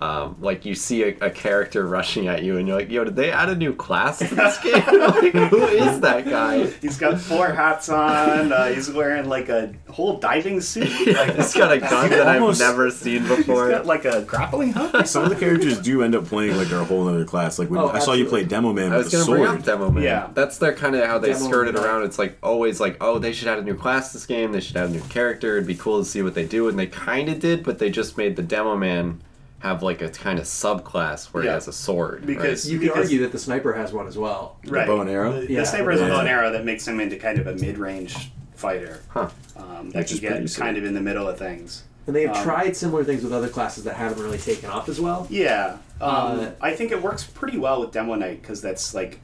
Speaker 2: Um, like you see a, a character *laughs* rushing at you, and you're like, "Yo, did they add a new class to this game? *laughs* like, who is that guy?
Speaker 4: He's got four hats on. Uh, he's wearing like a whole diving suit.
Speaker 2: *laughs*
Speaker 4: Like,
Speaker 2: He's
Speaker 4: *laughs*
Speaker 2: got a gun that
Speaker 1: Almost-
Speaker 2: I've never seen before."
Speaker 4: He's *laughs* got like a grappling hook. or
Speaker 1: Some of the characters do end up playing like they're a whole other class. Like when
Speaker 3: Oh,
Speaker 1: I saw you play
Speaker 3: absolutely.
Speaker 1: Demo Man
Speaker 2: I
Speaker 1: with
Speaker 2: was
Speaker 1: the
Speaker 2: gonna bring up
Speaker 1: sword.
Speaker 2: Demo Man.
Speaker 4: Yeah.
Speaker 2: That's their kind of how they
Speaker 3: Demo
Speaker 2: skirt it
Speaker 3: Man.
Speaker 2: around. It's like always like, oh, they should add a new class this game. They should add a new character. It'd be cool to see what they do. And they kind of did, but they just made the Demo Man have like a kind of subclass where
Speaker 4: Yeah.
Speaker 2: he has a sword.
Speaker 4: Because-
Speaker 2: right?
Speaker 3: you could
Speaker 4: because-
Speaker 3: argue that the sniper has one as well.
Speaker 4: Right.
Speaker 1: bow and arrow?
Speaker 4: The,
Speaker 3: Yeah.
Speaker 4: the saber is a
Speaker 1: Yeah.
Speaker 4: bow and arrow that makes him into kind of a mid-range fighter.
Speaker 2: Huh.
Speaker 4: Um, that
Speaker 1: Which
Speaker 4: can
Speaker 1: is pretty
Speaker 4: get
Speaker 1: sick.
Speaker 4: kind of in the middle of things.
Speaker 3: And they have
Speaker 4: Um,
Speaker 3: tried similar things with other classes that haven't really taken off as well.
Speaker 4: Yeah. Um,
Speaker 3: Uh,
Speaker 4: I think it works pretty well with Demo Knight because that's like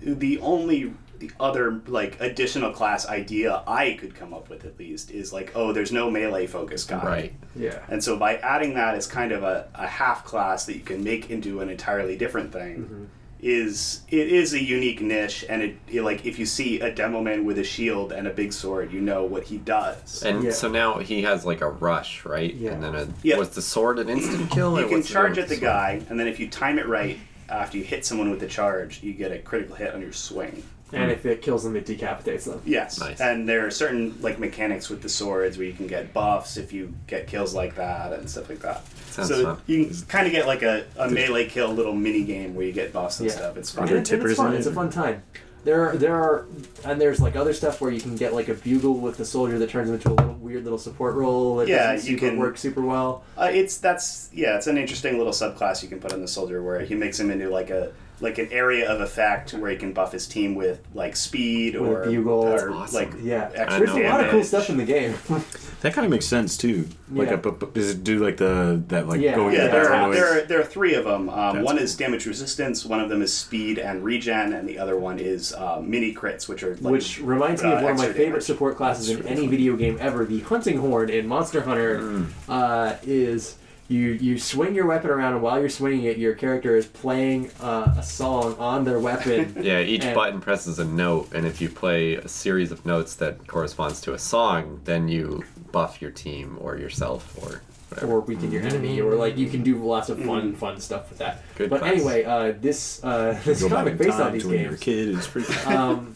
Speaker 4: the only the other like additional class idea I could come up with at least is like oh there's no melee focus guy
Speaker 2: Right.
Speaker 3: Yeah.
Speaker 4: And so by adding that as kind of a, a half class that you can make into an entirely different thing is it is a unique niche and it, it, like if you see a demo man with a shield and a big sword, you know what he does.
Speaker 2: And
Speaker 3: Yeah.
Speaker 2: so now he has like a rush, right?
Speaker 3: Yeah.
Speaker 2: And then a,
Speaker 4: Yeah.
Speaker 2: was the sword an instant kill?
Speaker 4: you
Speaker 2: or
Speaker 4: can
Speaker 2: what's the
Speaker 4: charge
Speaker 2: deal
Speaker 4: at
Speaker 2: with
Speaker 4: the
Speaker 2: sword?
Speaker 4: guy and then if you time it right after you hit someone with the charge, you get a critical hit on your swing.
Speaker 3: And if it kills them, it decapitates them.
Speaker 4: Yes.
Speaker 2: Nice.
Speaker 4: And there are certain like mechanics with the swords where you can get buffs if you get kills like that and stuff like that.
Speaker 2: Sounds
Speaker 4: so
Speaker 2: fun.
Speaker 4: you can kind of get like a, a melee kill little mini game where you get buffs and
Speaker 3: Yeah.
Speaker 4: stuff. It's
Speaker 1: Are
Speaker 4: fun.
Speaker 1: there
Speaker 3: And- and
Speaker 1: tippers
Speaker 3: it's fun.
Speaker 1: in it?
Speaker 3: It's a fun time. There are, there are, and there's like other stuff where you can get like a bugle with the soldier that turns him into a little weird little support role that
Speaker 4: Yeah,
Speaker 3: doesn't
Speaker 4: you
Speaker 3: super
Speaker 4: can-
Speaker 3: work super well.
Speaker 4: Uh, it's that's yeah, it's an interesting little subclass you can put on the soldier where he makes him into like a like an area of effect where he can buff his team with like speed
Speaker 3: With a
Speaker 4: or
Speaker 3: bugle. That's
Speaker 4: or
Speaker 2: awesome.
Speaker 4: like
Speaker 3: Yeah,
Speaker 4: extra
Speaker 3: there's a lot of cool
Speaker 4: damage.
Speaker 3: stuff in the game. *laughs*
Speaker 1: That kind of makes sense too. Like
Speaker 3: Yeah.
Speaker 1: a, bu- bu- does it do like the that like
Speaker 3: Yeah.
Speaker 1: going
Speaker 4: Yeah,
Speaker 1: into
Speaker 4: there
Speaker 1: battle
Speaker 4: are,
Speaker 1: noise?
Speaker 4: there are there are three of them. Um,
Speaker 1: That's
Speaker 4: one is damage resistance, one of them is speed and regen, and the other one is uh, mini crits, which are like,
Speaker 3: which
Speaker 4: *laughs*
Speaker 3: reminds me
Speaker 4: uh,
Speaker 3: of one of my
Speaker 4: extra
Speaker 3: favorite
Speaker 4: damage.
Speaker 3: support classes in any video game ever. The hunting horn in Monster Hunter
Speaker 1: Hmm.
Speaker 3: uh, is you you swing your weapon around, and while you're swinging it, your character is playing uh, a song on their
Speaker 1: *laughs*
Speaker 3: weapon.
Speaker 2: Yeah, each
Speaker 3: And-
Speaker 2: button presses a note, and if you play a series of notes that corresponds to a song, then you buff your team or yourself or whatever.
Speaker 3: Or weaken your enemy, or like you can do lots of fun,
Speaker 1: Hmm.
Speaker 3: fun stuff with that.
Speaker 2: Good
Speaker 3: but
Speaker 2: class.
Speaker 3: anyway, uh, this uh, *laughs* this
Speaker 1: Go back in
Speaker 3: comic based on
Speaker 1: time
Speaker 3: these
Speaker 1: to when you were a
Speaker 3: games.
Speaker 1: kid. It's pretty.
Speaker 3: um,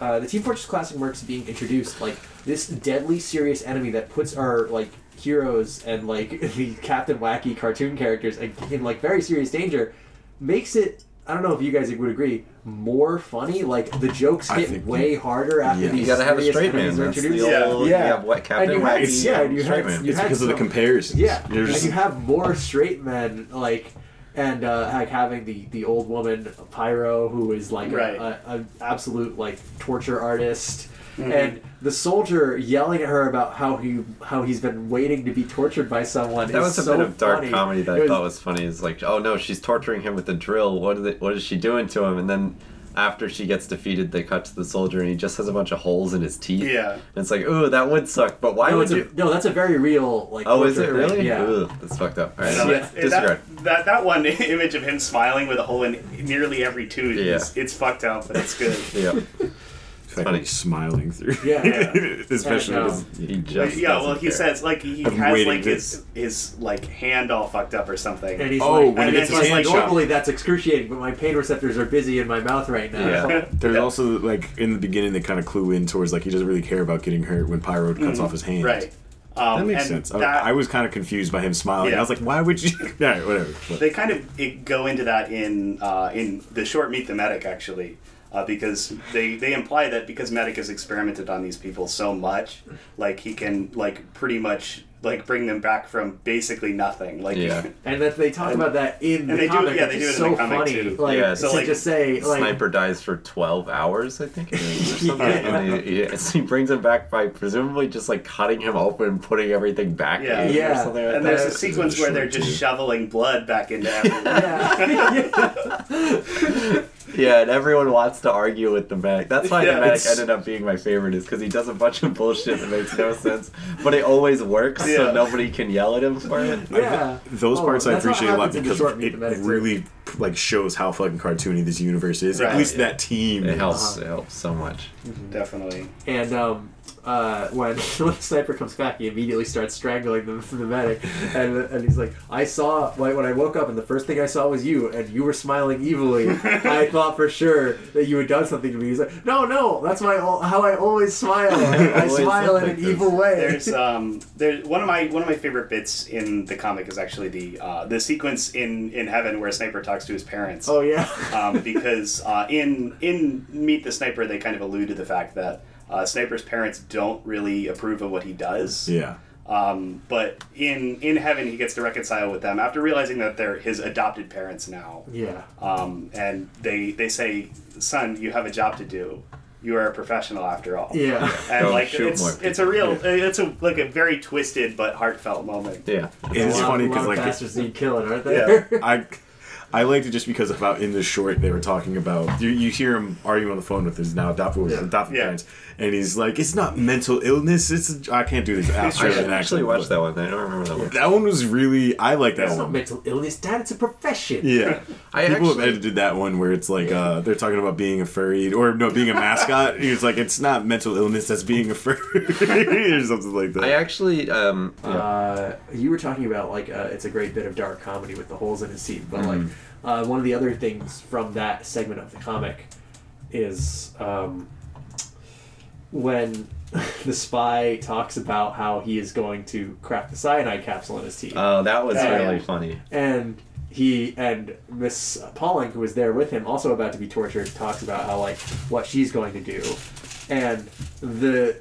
Speaker 3: uh, the Team Fortress Classic Mercs being introduced, like this deadly serious enemy that puts our like heroes and like *laughs* the Captain Wacky cartoon characters in, in like very serious danger, makes it. I don't know if you guys would agree. More funny, like the jokes
Speaker 1: I
Speaker 3: hit
Speaker 1: think-
Speaker 3: way harder after
Speaker 1: yeah.
Speaker 3: these
Speaker 2: You gotta have a
Speaker 3: serious
Speaker 2: straight man.
Speaker 3: enemies are
Speaker 2: That's the
Speaker 3: introduced.
Speaker 4: Yeah.
Speaker 2: old,
Speaker 3: Yeah.
Speaker 2: You have what
Speaker 3: And
Speaker 2: Captain
Speaker 3: you had,
Speaker 2: Wacky. uh,
Speaker 3: yeah, and you
Speaker 2: straight
Speaker 3: had,
Speaker 2: man.
Speaker 3: you
Speaker 1: it's
Speaker 3: had
Speaker 1: because of the
Speaker 3: some-
Speaker 1: comparisons.
Speaker 3: yeah,
Speaker 1: You're
Speaker 3: and
Speaker 1: just-
Speaker 3: you have more straight men like, and uh, like having the the old woman Pyro who is like
Speaker 4: Right.
Speaker 3: a, a, a absolute like torture artist.
Speaker 4: Mm-hmm.
Speaker 3: And the soldier yelling at her about how he how he's been waiting to be tortured by someone.
Speaker 2: That was
Speaker 3: is
Speaker 2: a
Speaker 3: so
Speaker 2: bit of dark
Speaker 3: funny.
Speaker 2: comedy that
Speaker 3: It
Speaker 2: I thought was funny. It's like, oh no, she's torturing him with a drill. What is it, what is she doing to him? And then after she gets defeated, they cut to the soldier, and he just has a bunch of holes in his teeth.
Speaker 4: Yeah.
Speaker 2: And it's like, ooh, that would suck. But why
Speaker 3: no,
Speaker 2: would
Speaker 3: it's a-
Speaker 2: you?
Speaker 3: no, that's a very real like.
Speaker 2: Oh, is it
Speaker 3: torture thing,
Speaker 2: really?
Speaker 3: Yeah.
Speaker 2: Ooh, that's fucked up. All right,
Speaker 4: So
Speaker 3: Yeah.
Speaker 4: *laughs* it's- it-
Speaker 2: disregard.
Speaker 4: that, that that one *laughs* image of him smiling with a hole in nearly every tooth
Speaker 1: *laughs*
Speaker 2: Yeah.
Speaker 4: is it's fucked up, but it's good.
Speaker 2: Yeah.
Speaker 1: effectively
Speaker 2: Funny.
Speaker 1: smiling through.
Speaker 3: Yeah.
Speaker 1: *laughs* especially.
Speaker 4: Yeah, no.
Speaker 1: with-
Speaker 2: He just
Speaker 4: yeah, well,
Speaker 2: doesn't
Speaker 4: he
Speaker 2: care.
Speaker 4: says like he
Speaker 1: I'm
Speaker 4: has
Speaker 1: waiting
Speaker 4: like
Speaker 1: to-
Speaker 4: his his like hand all fucked up or something.
Speaker 3: And he's
Speaker 1: Oh, when
Speaker 3: like,
Speaker 4: he
Speaker 3: and
Speaker 4: gets
Speaker 3: he's
Speaker 4: his
Speaker 3: like,
Speaker 4: hand shot.
Speaker 3: normally that's excruciating, but my pain receptors are busy in my mouth right now.
Speaker 2: Yeah.
Speaker 1: There's also like in the beginning they kind of clue in towards like he doesn't really care about getting hurt when Pyro cuts
Speaker 3: Mm-hmm.
Speaker 1: off his hand.
Speaker 4: *laughs* right. Um,
Speaker 1: That makes
Speaker 4: and
Speaker 1: sense.
Speaker 4: that-
Speaker 1: I, I was kind of confused by him smiling.
Speaker 4: Yeah.
Speaker 1: I was like, why would you? *laughs* yeah, whatever. But-
Speaker 4: they kind of i- go into that in uh, in the short Meet the Medic actually, uh, because they they imply that because Medic has experimented on these people so much, like he can like pretty much like bring them back from basically nothing. Like *laughs*
Speaker 2: Yeah.
Speaker 3: And that they talk about that in the
Speaker 4: they do-
Speaker 3: comic.
Speaker 4: yeah,
Speaker 3: which
Speaker 4: they do
Speaker 3: is
Speaker 4: it in
Speaker 3: so
Speaker 4: the comic,
Speaker 3: funny.
Speaker 4: too.
Speaker 3: Like
Speaker 2: Yeah,
Speaker 3: yeah,
Speaker 2: so,
Speaker 3: to
Speaker 4: like,
Speaker 3: just say like
Speaker 2: Sniper dies for 12 hours, I think. It
Speaker 4: *laughs*
Speaker 2: is, or something.
Speaker 3: Yeah.
Speaker 2: And he, he, so he brings him back by presumably just like cutting him open and putting everything back
Speaker 4: Yeah.
Speaker 2: in
Speaker 3: Yeah.
Speaker 2: or something like
Speaker 4: And
Speaker 2: that.
Speaker 4: there's a sequence where they're just shoveling blood back into
Speaker 3: *laughs*
Speaker 4: everyone.
Speaker 1: *laughs*
Speaker 3: Yeah.
Speaker 2: Yeah, and everyone wants to argue with the medic. That's why
Speaker 4: Yeah,
Speaker 2: the medic
Speaker 4: it's-
Speaker 2: ended up being my favorite, is because he does a bunch of bullshit that makes no sense, but it always works,
Speaker 4: Yeah.
Speaker 2: so nobody can yell at him for it.
Speaker 3: yeah.
Speaker 1: Those
Speaker 3: Oh,
Speaker 1: parts I
Speaker 3: that's what
Speaker 1: appreciate a lot
Speaker 3: happens in the
Speaker 1: because
Speaker 3: short Meet
Speaker 1: it
Speaker 3: the Medic, too.
Speaker 1: really like shows how fucking cartoony this universe is.
Speaker 4: Right.
Speaker 1: At least that team.
Speaker 2: It helps. It helps so much.
Speaker 4: Definitely.
Speaker 3: And um, uh, when, *laughs* when Sniper comes back, he immediately starts strangling the, the medic. And, and he's like, I saw, when when I woke up, and the first thing I saw was you, and you were smiling
Speaker 4: *laughs*
Speaker 3: evilly. I thought for sure that you had done something to me. He's like, No, no, that's my al- how I always smile.
Speaker 1: *laughs*
Speaker 3: I
Speaker 2: Always
Speaker 3: smile
Speaker 2: look
Speaker 3: in
Speaker 2: like
Speaker 3: an
Speaker 2: this."
Speaker 3: evil way.
Speaker 4: There's um there one of my one of my favorite bits in the comic is actually the uh, the sequence in in heaven where Sniper talks to his parents.
Speaker 3: oh, yeah. *laughs*
Speaker 4: um, because uh, in in Meet the Sniper, they kind of allude to the fact that uh, Sniper's parents don't really approve of what he does.
Speaker 1: Yeah.
Speaker 4: Um, but in in Heaven, he gets to reconcile with them after realizing that they're his adopted parents now.
Speaker 3: Yeah.
Speaker 4: Um, and they they say, "Son, you have a job to do. You are a professional after all."
Speaker 3: Yeah.
Speaker 4: And
Speaker 2: Don't
Speaker 4: like
Speaker 2: Oh, shoot more
Speaker 4: it's, it's a real it's a like a very twisted but heartfelt moment.
Speaker 2: Yeah.
Speaker 1: It's
Speaker 3: A lot-
Speaker 1: funny
Speaker 3: a lot
Speaker 1: because
Speaker 3: of
Speaker 1: like
Speaker 3: bastards need killing, aren't they?
Speaker 1: I I liked it just because about in the short they were talking about you, you hear him arguing on the phone with his now adopted
Speaker 3: Yeah.
Speaker 1: adopted
Speaker 4: Yeah.
Speaker 1: parents and he's like it's not mental illness it's I can't do
Speaker 2: *laughs*
Speaker 1: this
Speaker 2: I
Speaker 1: Australian
Speaker 2: should actually
Speaker 1: accent
Speaker 2: watch
Speaker 1: but-
Speaker 2: that one. I don't remember that one.
Speaker 1: that one was really I like that
Speaker 3: *laughs* That's not
Speaker 1: one
Speaker 3: mental illness, Dad. It's a profession.
Speaker 1: yeah
Speaker 2: I
Speaker 1: people have
Speaker 2: actually-
Speaker 1: edited that one where it's like uh, they're talking about being a furry or no being a
Speaker 2: *laughs*
Speaker 1: mascot he was like it's not mental illness that's being a furry *laughs* or something like that
Speaker 2: I actually, um,
Speaker 3: Uh, you were talking about like uh, it's a great bit of dark comedy with the holes in his seat, but like
Speaker 1: Mm-hmm.
Speaker 3: uh, one of the other things from that segment of the comic is um, when *laughs* the spy talks about how he is going to crack the cyanide capsule in his teeth,
Speaker 2: oh, that was
Speaker 4: Yeah.
Speaker 2: really funny.
Speaker 3: and he and Miss Pauling, who was there with him, also about to be tortured, talks about how like what she's going to do, and the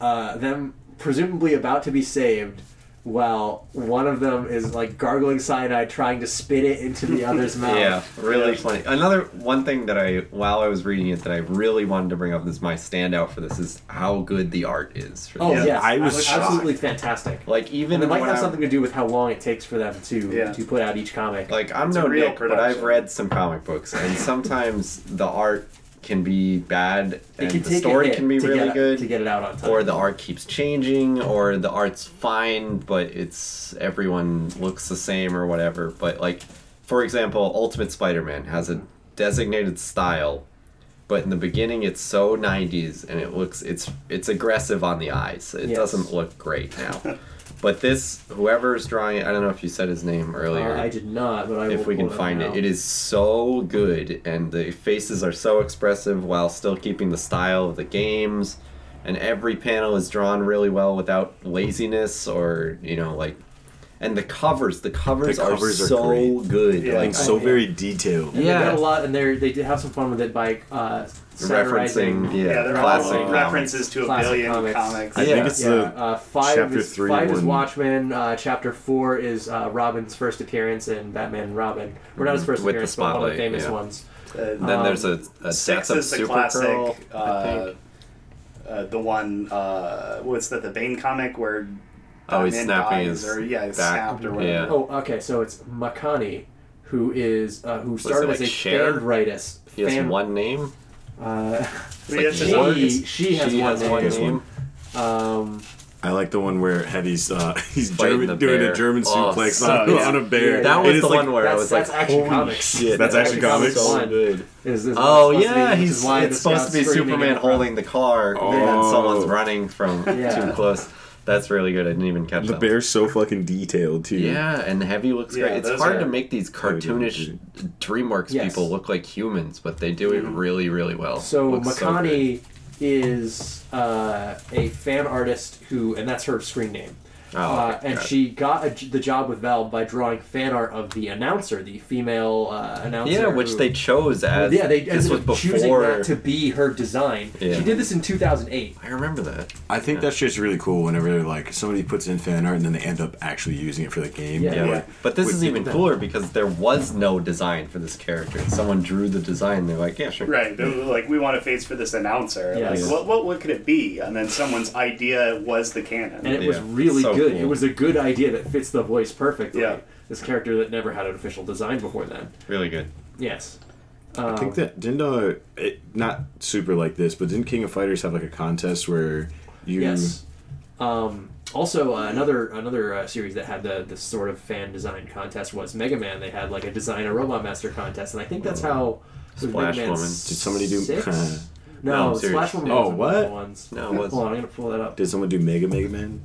Speaker 3: uh, them presumably about to be saved. While one of them is like gargling cyanide, trying to spit it into
Speaker 2: *laughs*
Speaker 3: the other's mouth.
Speaker 2: Yeah, really
Speaker 4: Yeah.
Speaker 2: funny. Another one thing that I, while I was reading it, that I really wanted to bring up is my standout for this is how good the art is. For
Speaker 3: Oh
Speaker 2: this.
Speaker 3: yeah,
Speaker 1: I was shocked.
Speaker 3: absolutely fantastic.
Speaker 2: Like even
Speaker 3: And it might
Speaker 2: when
Speaker 3: have
Speaker 2: I-
Speaker 3: something to do with how long it takes for them to
Speaker 4: Yeah.
Speaker 3: to put out each comic.
Speaker 2: Like I'm
Speaker 4: It's
Speaker 2: no
Speaker 4: a real
Speaker 2: Nick, but I've
Speaker 4: production.
Speaker 2: read some comic books, and sometimes the art can be bad,
Speaker 3: it
Speaker 2: and
Speaker 3: can
Speaker 2: the
Speaker 3: take a
Speaker 2: story
Speaker 3: hit
Speaker 2: can be
Speaker 3: to
Speaker 2: really
Speaker 3: get,
Speaker 2: good,
Speaker 3: to get it out on time.
Speaker 2: or the art keeps changing, or the art's fine, but it's everyone looks the same or whatever. But like, for example, Ultimate Spider-Man has a designated style, but in the beginning it's so 90s, and it looks it's it's aggressive on the eyes. It
Speaker 3: Yes.
Speaker 2: doesn't look great now. But this, whoever's drawing it, I don't know if you said his name
Speaker 3: Uh,
Speaker 2: earlier
Speaker 3: I did not, but I will
Speaker 2: if we
Speaker 3: pull
Speaker 2: can find
Speaker 3: now.
Speaker 2: it. It is so good, and the faces are so expressive while still keeping the style of the games. And every panel is drawn really well without laziness or you know like, and the covers. The covers,
Speaker 1: covers
Speaker 2: are,
Speaker 1: are
Speaker 2: so
Speaker 1: great.
Speaker 2: good.
Speaker 4: Yeah.
Speaker 2: Like
Speaker 1: so
Speaker 3: yeah.
Speaker 1: very detailed
Speaker 3: And They
Speaker 2: Yeah.
Speaker 3: got a lot, and they they did have some fun with it by uh, satirizing.
Speaker 2: referencing, yeah,
Speaker 4: Yeah, there are
Speaker 2: classic
Speaker 4: all
Speaker 2: comics.
Speaker 4: references to a
Speaker 3: Classic
Speaker 4: billion
Speaker 3: comics.
Speaker 4: comics.
Speaker 1: I
Speaker 2: Yeah.
Speaker 1: think it's
Speaker 3: Yeah,
Speaker 1: the
Speaker 3: uh, five
Speaker 1: chapter
Speaker 3: is
Speaker 1: three
Speaker 3: five is
Speaker 1: one.
Speaker 3: Watchmen. Uh, chapter four is uh, Robin's first appearance in Batman and Robin. Or not his first
Speaker 2: Mhm. With the
Speaker 3: appearance, but one of the
Speaker 2: spotlight,
Speaker 3: famous
Speaker 2: yeah.
Speaker 3: ones.
Speaker 4: Uh,
Speaker 3: um,
Speaker 2: And then there's a, a
Speaker 4: Six
Speaker 2: death of
Speaker 4: is the
Speaker 2: Supergirl.
Speaker 4: classic.
Speaker 2: I
Speaker 4: Uh,
Speaker 2: think.
Speaker 4: uh, the one, uh, what's that? The Bane comic where
Speaker 2: Oh, he's
Speaker 4: Batman
Speaker 2: snapping
Speaker 4: dies
Speaker 2: his
Speaker 4: or yeah, he's
Speaker 2: back.
Speaker 4: snapped or whatever.
Speaker 2: Yeah.
Speaker 3: Oh, okay, so it's Makani, who is uh, who started
Speaker 2: it
Speaker 3: as
Speaker 2: like
Speaker 3: a
Speaker 2: Cher?
Speaker 3: fan writerist.
Speaker 2: He has
Speaker 3: fan-
Speaker 2: one name.
Speaker 3: Uh,
Speaker 4: Yeah, it's
Speaker 2: Like,
Speaker 4: just-
Speaker 3: she, she has
Speaker 2: She
Speaker 3: one
Speaker 2: has one
Speaker 3: name.
Speaker 2: name.
Speaker 3: Um,
Speaker 1: I like the one where Heavy's uh, *laughs* he's
Speaker 2: Fighting
Speaker 1: German,
Speaker 2: the
Speaker 1: doing
Speaker 2: bear.
Speaker 1: a German
Speaker 2: Oh,
Speaker 1: suplex
Speaker 2: so
Speaker 1: on,
Speaker 4: good.
Speaker 1: on a bear.
Speaker 2: That
Speaker 1: It
Speaker 2: was
Speaker 1: is
Speaker 2: the
Speaker 1: like-
Speaker 2: one where I
Speaker 3: that's,
Speaker 2: was like,
Speaker 3: that's Action
Speaker 2: "Holy
Speaker 3: Comics.
Speaker 1: shit, that's Action Comics.
Speaker 2: So
Speaker 3: one.
Speaker 2: good.
Speaker 3: Is- is
Speaker 2: Oh
Speaker 3: supposed to be-
Speaker 2: yeah,
Speaker 3: this
Speaker 2: he's
Speaker 3: is why
Speaker 2: it's
Speaker 3: the
Speaker 2: supposed to
Speaker 3: scout's
Speaker 2: be
Speaker 3: screaming in
Speaker 2: Superman
Speaker 3: front.
Speaker 2: holding the car and then
Speaker 1: Oh.
Speaker 2: someone's running
Speaker 3: *laughs*
Speaker 2: from
Speaker 3: Yeah.
Speaker 2: too close. That's really good. I didn't even catch
Speaker 1: The
Speaker 2: that.
Speaker 1: bear's so fucking detailed too.
Speaker 2: Yeah, and Heavy looks
Speaker 4: Yeah,
Speaker 2: great. It's
Speaker 4: those
Speaker 2: hard
Speaker 4: are-
Speaker 2: to make these cartoonish DreamWorks
Speaker 3: Yes. Mm-hmm.
Speaker 2: people look like humans, but they do it really, really well.
Speaker 3: So
Speaker 2: Looks good.
Speaker 3: Makani is uh, a fan artist who, and that's her screen name.
Speaker 2: Oh,
Speaker 3: uh,
Speaker 2: okay,
Speaker 3: and
Speaker 2: got it.
Speaker 3: she got a j the job with Valve by drawing fan art of the announcer, the female uh, announcer.
Speaker 2: yeah, which
Speaker 3: who-
Speaker 2: they chose as
Speaker 3: yeah they
Speaker 2: this was
Speaker 3: ended up choosing
Speaker 2: before.
Speaker 3: that to be her design.
Speaker 2: Yeah.
Speaker 3: She did this in 2008.
Speaker 2: I remember that.
Speaker 1: I think that's just really cool whenever like somebody puts in fan art and then they end up actually using it for the game.
Speaker 3: Yeah.
Speaker 2: Yeah,
Speaker 1: And,
Speaker 2: like-
Speaker 1: like,
Speaker 2: but this
Speaker 1: with
Speaker 2: is even
Speaker 1: people-
Speaker 2: cooler because there was no design for this character. Someone drew the design. They're like, yeah, sure.
Speaker 4: Right, they were like we want a face for this announcer.
Speaker 3: Yes.
Speaker 4: Like, what, what what could it be? And then someone's idea was the canon.
Speaker 3: And it was
Speaker 2: Yeah,
Speaker 3: really
Speaker 2: so
Speaker 3: good.
Speaker 2: cool.
Speaker 3: It was a good idea that fits the voice perfectly.
Speaker 4: Yeah.
Speaker 3: This character that never had an official design before then.
Speaker 2: Really good.
Speaker 3: Yes.
Speaker 1: I think that didn't uh, it, not super like this, but didn't King of Fighters have like a contest where you
Speaker 3: Yes. Um, also, uh, another another uh, series that had the this sort of fan design contest was Mega Man. They had like a design a Robot Master contest, and I think that's how was Mega
Speaker 2: Splash
Speaker 3: Man
Speaker 2: Woman. Did
Speaker 1: Oh. somebody do-
Speaker 3: six?
Speaker 2: No,
Speaker 3: no,
Speaker 2: I'm serious.
Speaker 3: Splash Woman.
Speaker 1: Oh,
Speaker 3: wasn't one of
Speaker 1: what?
Speaker 3: the Ones.
Speaker 2: No, it wasn't.
Speaker 3: Hold on, I'm gonna pull that up.
Speaker 1: did someone do Mega Mega Man?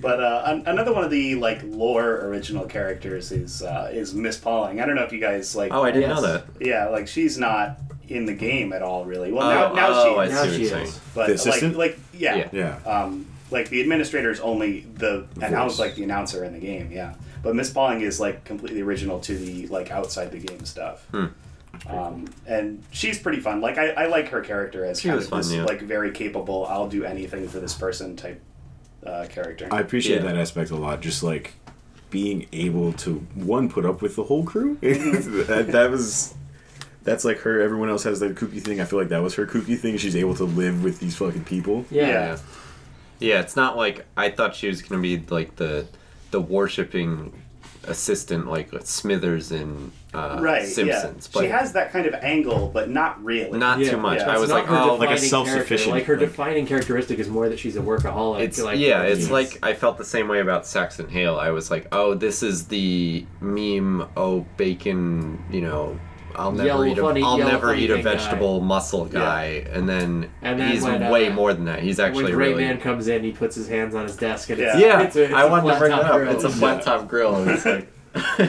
Speaker 4: But uh, an- another one of the like lore original characters is uh, is Miss Pauling. I don't know if you guys like.
Speaker 2: Oh, I didn't
Speaker 3: Yes.
Speaker 2: know that.
Speaker 4: Yeah, like she's not in the game at all, really. Well, now,
Speaker 2: oh,
Speaker 4: now
Speaker 2: oh, I see
Speaker 4: she is.
Speaker 3: Now
Speaker 2: what
Speaker 3: she
Speaker 2: you're
Speaker 3: is.
Speaker 2: saying.
Speaker 4: But
Speaker 1: The
Speaker 4: like,
Speaker 1: assistant?
Speaker 4: like yeah,
Speaker 1: Yeah.
Speaker 4: Um, like the administrator is only the announce like the announcer in the game. Yeah, but Miss Pauling is like completely original to the like outside the game stuff. Um, and she's pretty fun. Like I, I like her character as
Speaker 2: She
Speaker 4: kind
Speaker 2: was
Speaker 4: of
Speaker 2: fun,
Speaker 4: this
Speaker 2: yeah.
Speaker 4: like very capable. I'll do anything for this person type uh, character.
Speaker 1: I appreciate
Speaker 2: Yeah.
Speaker 1: that aspect a lot. Just like being able to one put up with the whole crew. *laughs* that, that was that's like her. Everyone else has their kooky thing. I feel like that was her kooky thing. She's able to live with these fucking people.
Speaker 3: Yeah.
Speaker 4: Yeah.
Speaker 2: Yeah, it's not like I thought she was gonna be like the the worshipping assistant like Smithers in uh,
Speaker 4: right
Speaker 2: Simpsons,
Speaker 4: yeah.
Speaker 2: but
Speaker 4: she has that kind of angle but not really
Speaker 2: not
Speaker 3: Yeah,
Speaker 2: too much.
Speaker 4: yeah.
Speaker 2: I
Speaker 4: It's
Speaker 2: was
Speaker 3: not
Speaker 2: like,
Speaker 3: her
Speaker 2: oh,
Speaker 1: like a
Speaker 3: defining character.
Speaker 1: self-sufficient,
Speaker 3: Like her
Speaker 1: like-
Speaker 3: defining characteristic is more that she's a workaholic.
Speaker 2: it's
Speaker 3: like,
Speaker 2: yeah, it's
Speaker 1: yes.
Speaker 2: like I felt the same way about Saxon Hale. I was like, oh, this is the meme. Oh, bacon, you know. I'll never
Speaker 3: Yellow
Speaker 2: eat a,
Speaker 3: funny-
Speaker 2: will
Speaker 3: yellow
Speaker 2: never
Speaker 3: funny
Speaker 2: eat a
Speaker 3: thing guy.
Speaker 2: vegetable muscle guy, and then
Speaker 3: And then
Speaker 2: he's
Speaker 3: when,
Speaker 2: way
Speaker 3: uh,
Speaker 2: more than that. He's
Speaker 3: when
Speaker 2: actually
Speaker 3: Gray
Speaker 2: really
Speaker 3: Man comes in, he puts his hands on his desk, and it's,
Speaker 2: yeah.
Speaker 3: it's a, it's
Speaker 2: I
Speaker 3: a
Speaker 2: wanted to
Speaker 3: flat
Speaker 2: bring that
Speaker 3: top
Speaker 2: up.
Speaker 3: grill.
Speaker 2: It's a flat top
Speaker 1: *laughs*
Speaker 2: grill. and It's like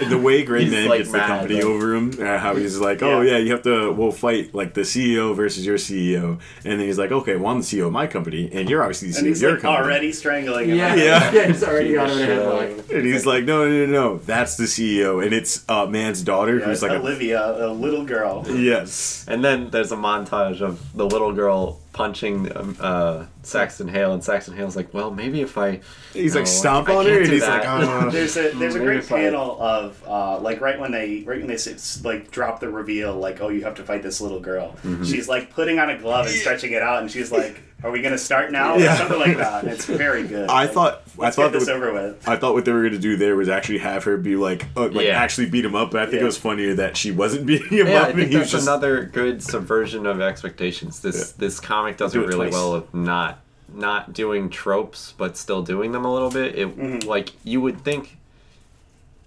Speaker 1: The way Gray
Speaker 2: He's,
Speaker 1: Man
Speaker 2: like,
Speaker 1: gets the
Speaker 2: mad,
Speaker 1: company
Speaker 2: though.
Speaker 1: over him, uh, how he's like, oh
Speaker 4: Yeah.
Speaker 1: yeah, you have to we'll fight like the CEO versus your CEO, and then he's like, okay, well I'm the CEO of my company, and you're obviously the CEO
Speaker 4: and
Speaker 1: of
Speaker 4: he's
Speaker 1: your
Speaker 4: like
Speaker 1: company.
Speaker 4: already strangling him
Speaker 3: Yeah,
Speaker 1: Yeah.
Speaker 3: *laughs* yeah, he's already
Speaker 2: *laughs*
Speaker 3: got him in a headlock.
Speaker 1: And he's like, no, no, no, no, that's the CEO, and it's a man's daughter
Speaker 4: Yeah,
Speaker 1: who's like, a,
Speaker 4: Olivia, a little girl.
Speaker 1: *laughs* yes,
Speaker 2: And then there's a montage of the little girl punching um, uh, Saxon Hale, and Saxon Hale's like, "Well, maybe if I."
Speaker 1: he's
Speaker 2: No,
Speaker 1: like stomp
Speaker 2: I
Speaker 1: on
Speaker 2: can't
Speaker 1: her, and
Speaker 2: do
Speaker 1: he's
Speaker 2: that.
Speaker 1: like, oh.
Speaker 4: There's a there's a
Speaker 2: Maybe
Speaker 4: great
Speaker 2: if I-
Speaker 4: panel of uh, like right when they right when they s- like drop the reveal like oh you have to fight this little girl.
Speaker 2: Mm-hmm.
Speaker 4: She's like putting on a glove and stretching it out, and she's like, "Are we gonna start now?"
Speaker 1: Yeah.
Speaker 4: Or something like that. And it's very good.
Speaker 1: I
Speaker 4: Like,
Speaker 1: thought I
Speaker 4: Let's
Speaker 1: thought
Speaker 4: get this
Speaker 1: that-
Speaker 4: over with.
Speaker 1: I thought what they were gonna do there was actually have her be like, uh, like
Speaker 2: Yeah.
Speaker 1: actually beat him up. But I think
Speaker 4: Yeah.
Speaker 1: it was funnier that she wasn't beating him
Speaker 2: *laughs* Yeah,
Speaker 1: up,
Speaker 2: I think
Speaker 1: and he was
Speaker 2: that's
Speaker 1: just
Speaker 2: another good subversion of expectations. This this comic does
Speaker 1: Do
Speaker 2: it
Speaker 1: it
Speaker 2: really
Speaker 1: twice.
Speaker 2: well of not not doing tropes but still doing them a little bit. It
Speaker 1: Mm-hmm.
Speaker 2: like you would think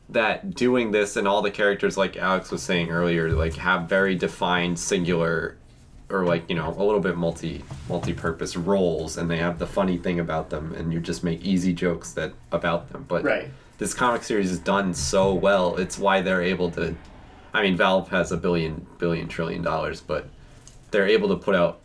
Speaker 2: that doing this and all the characters like Alex was saying earlier like have very defined singular or like you know a little bit multi multi-purpose roles and they have the funny thing about them and you just make easy jokes that about them but
Speaker 4: Right.
Speaker 2: this comic series is done so well it's why they're able to i mean valve has a billion billion trillion dollars but they're able to put out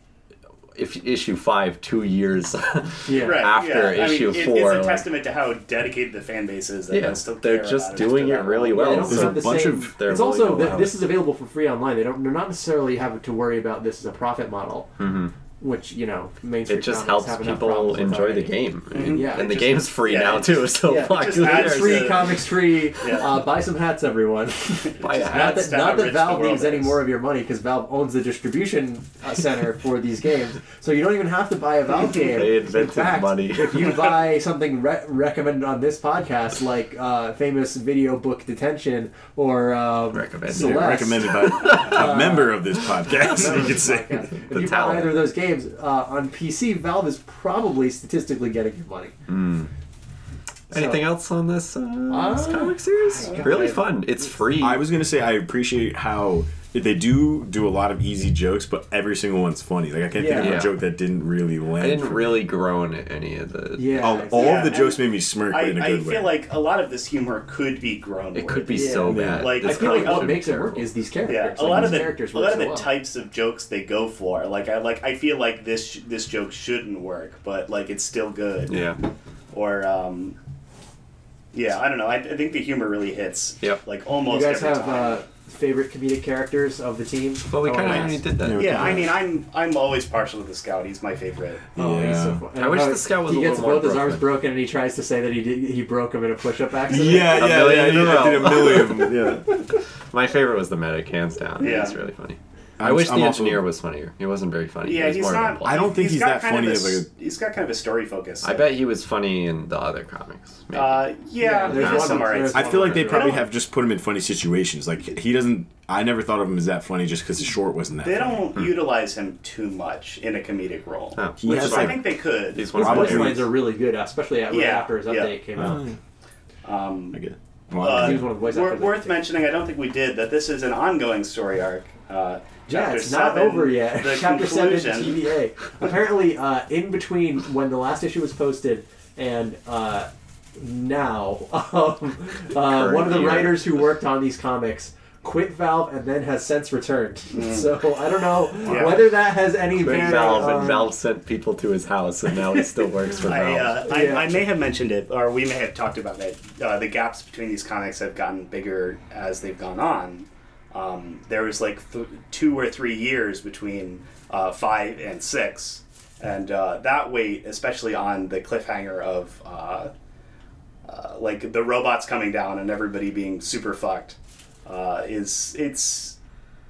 Speaker 2: if issue five two years *laughs*
Speaker 3: Yeah.
Speaker 4: Right,
Speaker 2: after
Speaker 4: yeah. I mean,
Speaker 2: issue
Speaker 4: it-
Speaker 2: four,
Speaker 4: It's
Speaker 2: like-
Speaker 4: a testament to how dedicated the fan base is. That
Speaker 2: Yeah,
Speaker 4: still
Speaker 2: they're
Speaker 4: care
Speaker 2: just
Speaker 4: about
Speaker 2: doing
Speaker 4: after
Speaker 2: it
Speaker 4: that
Speaker 2: really
Speaker 4: long.
Speaker 2: well.
Speaker 3: They don't
Speaker 1: There's
Speaker 3: have
Speaker 1: a
Speaker 3: the
Speaker 1: bunch
Speaker 3: same-
Speaker 1: of-
Speaker 2: they're
Speaker 3: it's
Speaker 2: really
Speaker 3: also
Speaker 2: going
Speaker 3: that
Speaker 2: out.
Speaker 3: this is available for free online. They don't. They're not necessarily having to worry about this as a profit model, which you know
Speaker 2: Mm-hmm.
Speaker 3: mainstream.
Speaker 2: it just
Speaker 3: comics
Speaker 2: helps
Speaker 3: have enough
Speaker 2: people
Speaker 3: problems with
Speaker 2: enjoy the
Speaker 3: already.
Speaker 2: game and,
Speaker 3: Yeah,
Speaker 2: and the
Speaker 4: just-
Speaker 2: game's free
Speaker 4: yeah,
Speaker 2: now
Speaker 4: it
Speaker 2: too so
Speaker 3: yeah, it
Speaker 2: fuck,
Speaker 4: just
Speaker 2: who
Speaker 4: adds
Speaker 2: cares?
Speaker 4: free
Speaker 3: Free comics free.
Speaker 4: Yeah.
Speaker 3: Uh, buy some hats, everyone. *laughs*
Speaker 2: Buy a hat.
Speaker 3: not
Speaker 4: That's
Speaker 3: that,
Speaker 4: how
Speaker 3: not
Speaker 4: rich
Speaker 3: that
Speaker 4: the
Speaker 3: Valve
Speaker 4: world
Speaker 3: needs any
Speaker 4: is.
Speaker 3: more of your money because Valve owns the distribution uh, center for these games, so you don't even have to buy a Valve game.
Speaker 2: They
Speaker 3: In
Speaker 2: invented
Speaker 3: fact,
Speaker 2: money.
Speaker 3: if you buy something re- recommended on this podcast, like uh, famous video book detention or um,
Speaker 2: Recommended.
Speaker 1: Yeah,
Speaker 3: Celeste,
Speaker 4: *laughs*
Speaker 1: recommended by a member of this podcast. you could say
Speaker 3: podcast. If you buy
Speaker 2: talent.
Speaker 3: either of those games uh, on PC, Valve is probably statistically getting your money.
Speaker 2: Oh, Anything else on this, uh, this
Speaker 3: Uh,
Speaker 2: comic series? Really fun. It's free.
Speaker 1: I was gonna say I appreciate how they do do a lot of easy jokes, but every single one's funny. Like I can't think of
Speaker 2: Yeah.
Speaker 1: a joke that didn't really land.
Speaker 2: I didn't
Speaker 1: for-
Speaker 2: really groan at any of the.
Speaker 3: Yeah,
Speaker 1: Oh, all
Speaker 3: exactly.
Speaker 1: of the
Speaker 4: Yeah,
Speaker 1: jokes
Speaker 4: and
Speaker 1: made me smirk,
Speaker 4: I,
Speaker 1: but in a
Speaker 4: I
Speaker 1: good
Speaker 4: feel
Speaker 1: way.
Speaker 4: like a lot of this humor could be grown.
Speaker 2: It could
Speaker 4: with.
Speaker 2: be
Speaker 3: Yeah.
Speaker 2: so
Speaker 1: Yeah.
Speaker 2: bad.
Speaker 4: Like,
Speaker 2: This
Speaker 4: I feel like
Speaker 2: comic
Speaker 3: what
Speaker 2: should be
Speaker 3: makes it work
Speaker 2: terrible.
Speaker 3: is these characters.
Speaker 4: Yeah, a
Speaker 3: Like,
Speaker 4: lot
Speaker 3: these
Speaker 4: of the
Speaker 3: characters
Speaker 4: a
Speaker 3: work
Speaker 4: lot of
Speaker 3: so
Speaker 4: the
Speaker 3: well.
Speaker 4: types of jokes they go for, like I like I feel like this sh- this joke shouldn't work, but like it's still good.
Speaker 2: Yeah.
Speaker 4: Or um, yeah, I don't know. I, I think the humor really hits.
Speaker 2: Yep.
Speaker 4: Like almost.
Speaker 3: You guys
Speaker 4: every
Speaker 3: have
Speaker 4: time.
Speaker 3: uh, favorite comedic characters of the team?
Speaker 2: But we
Speaker 3: Oh,
Speaker 2: kind of
Speaker 3: nice.
Speaker 2: already did that.
Speaker 1: Yeah.
Speaker 4: yeah, I mean, I'm I'm always partial to the scout. He's my favorite.
Speaker 3: Oh, he's so
Speaker 1: Yeah.
Speaker 3: fun.
Speaker 2: I wish
Speaker 3: How
Speaker 2: the scout was
Speaker 3: He
Speaker 2: a
Speaker 3: gets
Speaker 2: little more
Speaker 3: both his arms
Speaker 2: broken.
Speaker 3: broken, and he tries to say that he did, he broke him in a push-up accident.
Speaker 1: yeah,
Speaker 2: A
Speaker 1: yeah, yeah,
Speaker 2: million
Speaker 1: I did- I
Speaker 2: in a
Speaker 1: did a million of them.
Speaker 2: *laughs*
Speaker 1: Yeah.
Speaker 2: My favorite was the medic, hands down.
Speaker 4: Yeah.
Speaker 2: It's really funny. i
Speaker 1: I'm-
Speaker 2: wish
Speaker 1: I'm
Speaker 2: the
Speaker 1: also-
Speaker 2: engineer was funnier. He wasn't very funny.
Speaker 4: Yeah,
Speaker 2: he was
Speaker 4: he's
Speaker 2: more of a
Speaker 4: not.
Speaker 2: plot.
Speaker 1: I don't think he's
Speaker 4: got
Speaker 1: that
Speaker 4: kind
Speaker 1: funny
Speaker 4: Of a,
Speaker 1: of
Speaker 4: s- he's got kind of a story focus.
Speaker 2: I bet he was funny in the other comics. Maybe.
Speaker 4: Uh, yeah,
Speaker 3: Yeah,
Speaker 4: there's
Speaker 3: there's
Speaker 4: some
Speaker 3: one-
Speaker 4: somewhere.
Speaker 3: there's
Speaker 1: I feel like they probably
Speaker 4: don't-
Speaker 1: have just put him in funny situations. Like he doesn't. I never thought of him as that funny just because his short wasn't that.
Speaker 4: They
Speaker 1: funny.
Speaker 4: don't utilize him too much in a comedic role.
Speaker 2: Hmm. Oh,
Speaker 1: He
Speaker 2: which
Speaker 1: has,
Speaker 2: is
Speaker 4: I
Speaker 1: like-
Speaker 2: fine.
Speaker 4: think they could.
Speaker 2: He's one of
Speaker 3: His
Speaker 2: my
Speaker 1: Probably-
Speaker 3: voice
Speaker 2: favorites.
Speaker 3: lines are really good, especially at-
Speaker 4: Yeah.
Speaker 3: after his
Speaker 4: Yeah.
Speaker 3: update came
Speaker 2: Oh,
Speaker 3: out.
Speaker 4: Um,
Speaker 1: I get it.
Speaker 4: but
Speaker 3: He was one of the voice
Speaker 4: Uh, wor-
Speaker 3: actors, I
Speaker 4: worth
Speaker 3: think.
Speaker 4: mentioning, I don't think we did that. This is an ongoing story arc. Uh,
Speaker 3: Yeah,
Speaker 4: chapter
Speaker 3: it's not
Speaker 4: seven,
Speaker 3: over yet.
Speaker 4: The
Speaker 3: *laughs* chapter
Speaker 4: conclusion.
Speaker 3: seven TVA. Apparently, uh, in between when the last issue was posted and uh, now, *laughs* um, uh, one of the
Speaker 2: year.
Speaker 3: writers who worked on these comics quit Valve and then has since returned. *laughs* So I don't know
Speaker 4: Hmm. Yeah.
Speaker 3: whether that has any bearing
Speaker 2: Valve and
Speaker 1: um,
Speaker 3: on-
Speaker 2: Valve sent people to his house, and now he still works
Speaker 1: *laughs*
Speaker 2: for
Speaker 4: I,
Speaker 2: Valve.
Speaker 4: uh, I,
Speaker 3: Yeah.
Speaker 4: I may have mentioned it, or we may have talked about it. Uh, the gaps between these comics have gotten bigger as they've gone on. Um, there was like th- two or three years between uh, five and six, and uh, that weight, especially on the cliffhanger of uh, uh, like the robots coming down and everybody being super fucked, uh, is it's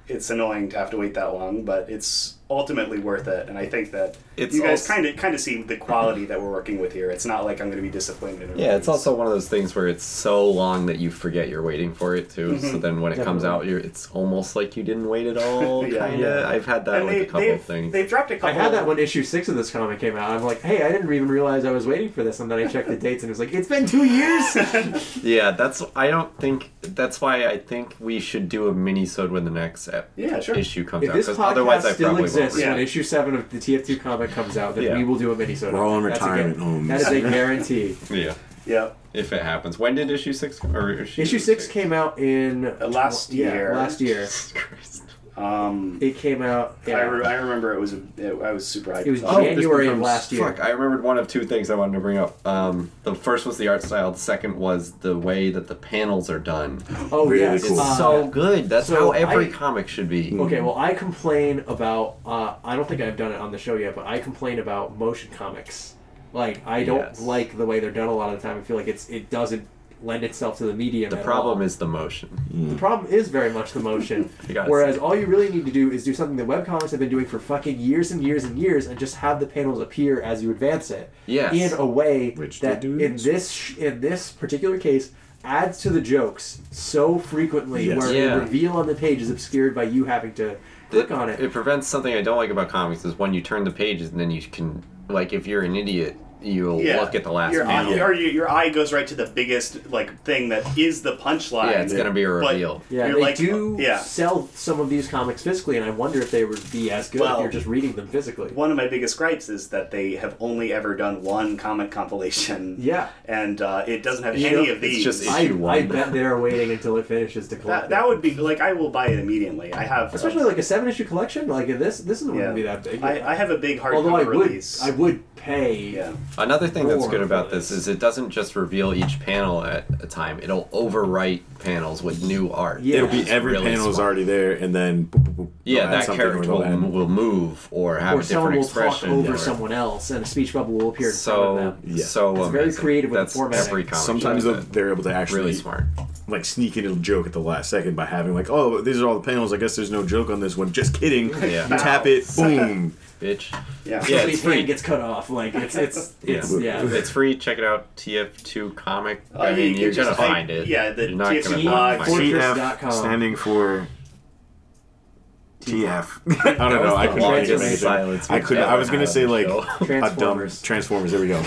Speaker 4: it's annoying to have to wait that long, but it's ultimately worth it. And I think that
Speaker 2: It's
Speaker 4: you guys
Speaker 2: also-
Speaker 4: kind of kind of see the quality that we're working with here. It's not like I'm going to be disappointed. in
Speaker 2: Yeah, it's
Speaker 4: reviews.
Speaker 2: also one of those things where it's so long that you forget you're waiting for it too.
Speaker 3: Mm-hmm.
Speaker 2: So then when it comes out,
Speaker 3: Definitely.
Speaker 2: you're it's almost like you didn't wait
Speaker 3: *laughs*
Speaker 2: at all.
Speaker 4: Yeah.
Speaker 2: Kinda. I've had that
Speaker 4: and
Speaker 2: with
Speaker 4: they,
Speaker 2: a couple
Speaker 4: they've,
Speaker 2: of things.
Speaker 4: they've dropped a couple.
Speaker 3: I had that when issue six of this comic came out. I'm like, hey, I didn't even realize I was waiting for this, and then I checked the dates, and it was like, it's been two years.
Speaker 2: Yeah, that's. I don't think that's why I think we should do a mini-sode when the next ep-
Speaker 4: Yeah, sure.
Speaker 2: issue comes
Speaker 3: If
Speaker 2: out.
Speaker 3: this
Speaker 2: Because otherwise, I
Speaker 3: podcast still
Speaker 2: probably won't.
Speaker 3: exists
Speaker 4: Yeah.
Speaker 3: when issue seven of the TF2 comic comes out, then
Speaker 2: Yeah.
Speaker 3: we will do a mini soda.
Speaker 1: We're all in
Speaker 3: That's
Speaker 1: retirement
Speaker 3: a, gu-
Speaker 1: homes. *laughs*
Speaker 3: That is a guarantee.
Speaker 2: Yeah. yeah,
Speaker 4: Yeah,
Speaker 2: if it happens. When did issue six come? Or issue,
Speaker 3: issue six came out in
Speaker 2: Uh,
Speaker 4: last
Speaker 3: tw- yeah,
Speaker 4: year.
Speaker 3: Last year,
Speaker 2: Christ.
Speaker 4: um,
Speaker 3: it came out. Yeah,
Speaker 4: I, re- I remember it was a, it, I was super hyped.
Speaker 3: it was
Speaker 4: about
Speaker 2: Oh, this
Speaker 3: January of
Speaker 2: becomes-
Speaker 3: *laughs* last year.
Speaker 2: Fuck, I remembered one of two things I wanted to bring up. Um, the first was the art style. The second was the way that the panels are done.
Speaker 3: Oh
Speaker 1: Really
Speaker 3: yeah,
Speaker 2: It's
Speaker 1: cool.
Speaker 3: uh,
Speaker 2: so good. That's
Speaker 3: so
Speaker 2: how every
Speaker 3: I- Mm-hmm.
Speaker 2: comic should be.
Speaker 3: Okay, well, I complain about. Uh, I don't think I've done it on the show yet, but I complain about motion comics. Like, I don't
Speaker 2: Yes.
Speaker 3: like the way they're done a lot of the time. I feel like it's it doesn't lend itself to the medium.
Speaker 2: The
Speaker 3: at
Speaker 2: problem
Speaker 3: all.
Speaker 2: is the motion.
Speaker 3: The problem is very much the
Speaker 2: *laughs*
Speaker 3: motion.
Speaker 2: You gotta
Speaker 3: Whereas
Speaker 2: see.
Speaker 3: all you really need to do is do something that webcomics have been doing for fucking years and years and years, and just have the panels appear as you advance it.
Speaker 2: Yes.
Speaker 3: In a way
Speaker 1: Which
Speaker 3: that
Speaker 1: they do.
Speaker 3: in this sh- in this particular case adds to the jokes so frequently,
Speaker 1: Yes.
Speaker 3: where
Speaker 2: Yeah.
Speaker 3: the reveal on the page is obscured by you having to click
Speaker 2: it,
Speaker 3: on it.
Speaker 2: It prevents something I don't like about comics is when you turn the pages and then you can, like, if you're an idiot, you'll
Speaker 4: Yeah.
Speaker 2: look at the last
Speaker 4: your
Speaker 2: panel.
Speaker 4: eye, or your, your eye goes right to the biggest like thing that is the punchline.
Speaker 2: Yeah, it's gonna be a
Speaker 4: But
Speaker 2: reveal.
Speaker 3: yeah,
Speaker 4: you're
Speaker 3: they
Speaker 4: like,
Speaker 3: do
Speaker 4: Yeah,
Speaker 3: sell some of these comics physically, and I wonder if they would be as good
Speaker 4: Well,
Speaker 3: if you're just reading them physically.
Speaker 4: one of my biggest gripes is that they have only ever done one comic compilation.
Speaker 3: Yeah.
Speaker 4: and uh, it doesn't have
Speaker 2: You
Speaker 4: any
Speaker 2: know,
Speaker 4: of these.
Speaker 2: it's just
Speaker 3: I,
Speaker 2: issue one.
Speaker 3: I bet they're waiting until it finishes to collect.
Speaker 4: that,
Speaker 3: them.
Speaker 4: that would be like I will buy it immediately. I have
Speaker 3: especially like a seven issue collection like this this wouldn't
Speaker 4: Yeah.
Speaker 3: be that big
Speaker 4: I, I have a big hard
Speaker 3: although i would
Speaker 4: release.
Speaker 3: i would pay
Speaker 4: yeah.
Speaker 2: Another thing that's
Speaker 3: More
Speaker 2: good
Speaker 3: for
Speaker 2: about this
Speaker 3: this.
Speaker 2: is it doesn't just reveal each panel at a time. It'll overwrite panels with new art.
Speaker 3: Yeah.
Speaker 1: It'll be
Speaker 2: It's
Speaker 1: every
Speaker 2: really
Speaker 1: panel is
Speaker 2: smart.
Speaker 1: already there, and then boop, boop, boop, they'll
Speaker 2: Yeah,
Speaker 1: add
Speaker 2: that
Speaker 1: something or
Speaker 2: character
Speaker 1: they'll
Speaker 2: will,
Speaker 1: add-
Speaker 2: will move or have
Speaker 3: or
Speaker 2: a
Speaker 3: someone
Speaker 2: different
Speaker 3: will talk
Speaker 2: expression.
Speaker 3: over
Speaker 2: or-
Speaker 3: someone else and a speech bubble will appear in front
Speaker 2: So
Speaker 3: of them
Speaker 1: Yeah.
Speaker 2: so
Speaker 3: It's very
Speaker 2: amazing.
Speaker 3: creative with the
Speaker 2: That's
Speaker 3: formatting.
Speaker 2: every comic.
Speaker 1: Sometimes
Speaker 2: should
Speaker 1: they'll-
Speaker 2: have that.
Speaker 1: they're able to actually
Speaker 2: really smart.
Speaker 1: like sneak in a joke at the last second by having like, oh, these are all the panels. I guess there's no joke on this one. Just *laughs* kidding.
Speaker 2: Yeah.
Speaker 1: You tap it, boom.
Speaker 2: Bitch.
Speaker 4: yeah,
Speaker 2: Yeah,
Speaker 3: Somebody's
Speaker 2: it's free.
Speaker 3: hand gets cut off like
Speaker 2: *laughs*
Speaker 3: it's it's it's yeah,
Speaker 1: Yeah.
Speaker 2: It's free. Check it out. TF2 comic.
Speaker 4: Uh,
Speaker 2: I mean,
Speaker 4: you
Speaker 2: you're
Speaker 4: can
Speaker 2: gonna
Speaker 4: just type-
Speaker 2: find it.
Speaker 4: yeah, the
Speaker 2: you're not
Speaker 4: TF2
Speaker 2: gonna not
Speaker 4: blog.
Speaker 2: find it.
Speaker 3: Fortress.com.
Speaker 1: TF standing for TF. *laughs* I don't know. I
Speaker 2: the
Speaker 1: couldn't
Speaker 2: longest
Speaker 1: think of anything.
Speaker 2: silence
Speaker 1: I
Speaker 2: we've
Speaker 1: couldn't. I
Speaker 2: ever
Speaker 1: was gonna
Speaker 2: had
Speaker 1: say
Speaker 2: on the
Speaker 1: like
Speaker 2: show. *laughs*
Speaker 1: a dumb
Speaker 3: Transformers.
Speaker 1: Transformers. There we go.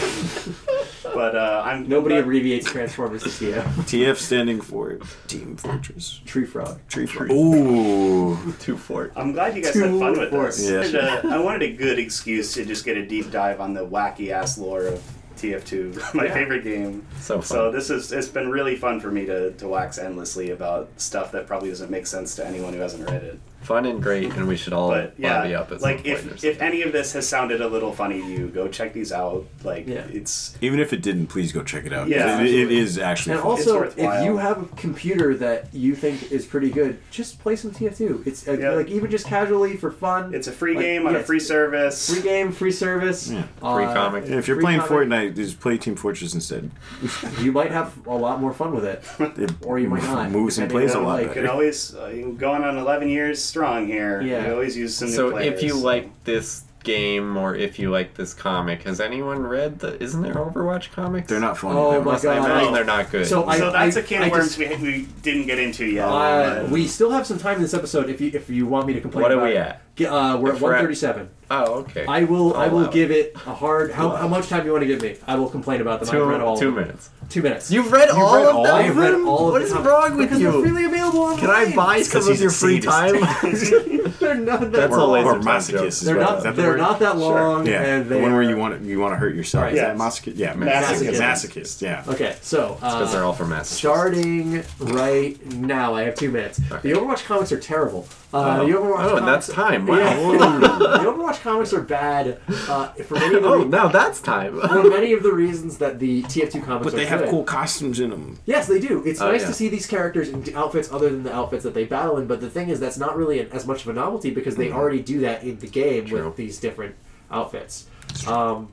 Speaker 4: But uh, I'm
Speaker 3: Nobody
Speaker 4: but-
Speaker 3: abbreviates Transformers to
Speaker 4: *laughs*
Speaker 3: TF.
Speaker 1: TF standing for Team Fortress.
Speaker 3: Tree Frog.
Speaker 1: Tree Frog. Ooh.
Speaker 2: Two fort.
Speaker 4: I'm glad you guys
Speaker 3: Two
Speaker 4: had fun with
Speaker 3: forks.
Speaker 4: this.
Speaker 1: Yeah.
Speaker 4: And, uh, I wanted a good excuse to just get a deep dive on the wacky ass lore of TF2, *laughs* my
Speaker 3: Yeah.
Speaker 4: favorite game.
Speaker 2: So fun.
Speaker 4: So this is it's been really fun for me to, to wax endlessly about stuff that probably doesn't make sense to anyone who hasn't read it.
Speaker 2: Fun and great, and we should all
Speaker 4: But yeah,
Speaker 2: lobby up at
Speaker 4: like
Speaker 2: some
Speaker 4: if
Speaker 2: point. or
Speaker 4: if any of this has sounded a little funny to you, go check these out. Like
Speaker 3: Yeah.
Speaker 4: it's
Speaker 1: Even if it didn't, please go check it out.
Speaker 4: Yeah,
Speaker 1: It- it
Speaker 4: absolutely.
Speaker 1: is actually.
Speaker 3: And
Speaker 1: fun.
Speaker 3: also,
Speaker 4: It's
Speaker 3: if
Speaker 4: worthwhile.
Speaker 3: you have a computer that you think is pretty good, just play some TF2. It's uh,
Speaker 4: Yeah.
Speaker 3: like even just casually for fun.
Speaker 4: it's a free
Speaker 3: Like,
Speaker 4: game on
Speaker 3: yeah,
Speaker 4: a free service.
Speaker 3: Free game, free service.
Speaker 1: Yeah.
Speaker 2: Free
Speaker 3: Uh,
Speaker 2: comic.
Speaker 1: And if you're
Speaker 3: Free
Speaker 1: playing
Speaker 3: comic.
Speaker 1: Fortnite, just play Team Fortress instead.
Speaker 3: You might have a lot more fun with it.
Speaker 4: *laughs*
Speaker 1: It
Speaker 3: Or you might not,
Speaker 1: Moves and
Speaker 3: depending
Speaker 1: plays a
Speaker 3: on,
Speaker 1: lot
Speaker 3: like,
Speaker 4: You can
Speaker 1: better.
Speaker 4: always uh, you can go on 11 years strong here.
Speaker 3: Yeah.
Speaker 4: You always use some new
Speaker 2: So
Speaker 4: players.
Speaker 2: if you like this game or if you like this comic, has anyone read the? Isn't there Overwatch comics?
Speaker 1: They're not funny.
Speaker 3: Oh
Speaker 1: though.
Speaker 3: my
Speaker 2: I
Speaker 3: God.
Speaker 2: imagine they're not good.
Speaker 3: So I-
Speaker 4: so that's a can
Speaker 3: I
Speaker 4: of worms
Speaker 3: just-
Speaker 4: we, we didn't get into yet.
Speaker 3: Uh,
Speaker 4: but-
Speaker 3: we still have some time in this episode. If you if you want me to complain,
Speaker 2: What are
Speaker 3: about
Speaker 2: we
Speaker 3: it.
Speaker 2: at?
Speaker 3: Ge- Uh, we're at
Speaker 2: If we're
Speaker 3: one
Speaker 2: at-
Speaker 3: thirty seven.
Speaker 2: oh, okay.
Speaker 3: I will I
Speaker 2: I'll
Speaker 3: will
Speaker 2: allow
Speaker 3: give it a hard. How, how much time do you want to give me? I will complain about them. I've read all
Speaker 2: two,
Speaker 3: of
Speaker 2: two
Speaker 3: them.
Speaker 2: minutes.
Speaker 3: Two minutes.
Speaker 2: You've read all
Speaker 1: read
Speaker 2: of
Speaker 1: all
Speaker 2: them.
Speaker 1: of
Speaker 3: I've read all of
Speaker 2: What
Speaker 3: the
Speaker 2: is
Speaker 3: comic-
Speaker 2: wrong with
Speaker 3: because they're
Speaker 2: you?
Speaker 3: freely available online.
Speaker 2: Can I buy some of
Speaker 1: he's
Speaker 2: your
Speaker 1: a
Speaker 2: free
Speaker 1: sadist. *laughs*
Speaker 2: time?
Speaker 3: *laughs* They're not that
Speaker 2: That's a
Speaker 3: long.
Speaker 2: laser
Speaker 1: Or
Speaker 2: time
Speaker 1: masochist.
Speaker 2: joke.
Speaker 1: is
Speaker 3: They're
Speaker 1: what-
Speaker 3: not
Speaker 1: is that the
Speaker 3: they're
Speaker 1: word?
Speaker 3: not that long.
Speaker 1: Yeah,
Speaker 3: and
Speaker 1: the
Speaker 3: they
Speaker 1: one where
Speaker 3: are-
Speaker 1: you want to, you want to hurt yourself.
Speaker 3: Right.
Speaker 1: Is that
Speaker 4: Yes.
Speaker 1: masochist? Yeah,
Speaker 4: Masochist.
Speaker 1: masochist. Masochist. Yeah.
Speaker 3: Okay, so
Speaker 2: Because they're
Speaker 3: uh,
Speaker 2: all from Massachusetts.
Speaker 3: starting right now. I have two minutes. The Overwatch comics are terrible. Uh, The Overwatch
Speaker 2: Oh, and that's
Speaker 3: comics,
Speaker 2: time. Wow.
Speaker 3: Yeah. *laughs* the Overwatch comics are bad uh, for many of the
Speaker 2: Oh,
Speaker 3: re-
Speaker 2: now that's time.
Speaker 1: *laughs*
Speaker 3: *laughs* for many of the reasons that the TF2 comics
Speaker 1: But
Speaker 3: are
Speaker 1: they have
Speaker 3: good.
Speaker 1: cool costumes in them.
Speaker 3: Yes, they do. It's
Speaker 2: Oh,
Speaker 3: nice
Speaker 2: yeah.
Speaker 3: to see these characters in outfits other than the outfits that they battle in. But the thing is, that's not really an, as much of a novelty because they already do that in the game
Speaker 2: Hmm. True.
Speaker 3: with these different outfits. Um,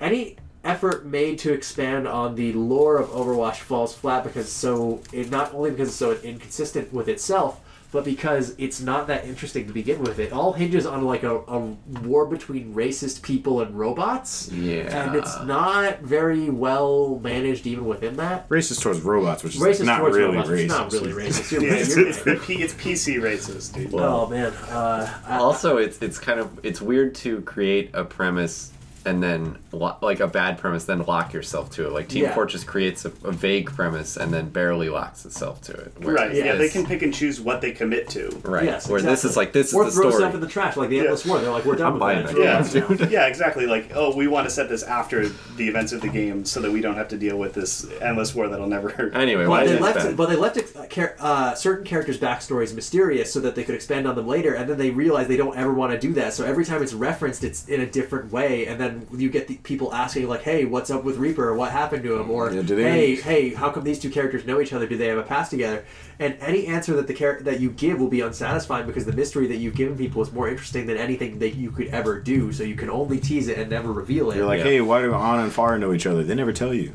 Speaker 3: any effort made to expand on the lore of Overwatch falls flat because so it not only because it's so inconsistent with itself, but because it's not that interesting to begin with. It all hinges on like a, a war between racist people and robots.
Speaker 2: Yeah.
Speaker 3: and it's not very well managed even within that
Speaker 1: Racist towards robots, which is
Speaker 3: racist
Speaker 1: not
Speaker 3: towards
Speaker 1: really
Speaker 3: robots.
Speaker 1: racist.
Speaker 3: It's not really racist. You're
Speaker 4: yeah,
Speaker 3: right.
Speaker 4: it's,
Speaker 3: You're
Speaker 4: it's,
Speaker 3: right.
Speaker 4: the P, it's PC racist, dude.
Speaker 3: *laughs* Oh man, uh, I-
Speaker 2: also it's it's kind of it's weird to create a premise and then lo- like a bad premise then lock yourself to it like team
Speaker 3: Yeah.
Speaker 2: fortress creates a, a vague premise and then barely locks itself to it whereas
Speaker 4: right. Yeah. they
Speaker 2: this-
Speaker 4: can pick and choose what they commit to.
Speaker 2: right
Speaker 3: yes,
Speaker 2: where this
Speaker 3: exactly.
Speaker 2: is like this
Speaker 3: or
Speaker 2: is the
Speaker 3: throw
Speaker 2: story
Speaker 3: stuff in the trash like the endless war. They're like, we're done
Speaker 2: I'm buying
Speaker 3: with
Speaker 2: that
Speaker 3: that.
Speaker 4: Yeah.
Speaker 3: It's robots now.
Speaker 4: Yeah, exactly. Like, oh, we want to set this after the events of the game so that we don't have to deal with this endless war that'll never.
Speaker 2: anyway why
Speaker 3: But
Speaker 2: is
Speaker 3: they,
Speaker 2: this
Speaker 3: left,
Speaker 2: bad?
Speaker 3: but they left uh, char- uh, certain characters' backstories mysterious so that they could expand on them later, and then they realize they don't ever want to do that. So every time it's referenced, it's in a different way, and then you get the people asking, like, "Hey, what's up with Reaper? What happened to him?" Or,
Speaker 1: Yeah, do they-
Speaker 3: "Hey, hey, how come these two characters know each other? Do they have a past together?" And any answer that the char- that you give will be unsatisfying because the mystery that you've given people is more interesting than anything that you could ever do. So you can only tease it and never reveal it.
Speaker 1: They're like,
Speaker 2: Yeah.
Speaker 1: hey, why do On and Far know each other? They never tell you.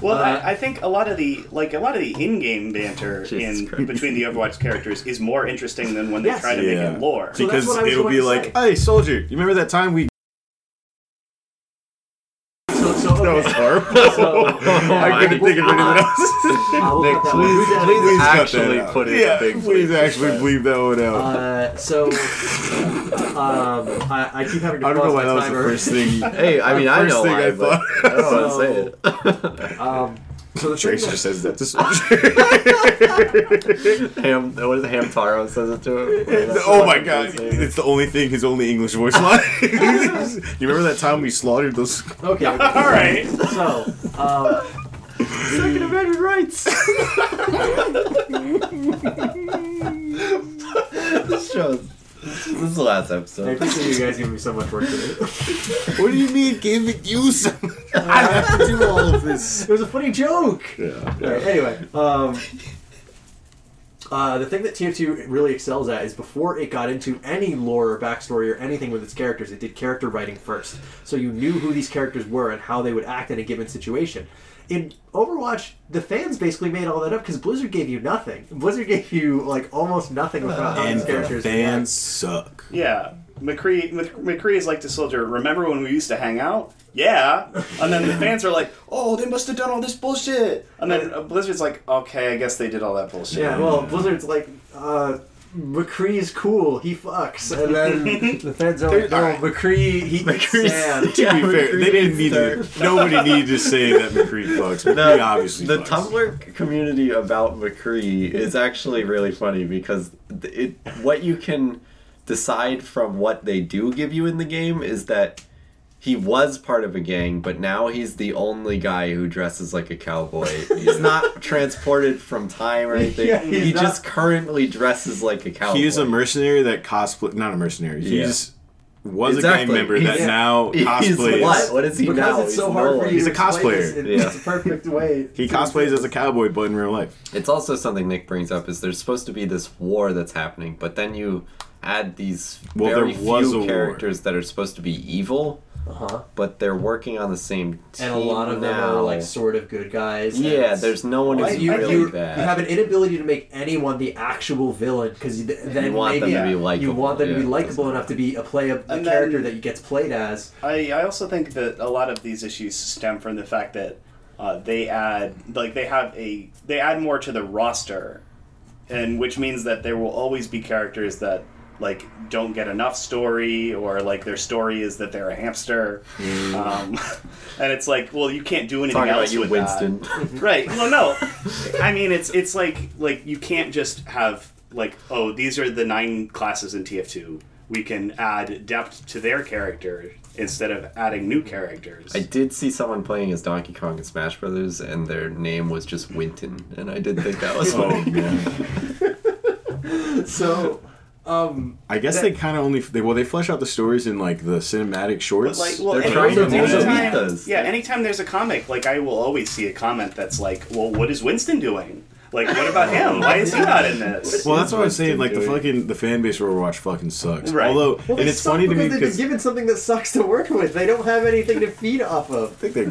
Speaker 4: Well,
Speaker 2: Uh,
Speaker 4: I, I think a lot of the like a lot of the in-game banter
Speaker 2: *laughs* Jesus
Speaker 4: in
Speaker 2: Christ.
Speaker 4: between the Overwatch characters is more interesting than when they
Speaker 3: Yes.
Speaker 4: try to make it lore. *laughs*
Speaker 3: that's
Speaker 1: Because
Speaker 3: what I was
Speaker 1: it'll
Speaker 3: going
Speaker 1: be
Speaker 3: to
Speaker 1: like,
Speaker 3: say.
Speaker 1: hey, soldier, you remember that time we. *laughs*
Speaker 3: so, so, okay.
Speaker 1: That was horrible. *laughs* I couldn't think of anything else.
Speaker 3: I will
Speaker 1: *laughs*
Speaker 3: cut that one.
Speaker 2: please-
Speaker 3: Who's that?
Speaker 2: please
Speaker 1: Please cut
Speaker 2: actually
Speaker 1: that out.
Speaker 2: put in
Speaker 1: yeah,
Speaker 2: a big
Speaker 1: please
Speaker 2: bleep.
Speaker 1: actually bleep that one out.
Speaker 3: Uh, so, um, I, I keep having to
Speaker 1: I don't know
Speaker 3: pause
Speaker 1: why
Speaker 3: my
Speaker 1: that was the
Speaker 3: timer.
Speaker 1: first
Speaker 3: *laughs*
Speaker 1: thing.
Speaker 2: hey i mean i
Speaker 1: first
Speaker 2: know
Speaker 1: thing
Speaker 2: why,
Speaker 1: I
Speaker 2: *laughs* but
Speaker 1: thought.
Speaker 2: i don't want to say it
Speaker 3: Um, so the thing
Speaker 1: Tracer
Speaker 3: that,
Speaker 1: says that to soldier.
Speaker 2: *laughs* ham what is it hamtaro says it to him
Speaker 1: *laughs*
Speaker 2: That's
Speaker 1: *laughs* oh
Speaker 2: what
Speaker 1: my
Speaker 2: I'm
Speaker 1: god,
Speaker 2: gonna say. *laughs*
Speaker 1: it's the only thing his only English voice line. *laughs* you remember that time we slaughtered
Speaker 2: *laughs*
Speaker 1: those?
Speaker 3: okay,
Speaker 4: All right.
Speaker 3: so um,
Speaker 2: Second Amendment rights. this shows. This is the last
Speaker 3: I
Speaker 2: episode.
Speaker 3: appreciate you guys giving me so much work today.
Speaker 1: What do you mean, gave it you
Speaker 2: *laughs*
Speaker 1: some? I have to do all of this.
Speaker 3: It was a funny joke.
Speaker 1: Yeah.
Speaker 3: Alright, anyway, um, uh, the thing that TF2 really excels at is before it got into any lore or backstory or anything with its characters, it did character writing first. So you knew who these characters were and how they would act in a given situation. In Overwatch, the fans basically made all that up because Blizzard gave you nothing. Blizzard gave you like almost nothing about how
Speaker 1: And
Speaker 3: these
Speaker 1: the
Speaker 3: characters.
Speaker 1: fans suck.
Speaker 4: Yeah. McCree, Mc- McCree is like to Soldier, remember when we used to hang out? Yeah. And then the fans are like, oh, they must have done all this bullshit. And then uh, Blizzard's like, okay, I guess they did all that bullshit.
Speaker 3: Yeah, well, Blizzard's like, uh, McCree's cool. He fucks, and *laughs* then the feds are
Speaker 1: They're-
Speaker 3: like, "No,
Speaker 1: alright.
Speaker 3: *laughs* McCree, he McCree's
Speaker 2: McCree's-
Speaker 3: *laughs* sand."
Speaker 1: To be
Speaker 2: Yeah,
Speaker 1: fair,
Speaker 2: McCree
Speaker 1: they didn't need
Speaker 2: didn't
Speaker 1: to.
Speaker 2: *laughs*
Speaker 1: Nobody needed to say that McCree fucks. McCree obviously
Speaker 2: the
Speaker 1: fucks.
Speaker 2: Tumblr community about McCree is actually really funny because it what you can decide from what they do give you in the game is that he was part of a gang, but now he's the only guy who dresses like a cowboy.
Speaker 3: *laughs*
Speaker 2: He's not transported from time or anything.
Speaker 3: Yeah, he's
Speaker 2: he
Speaker 3: not-
Speaker 2: just currently dresses like a cowboy.
Speaker 1: He is a mercenary that cosplay. Not a mercenary. He's was a gang
Speaker 2: Exactly.
Speaker 1: member that
Speaker 2: He's-
Speaker 1: now
Speaker 2: *laughs* He's
Speaker 1: cosplays.
Speaker 2: what? What is he
Speaker 3: because
Speaker 2: now?
Speaker 3: it's so
Speaker 2: He's
Speaker 3: hard
Speaker 2: no
Speaker 3: for
Speaker 2: one.
Speaker 3: you.
Speaker 1: He's
Speaker 3: to
Speaker 1: a
Speaker 3: explain this,
Speaker 1: cosplayer.
Speaker 3: it-
Speaker 2: Yeah.
Speaker 3: It's a perfect *laughs* way.
Speaker 1: He cosplays as a cowboy, but in real life.
Speaker 2: It's also something Nick brings up is there's supposed to be this war that's happening, but then you add these
Speaker 1: Well,
Speaker 2: very
Speaker 1: there was a
Speaker 2: few
Speaker 1: war.
Speaker 2: characters that are supposed to be evil,
Speaker 3: Uh-huh.
Speaker 2: but they're working on the same team
Speaker 3: And a lot of them
Speaker 2: now.
Speaker 3: are like sort of good guys. and
Speaker 2: yeah,
Speaker 3: it's-
Speaker 2: there's no one
Speaker 4: Well,
Speaker 2: who's
Speaker 4: I-
Speaker 3: you,
Speaker 2: really
Speaker 3: you,
Speaker 2: bad.
Speaker 3: you have an inability to make anyone the actual villain because then
Speaker 2: You want
Speaker 3: maybe
Speaker 2: them to be
Speaker 4: you
Speaker 2: likable.
Speaker 3: you want them to be
Speaker 2: yeah.
Speaker 3: likable enough to be a play a, a
Speaker 4: And
Speaker 3: character
Speaker 4: then-
Speaker 3: that gets played as.
Speaker 4: I, I also think that a lot of these issues stem from the fact that uh, they add like they have a they add more to the roster, and which means that there will always be characters that like don't get enough story or like their story is that they're a hamster, um, *laughs* and it's like well you can't do anything
Speaker 2: Mm. Talking about
Speaker 4: else
Speaker 2: you,
Speaker 4: with that. Mm-hmm.
Speaker 2: Winston.
Speaker 4: Right. *laughs* Well, no. I mean, it's it's like like you can't just have like oh these are the nine classes in TF2. We can add depth to their character instead of adding new characters.
Speaker 2: I did see someone playing as Donkey Kong in Smash Brothers, and their name was just Winton, and I did think that was
Speaker 1: Oh
Speaker 2: funny.
Speaker 1: man.
Speaker 3: *laughs* So, um,
Speaker 1: I guess they kind of only they well they flesh out the stories in like the cinematic
Speaker 4: But
Speaker 1: shorts.
Speaker 4: like, well,
Speaker 2: They're
Speaker 4: any-
Speaker 2: trying
Speaker 3: to do
Speaker 4: anytime,
Speaker 2: those.
Speaker 4: yeah, anytime there's a comic, like I will always see a comment that's like, "Well, what is Winston doing? Like, what about him? Why is he not in
Speaker 1: *laughs*
Speaker 4: this?"
Speaker 1: Well, that's what I'm saying. Like the
Speaker 2: Doing-
Speaker 1: fucking the fan base for Overwatch fucking sucks.
Speaker 4: Right.
Speaker 1: Although,
Speaker 3: well,
Speaker 1: and it's funny to me
Speaker 3: because they've been
Speaker 1: because
Speaker 3: given something that sucks to work with. They don't have anything to feed off of.
Speaker 1: I think they,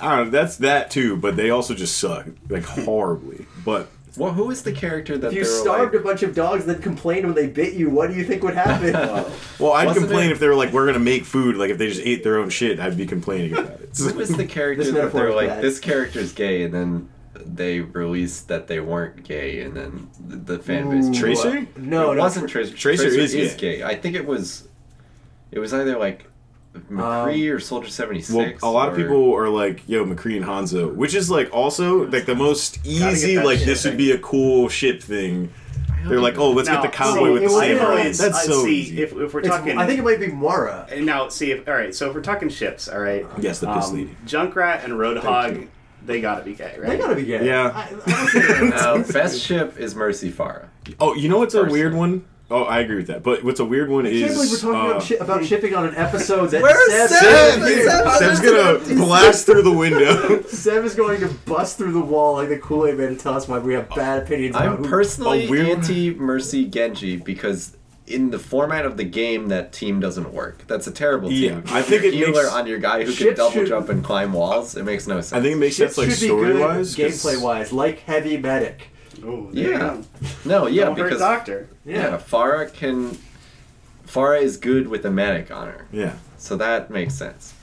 Speaker 1: I don't know, that's that too. But they also just suck like horribly. But
Speaker 2: Well, who is the character that
Speaker 3: If you
Speaker 2: they were,
Speaker 3: starved
Speaker 2: like-
Speaker 3: a bunch of dogs and then complained when they bit you, what do you think
Speaker 2: *laughs*
Speaker 3: would happen?
Speaker 1: well, I'd
Speaker 2: Wasn't
Speaker 1: complain
Speaker 2: it-
Speaker 1: if they were like, we're gonna make food. Like if they just ate their own shit, I'd be complaining about
Speaker 4: *laughs*
Speaker 1: it. *laughs*
Speaker 2: Who was
Speaker 3: *laughs*
Speaker 2: the character
Speaker 3: This
Speaker 2: that
Speaker 3: metaphor
Speaker 2: they're
Speaker 3: is
Speaker 2: like,
Speaker 3: bad.
Speaker 2: this character's gay, and then they released that they weren't gay, and then the, the fan base.
Speaker 1: Tracer?
Speaker 3: no,
Speaker 2: it
Speaker 3: no.
Speaker 2: wasn't Tracer.
Speaker 1: Tracer is
Speaker 2: gay. I think it was. It was either like McCree
Speaker 3: Um,
Speaker 2: or Soldier seventy
Speaker 1: Well,
Speaker 2: six.
Speaker 1: a lot of
Speaker 2: *laughs*
Speaker 1: people are like, "Yo, McCree and Hanzo," which is like also like the most easy.
Speaker 4: that
Speaker 1: Like
Speaker 4: shit
Speaker 1: this
Speaker 4: thing.
Speaker 1: would be a cool ship thing. They're like, "Oh, let's
Speaker 4: Now,
Speaker 1: get the cowboy
Speaker 4: see,
Speaker 1: with the
Speaker 3: it was-
Speaker 4: I
Speaker 1: samurai."
Speaker 4: always-
Speaker 1: That's
Speaker 4: I
Speaker 1: so
Speaker 4: uh, see,
Speaker 1: easy.
Speaker 4: If, if we're
Speaker 3: It's-
Speaker 4: talking,
Speaker 3: I think it might be Mara.
Speaker 4: And now, see if all right. So if we're talking ships, all right.
Speaker 1: Yes, the piss
Speaker 4: um,
Speaker 1: lady.
Speaker 4: Junkrat and
Speaker 2: Thank
Speaker 4: Roadhog,
Speaker 2: you.
Speaker 4: they gotta be gay, right?
Speaker 3: They gotta be gay.
Speaker 1: Yeah.
Speaker 3: I, I don't think
Speaker 2: *laughs*
Speaker 3: they're-
Speaker 2: Now, best ship is Mercy Farah.
Speaker 1: Oh, you know what's a
Speaker 2: Person.
Speaker 1: weird one? Oh, I agree with that. But what's a weird one
Speaker 3: I
Speaker 1: is
Speaker 3: can't believe we're talking
Speaker 1: uh,
Speaker 3: about, shi- about shipping on an episode that
Speaker 2: Where's
Speaker 3: Seb,
Speaker 2: Seb?
Speaker 3: Seb,
Speaker 2: Seb-
Speaker 3: Seb-
Speaker 1: Seb's gonna blast through the window. *laughs*
Speaker 3: Seb is going to bust through the wall like the Kool Aid Man and tell us why we have bad opinions about
Speaker 2: I'm
Speaker 3: who.
Speaker 2: personally
Speaker 1: a weird-
Speaker 2: anti Mercy Genji because in the format of the game, that team doesn't work. That's a terrible
Speaker 1: Yeah,
Speaker 2: team.
Speaker 1: I think
Speaker 2: Your
Speaker 1: it
Speaker 2: healer
Speaker 1: makes-
Speaker 2: on your guy who can
Speaker 3: Ships
Speaker 2: double
Speaker 3: should-
Speaker 2: jump and climb walls. It makes no sense.
Speaker 1: I think it makes
Speaker 3: It
Speaker 1: sense, like
Speaker 3: should be
Speaker 1: story
Speaker 3: good
Speaker 1: wise, 'cause-
Speaker 3: gameplay wise, like Heavy Medic.
Speaker 4: Ooh, there you
Speaker 2: Yeah.
Speaker 4: go.
Speaker 2: No, yeah,
Speaker 4: Don't hurt
Speaker 2: because
Speaker 4: doctor.
Speaker 2: yeah. Farah can Farah is good with a medic on her.
Speaker 1: Yeah.
Speaker 2: So that makes sense.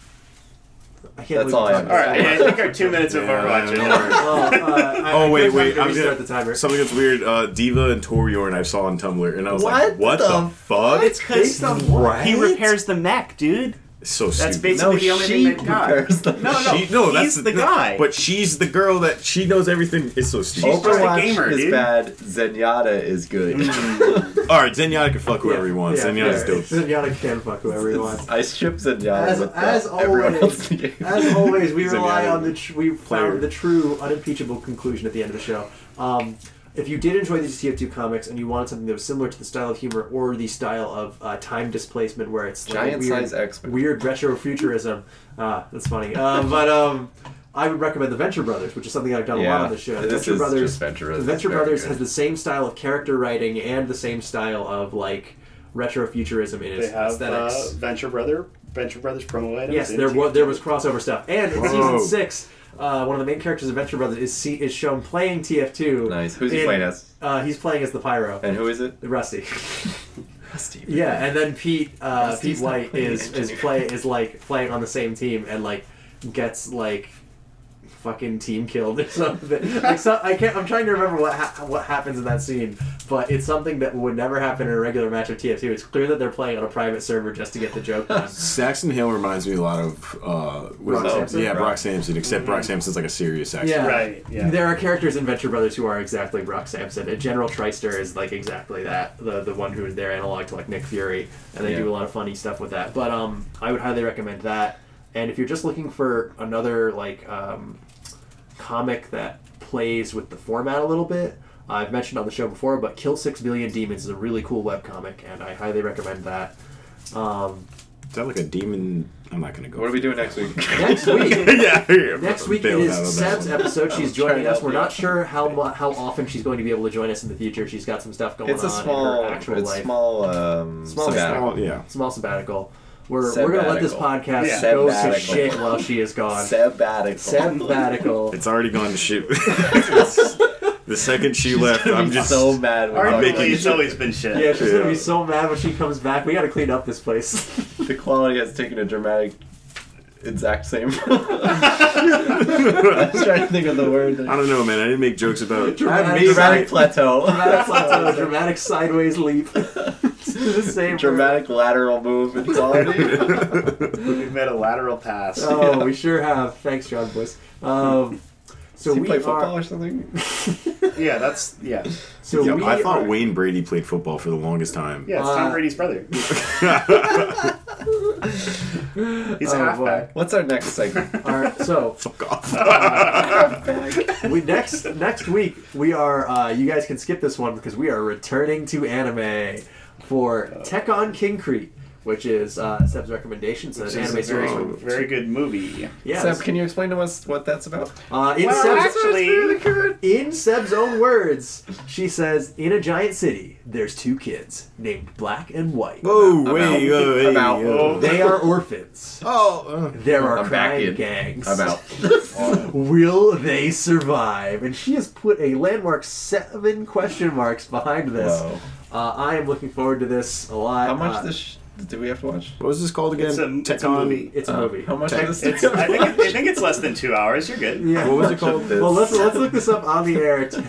Speaker 3: I can't
Speaker 2: That's
Speaker 3: believe
Speaker 2: all
Speaker 3: we're
Speaker 2: I
Speaker 3: talking
Speaker 4: All
Speaker 2: have.
Speaker 3: about
Speaker 4: right, I
Speaker 3: that.
Speaker 4: think
Speaker 3: *laughs*
Speaker 4: our two minutes of Overwatch.
Speaker 1: don't
Speaker 4: are
Speaker 1: worry.
Speaker 4: over.
Speaker 3: Well, uh, I-
Speaker 1: *laughs* Oh
Speaker 3: I
Speaker 1: wait,
Speaker 3: guess I'm
Speaker 1: wait!
Speaker 3: gonna
Speaker 1: I'm
Speaker 3: restart
Speaker 1: gonna
Speaker 3: the timer.
Speaker 1: Something that's weird. Uh, Diva and Toriorn I saw on Tumblr, and I was like,
Speaker 2: What
Speaker 1: "What
Speaker 2: the
Speaker 1: the fuck?"
Speaker 4: It's
Speaker 3: Based
Speaker 4: because
Speaker 3: on what?
Speaker 4: he repairs the mech, dude.
Speaker 1: so
Speaker 4: That's
Speaker 1: stupid.
Speaker 4: basically
Speaker 2: No,
Speaker 4: the only
Speaker 2: she
Speaker 4: thing they've got.
Speaker 2: prepares the
Speaker 4: no, no,
Speaker 1: She, no, that's
Speaker 4: he's the guy.
Speaker 1: But she's the girl that she knows everything. It's so stupid.
Speaker 4: just a
Speaker 2: Overwatch
Speaker 4: gamer,
Speaker 2: is
Speaker 4: dude.
Speaker 2: bad, Zenyatta is good.
Speaker 3: Mm.
Speaker 1: All right, Zenyatta can fuck whoever he wants. Zenyatta's
Speaker 3: *laughs*
Speaker 1: dope.
Speaker 3: Zenyatta can fuck whoever he
Speaker 2: *laughs*
Speaker 3: wants.
Speaker 2: I ship Zenyatta
Speaker 3: As-
Speaker 2: with
Speaker 3: as
Speaker 2: that. everyone
Speaker 3: always-
Speaker 2: else in the game.
Speaker 3: *laughs*
Speaker 2: *laughs*
Speaker 3: As always, we
Speaker 1: He's a
Speaker 3: rely
Speaker 1: guy.
Speaker 3: on the tr- we
Speaker 1: Player.
Speaker 3: found the true unimpeachable conclusion at the end of the show. Um, if you did enjoy these TF2 comics and you wanted something that was similar to the style of humor or the style of uh, time displacement, where it's like
Speaker 2: Giant
Speaker 3: weird,
Speaker 2: size X-Men.
Speaker 3: weird retrofuturism, uh, that's
Speaker 2: *laughs*
Speaker 3: funny. Um, but um, I would recommend the Venture Brothers, which is something I've done a lot
Speaker 2: Yeah,
Speaker 3: on the show. The
Speaker 2: this
Speaker 3: Venture
Speaker 2: is
Speaker 3: Brothers,
Speaker 2: just Venture Brothers.
Speaker 3: The Venture
Speaker 2: Very
Speaker 3: Brothers
Speaker 2: good.
Speaker 3: has the same style of character writing and the same style of like retrofuturism in its
Speaker 4: they have
Speaker 3: aesthetics.
Speaker 4: uh, Venture Brother, Venture Brothers promo items.
Speaker 3: Yes,
Speaker 4: in
Speaker 3: there
Speaker 4: TF2.
Speaker 3: was there was crossover stuff, and in
Speaker 1: Whoa.
Speaker 3: season six, uh, one of the main characters of Venture Brothers is see, is shown playing TF2.
Speaker 2: Nice. Who's he
Speaker 3: in-
Speaker 2: playing as?
Speaker 3: Uh, he's playing as the Pyro,
Speaker 2: And who is it?
Speaker 3: Rusty. *laughs*
Speaker 2: Rusty.
Speaker 3: yeah, and then Pete uh, Pete
Speaker 2: Rusty's not
Speaker 3: White
Speaker 2: playing *laughs*
Speaker 3: is is
Speaker 2: engineer.
Speaker 3: play is like playing on the same team and like gets like fucking team killed or *laughs* something. like so, I can't. I'm trying to remember what ha- what happens in that scene, but it's something that would never happen in a regular match of TF2. It's clear that they're playing on a private server just to get the
Speaker 2: *laughs*
Speaker 3: joke done.
Speaker 1: Saxon Hill reminds me a lot of uh, was
Speaker 3: Brock
Speaker 1: it-
Speaker 3: Sampson?
Speaker 1: yeah, Brock Sampson. Except Brock Sampson's like a serious Saxon.
Speaker 3: Yeah.
Speaker 4: Right, yeah.
Speaker 3: There are characters in Venture Brothers who are exactly Brock Sampson, and General Trister is like exactly that, the the one who is their analog to like Nick Fury, and they
Speaker 2: Yeah.
Speaker 3: do a lot of funny stuff with that. But um, I would highly recommend that. And if you're just looking for another like um, comic that plays with the format a little bit. I've mentioned on the show before, but Kill Six Billion Demons is a really cool webcomic, and I highly recommend that. Um,
Speaker 1: Is that like a demon? I'm not gonna go.
Speaker 2: What are we doing next week?
Speaker 3: next week,
Speaker 1: *laughs* yeah, yeah.
Speaker 3: Next week
Speaker 1: Bailed
Speaker 3: is
Speaker 1: out on that
Speaker 3: Seb's
Speaker 1: one.
Speaker 3: episode. She's joining
Speaker 2: to
Speaker 3: us.
Speaker 2: help
Speaker 3: We're
Speaker 2: you.
Speaker 3: not sure how mu- how often she's going to be able to join us in the future. She's got some stuff
Speaker 2: *laughs*
Speaker 3: going
Speaker 2: it's
Speaker 3: on
Speaker 2: a small,
Speaker 3: in her
Speaker 2: it's
Speaker 3: actual life.
Speaker 2: small, um,
Speaker 3: Small
Speaker 2: sabbatical.
Speaker 1: Oh, yeah.
Speaker 3: Small sabbatical. We're we're gonna let this
Speaker 2: Sabbatical.
Speaker 3: podcast
Speaker 4: Yeah.
Speaker 3: go to
Speaker 2: Sabbatical.
Speaker 3: shit while she is gone.
Speaker 2: Sabbatical. *laughs*
Speaker 3: Sabbatical.
Speaker 1: It's already gone to
Speaker 3: *laughs*
Speaker 1: shit. It's- the second she left,
Speaker 2: I'm
Speaker 1: I'm just
Speaker 2: just
Speaker 3: *laughs*
Speaker 1: *laughs*
Speaker 2: so mad. when
Speaker 1: I'm
Speaker 2: I'm
Speaker 1: making-
Speaker 4: Arguably, it's *laughs* always been shit.
Speaker 3: Yeah, she's gonna
Speaker 1: Yeah.
Speaker 3: be so mad when she comes back. We gotta clean up
Speaker 2: *laughs*
Speaker 3: this place. *laughs*
Speaker 2: the quality has taken a dramatic, exact *laughs* same. I was trying to think of the word.
Speaker 1: I don't know, man. I didn't make jokes about.
Speaker 3: Dramatic,
Speaker 2: *laughs* Dramatic
Speaker 3: side-
Speaker 2: plateau.
Speaker 3: dramatic, plateau, dramatic sideways leap. *laughs* It's the
Speaker 2: *laughs*
Speaker 3: same.
Speaker 2: Dramatic lateral move in quality.
Speaker 1: *laughs*
Speaker 4: We've made a lateral pass.
Speaker 3: *laughs* Oh, we sure have. Thanks, John Boyce. Um,
Speaker 2: *laughs*
Speaker 3: so
Speaker 2: Does he
Speaker 3: we
Speaker 2: play
Speaker 3: are.
Speaker 2: football or something?
Speaker 4: Yeah, that's yeah.
Speaker 3: So
Speaker 1: Yeah,
Speaker 3: we
Speaker 1: I thought
Speaker 3: are-
Speaker 1: Wayne Brady played football for the longest time.
Speaker 4: Yeah, it's
Speaker 3: Uh,
Speaker 4: Tom Brady's brother. He's
Speaker 3: Oh,
Speaker 4: a halfback.
Speaker 2: What's our next
Speaker 3: *laughs*
Speaker 2: segment?
Speaker 3: All right,
Speaker 1: *laughs*
Speaker 3: so
Speaker 1: Fuck off.
Speaker 3: Oh we next next week we are. Uh, you guys can skip this one because we are returning to anime for Tekkon Kingcrete, which is uh, Seb's recommendations. An
Speaker 4: Which
Speaker 3: anime
Speaker 4: is a very,
Speaker 3: series.
Speaker 1: from-
Speaker 4: very good movie.
Speaker 3: Yes.
Speaker 2: Seb, can you explain to us what that's about?
Speaker 3: uh, in
Speaker 4: Well,
Speaker 3: Seb's
Speaker 4: actually-
Speaker 3: in Seb's own words, she says, "In a giant city, there's two kids named Black and White.
Speaker 1: Whoa,
Speaker 2: I'm
Speaker 1: wait,
Speaker 2: out.
Speaker 1: whoa,
Speaker 2: I'm
Speaker 1: wait,
Speaker 2: out.
Speaker 1: whoa.
Speaker 3: They are orphans.
Speaker 1: Oh,
Speaker 3: There are
Speaker 2: I'm back
Speaker 3: crime
Speaker 2: in.
Speaker 3: gangs.
Speaker 2: I'm
Speaker 3: *laughs*
Speaker 2: out.
Speaker 3: Will they survive? And she has put a landmark seven question marks behind this.
Speaker 2: Whoa.
Speaker 3: Uh, I am looking forward to this a lot.
Speaker 2: How much
Speaker 3: Uh,
Speaker 2: this sh- do we have to watch?
Speaker 1: what was this called again?
Speaker 4: It's a, it's a
Speaker 1: Tekken-
Speaker 4: movie.
Speaker 3: It's a movie.
Speaker 2: Uh, How much
Speaker 1: Tech-
Speaker 2: of this *laughs*
Speaker 4: It's,
Speaker 2: do we
Speaker 4: I,
Speaker 2: have to
Speaker 4: think it,
Speaker 2: watch?
Speaker 4: I think it's less than two hours. You're
Speaker 3: *laughs*
Speaker 4: good.
Speaker 3: Yeah.
Speaker 1: What was
Speaker 2: Much
Speaker 1: it
Speaker 2: of
Speaker 1: called?
Speaker 2: this.
Speaker 3: well, let's let's look this up on the
Speaker 2: *laughs*
Speaker 3: air. *laughs*
Speaker 4: Um,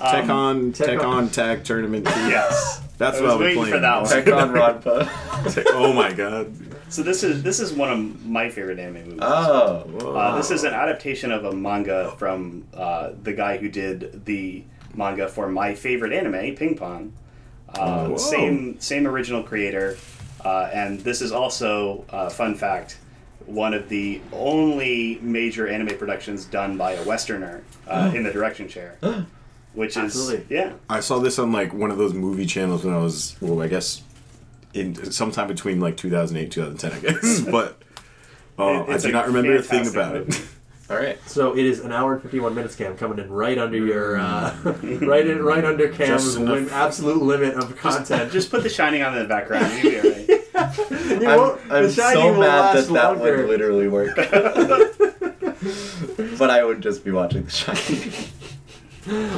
Speaker 1: Tech on, tech
Speaker 3: Tekken.
Speaker 1: on, tag tournament. Two.
Speaker 4: Yes.
Speaker 1: That's what
Speaker 4: I was
Speaker 1: I was
Speaker 4: waiting
Speaker 1: playing.
Speaker 4: for that one.
Speaker 2: Check Oh, on
Speaker 3: *laughs*
Speaker 2: Rodpa.
Speaker 1: Tech- *laughs* oh my god.
Speaker 4: So this is this is one of my favorite anime movies.
Speaker 2: Oh,
Speaker 4: Uh, this is an adaptation of a manga from uh, the guy who did the manga for my favorite anime, Ping Pong. Uh,
Speaker 1: Oh, Whoa.
Speaker 4: same same original creator, uh, and this is also uh, fun fact, one of the only major anime productions done by a Westerner
Speaker 1: Oh.
Speaker 4: uh, in the direction chair,
Speaker 1: *gasps*
Speaker 4: which is
Speaker 3: Absolutely.
Speaker 4: yeah.
Speaker 1: I saw this on like one of those movie channels when I was, well, I guess, in sometime between like 2008, 2010, I
Speaker 4: *laughs*
Speaker 1: guess. But uh,
Speaker 4: It- it's
Speaker 1: I do
Speaker 4: a
Speaker 1: not remember a thing
Speaker 4: fantastic
Speaker 1: about *laughs*
Speaker 4: movie.
Speaker 1: it.
Speaker 2: all right.
Speaker 3: so it is an hour and fifty-one minutes, Cam, coming in right under your, uh,
Speaker 2: Mm.
Speaker 3: *laughs* right in, right under Cam's
Speaker 1: Just enough.
Speaker 3: lim- absolute limit of
Speaker 2: *laughs*
Speaker 3: content. *laughs*
Speaker 4: Just put The Shining on in the background. and you'll be all right.
Speaker 3: You
Speaker 2: I'm,
Speaker 3: won't- The
Speaker 2: I'm
Speaker 3: Shining
Speaker 2: so
Speaker 3: will
Speaker 2: mad
Speaker 3: last
Speaker 2: that that
Speaker 3: longer.
Speaker 2: would literally work.
Speaker 3: *laughs*
Speaker 2: *laughs* but I would just be watching The Shining.
Speaker 4: *laughs*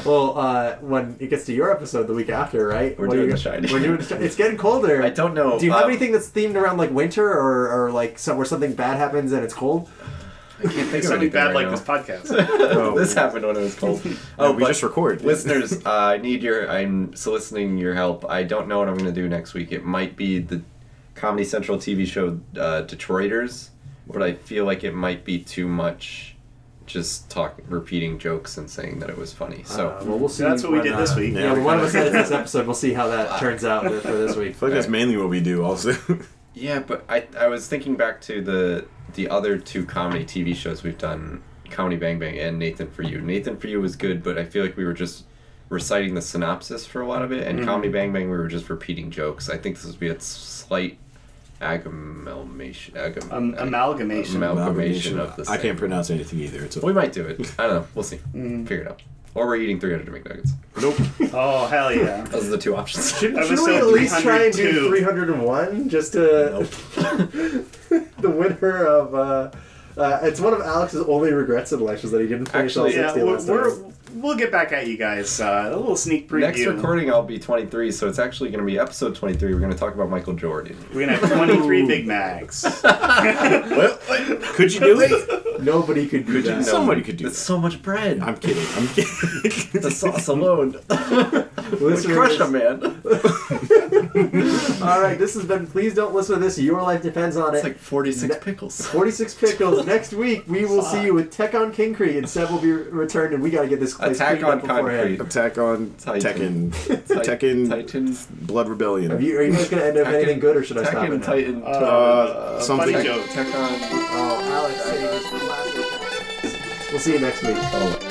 Speaker 3: Well, uh, when it gets to your episode the week after, right?
Speaker 2: We're
Speaker 3: What are
Speaker 2: doing
Speaker 3: you-
Speaker 2: The Shining.
Speaker 3: We're doing. The Shining. It's getting colder.
Speaker 2: I don't know.
Speaker 3: Do you have
Speaker 2: um,
Speaker 3: anything that's themed around like winter or, or like some, where something bad happens and it's cold?
Speaker 2: I can't think of
Speaker 4: Something
Speaker 2: anything
Speaker 4: bad
Speaker 2: right
Speaker 4: like
Speaker 2: now.
Speaker 4: this
Speaker 2: *laughs*
Speaker 3: *laughs*
Speaker 4: podcast.
Speaker 1: Oh,
Speaker 2: this happened when it was cold.
Speaker 1: oh,
Speaker 2: Oh,
Speaker 1: we
Speaker 2: but
Speaker 1: just record.
Speaker 2: listeners, uh, I need your. I'm soliciting your help. I don't know what I'm going to do next week. It might be the Comedy Central TV show uh, Detroiters, but I feel like it might be too much. Just talk, repeating jokes and saying that it was funny. So
Speaker 3: Uh, well, we'll see.
Speaker 4: That's what we
Speaker 3: when,
Speaker 4: did this
Speaker 3: uh,
Speaker 4: week.
Speaker 3: Yeah,
Speaker 1: Yeah,
Speaker 3: well,
Speaker 1: we
Speaker 3: one of
Speaker 1: kinda-
Speaker 3: us edits this episode. We'll see how that turns out for this
Speaker 4: *laughs*
Speaker 3: week.
Speaker 1: I feel like that's mainly what we do, also.
Speaker 2: Yeah, but I I was thinking back to the the other two comedy TV shows we've done, Comedy Bang Bang and Nathan for You. Nathan for You was good, but I feel like we were just reciting the synopsis for a lot of it, and Comedy Bang Bang we were just repeating jokes. I think this would be a slight amalgamation agam,
Speaker 4: Um, amalgamation.
Speaker 2: amalgamation of this.
Speaker 1: I can't pronounce anything either. It's *laughs*
Speaker 2: We
Speaker 1: a,
Speaker 2: might do it. I don't know. We'll see. Figure it out. Or we're eating 300 McNuggets.
Speaker 1: nope.
Speaker 4: Oh hell yeah.
Speaker 2: Those are the two options.
Speaker 4: That
Speaker 3: Should
Speaker 4: was
Speaker 3: we
Speaker 4: so
Speaker 3: at least try and do
Speaker 4: 302.
Speaker 3: 301 just to *laughs* the winner of? Uh, uh, it's one of Alex's only regrets in life is that he didn't finish
Speaker 2: Actually,
Speaker 4: Yeah,
Speaker 3: all 60
Speaker 4: we're,
Speaker 3: last
Speaker 4: we're,
Speaker 3: time.
Speaker 4: we'll get back at you guys. Uh, a little sneak preview.
Speaker 2: Next recording, I'll be 23, so it's actually going to be episode 23. We're going to talk about Michael Jordan.
Speaker 3: *laughs*
Speaker 4: We're gonna have 23 Big Macs.
Speaker 1: Could you do it?
Speaker 3: Nobody could do that.
Speaker 1: Somebody could do
Speaker 2: That's so much bread.
Speaker 1: I'm kidding. I'm *laughs* kidding.
Speaker 2: the *laughs* sauce alone would
Speaker 3: Listeners,
Speaker 2: crush a man.
Speaker 3: All right, this has been. Please don't listen to this. Your life depends on
Speaker 2: It's
Speaker 3: it.
Speaker 2: like 46 pickles.
Speaker 3: 46 pickles. Next week, we will see you with Tech on Concrete, and Seb will be re- returned, and we got to get this place
Speaker 2: Attack
Speaker 3: cleaned up
Speaker 2: on
Speaker 3: beforehand.
Speaker 2: Concrete.
Speaker 1: Attack on
Speaker 2: Titan.
Speaker 1: Tekken.
Speaker 2: *laughs* Titan.
Speaker 1: Tekken.
Speaker 2: Titan.
Speaker 1: Blood Rebellion.
Speaker 3: Have you, are you guys going to end up with anything good, or should I stop it?
Speaker 2: Tekken
Speaker 3: now?
Speaker 2: Titan.
Speaker 1: uh, something.
Speaker 4: funny joke.
Speaker 2: Tekken.
Speaker 3: Oh, Alex, saved us the last time. We'll see you next week.
Speaker 1: Oh.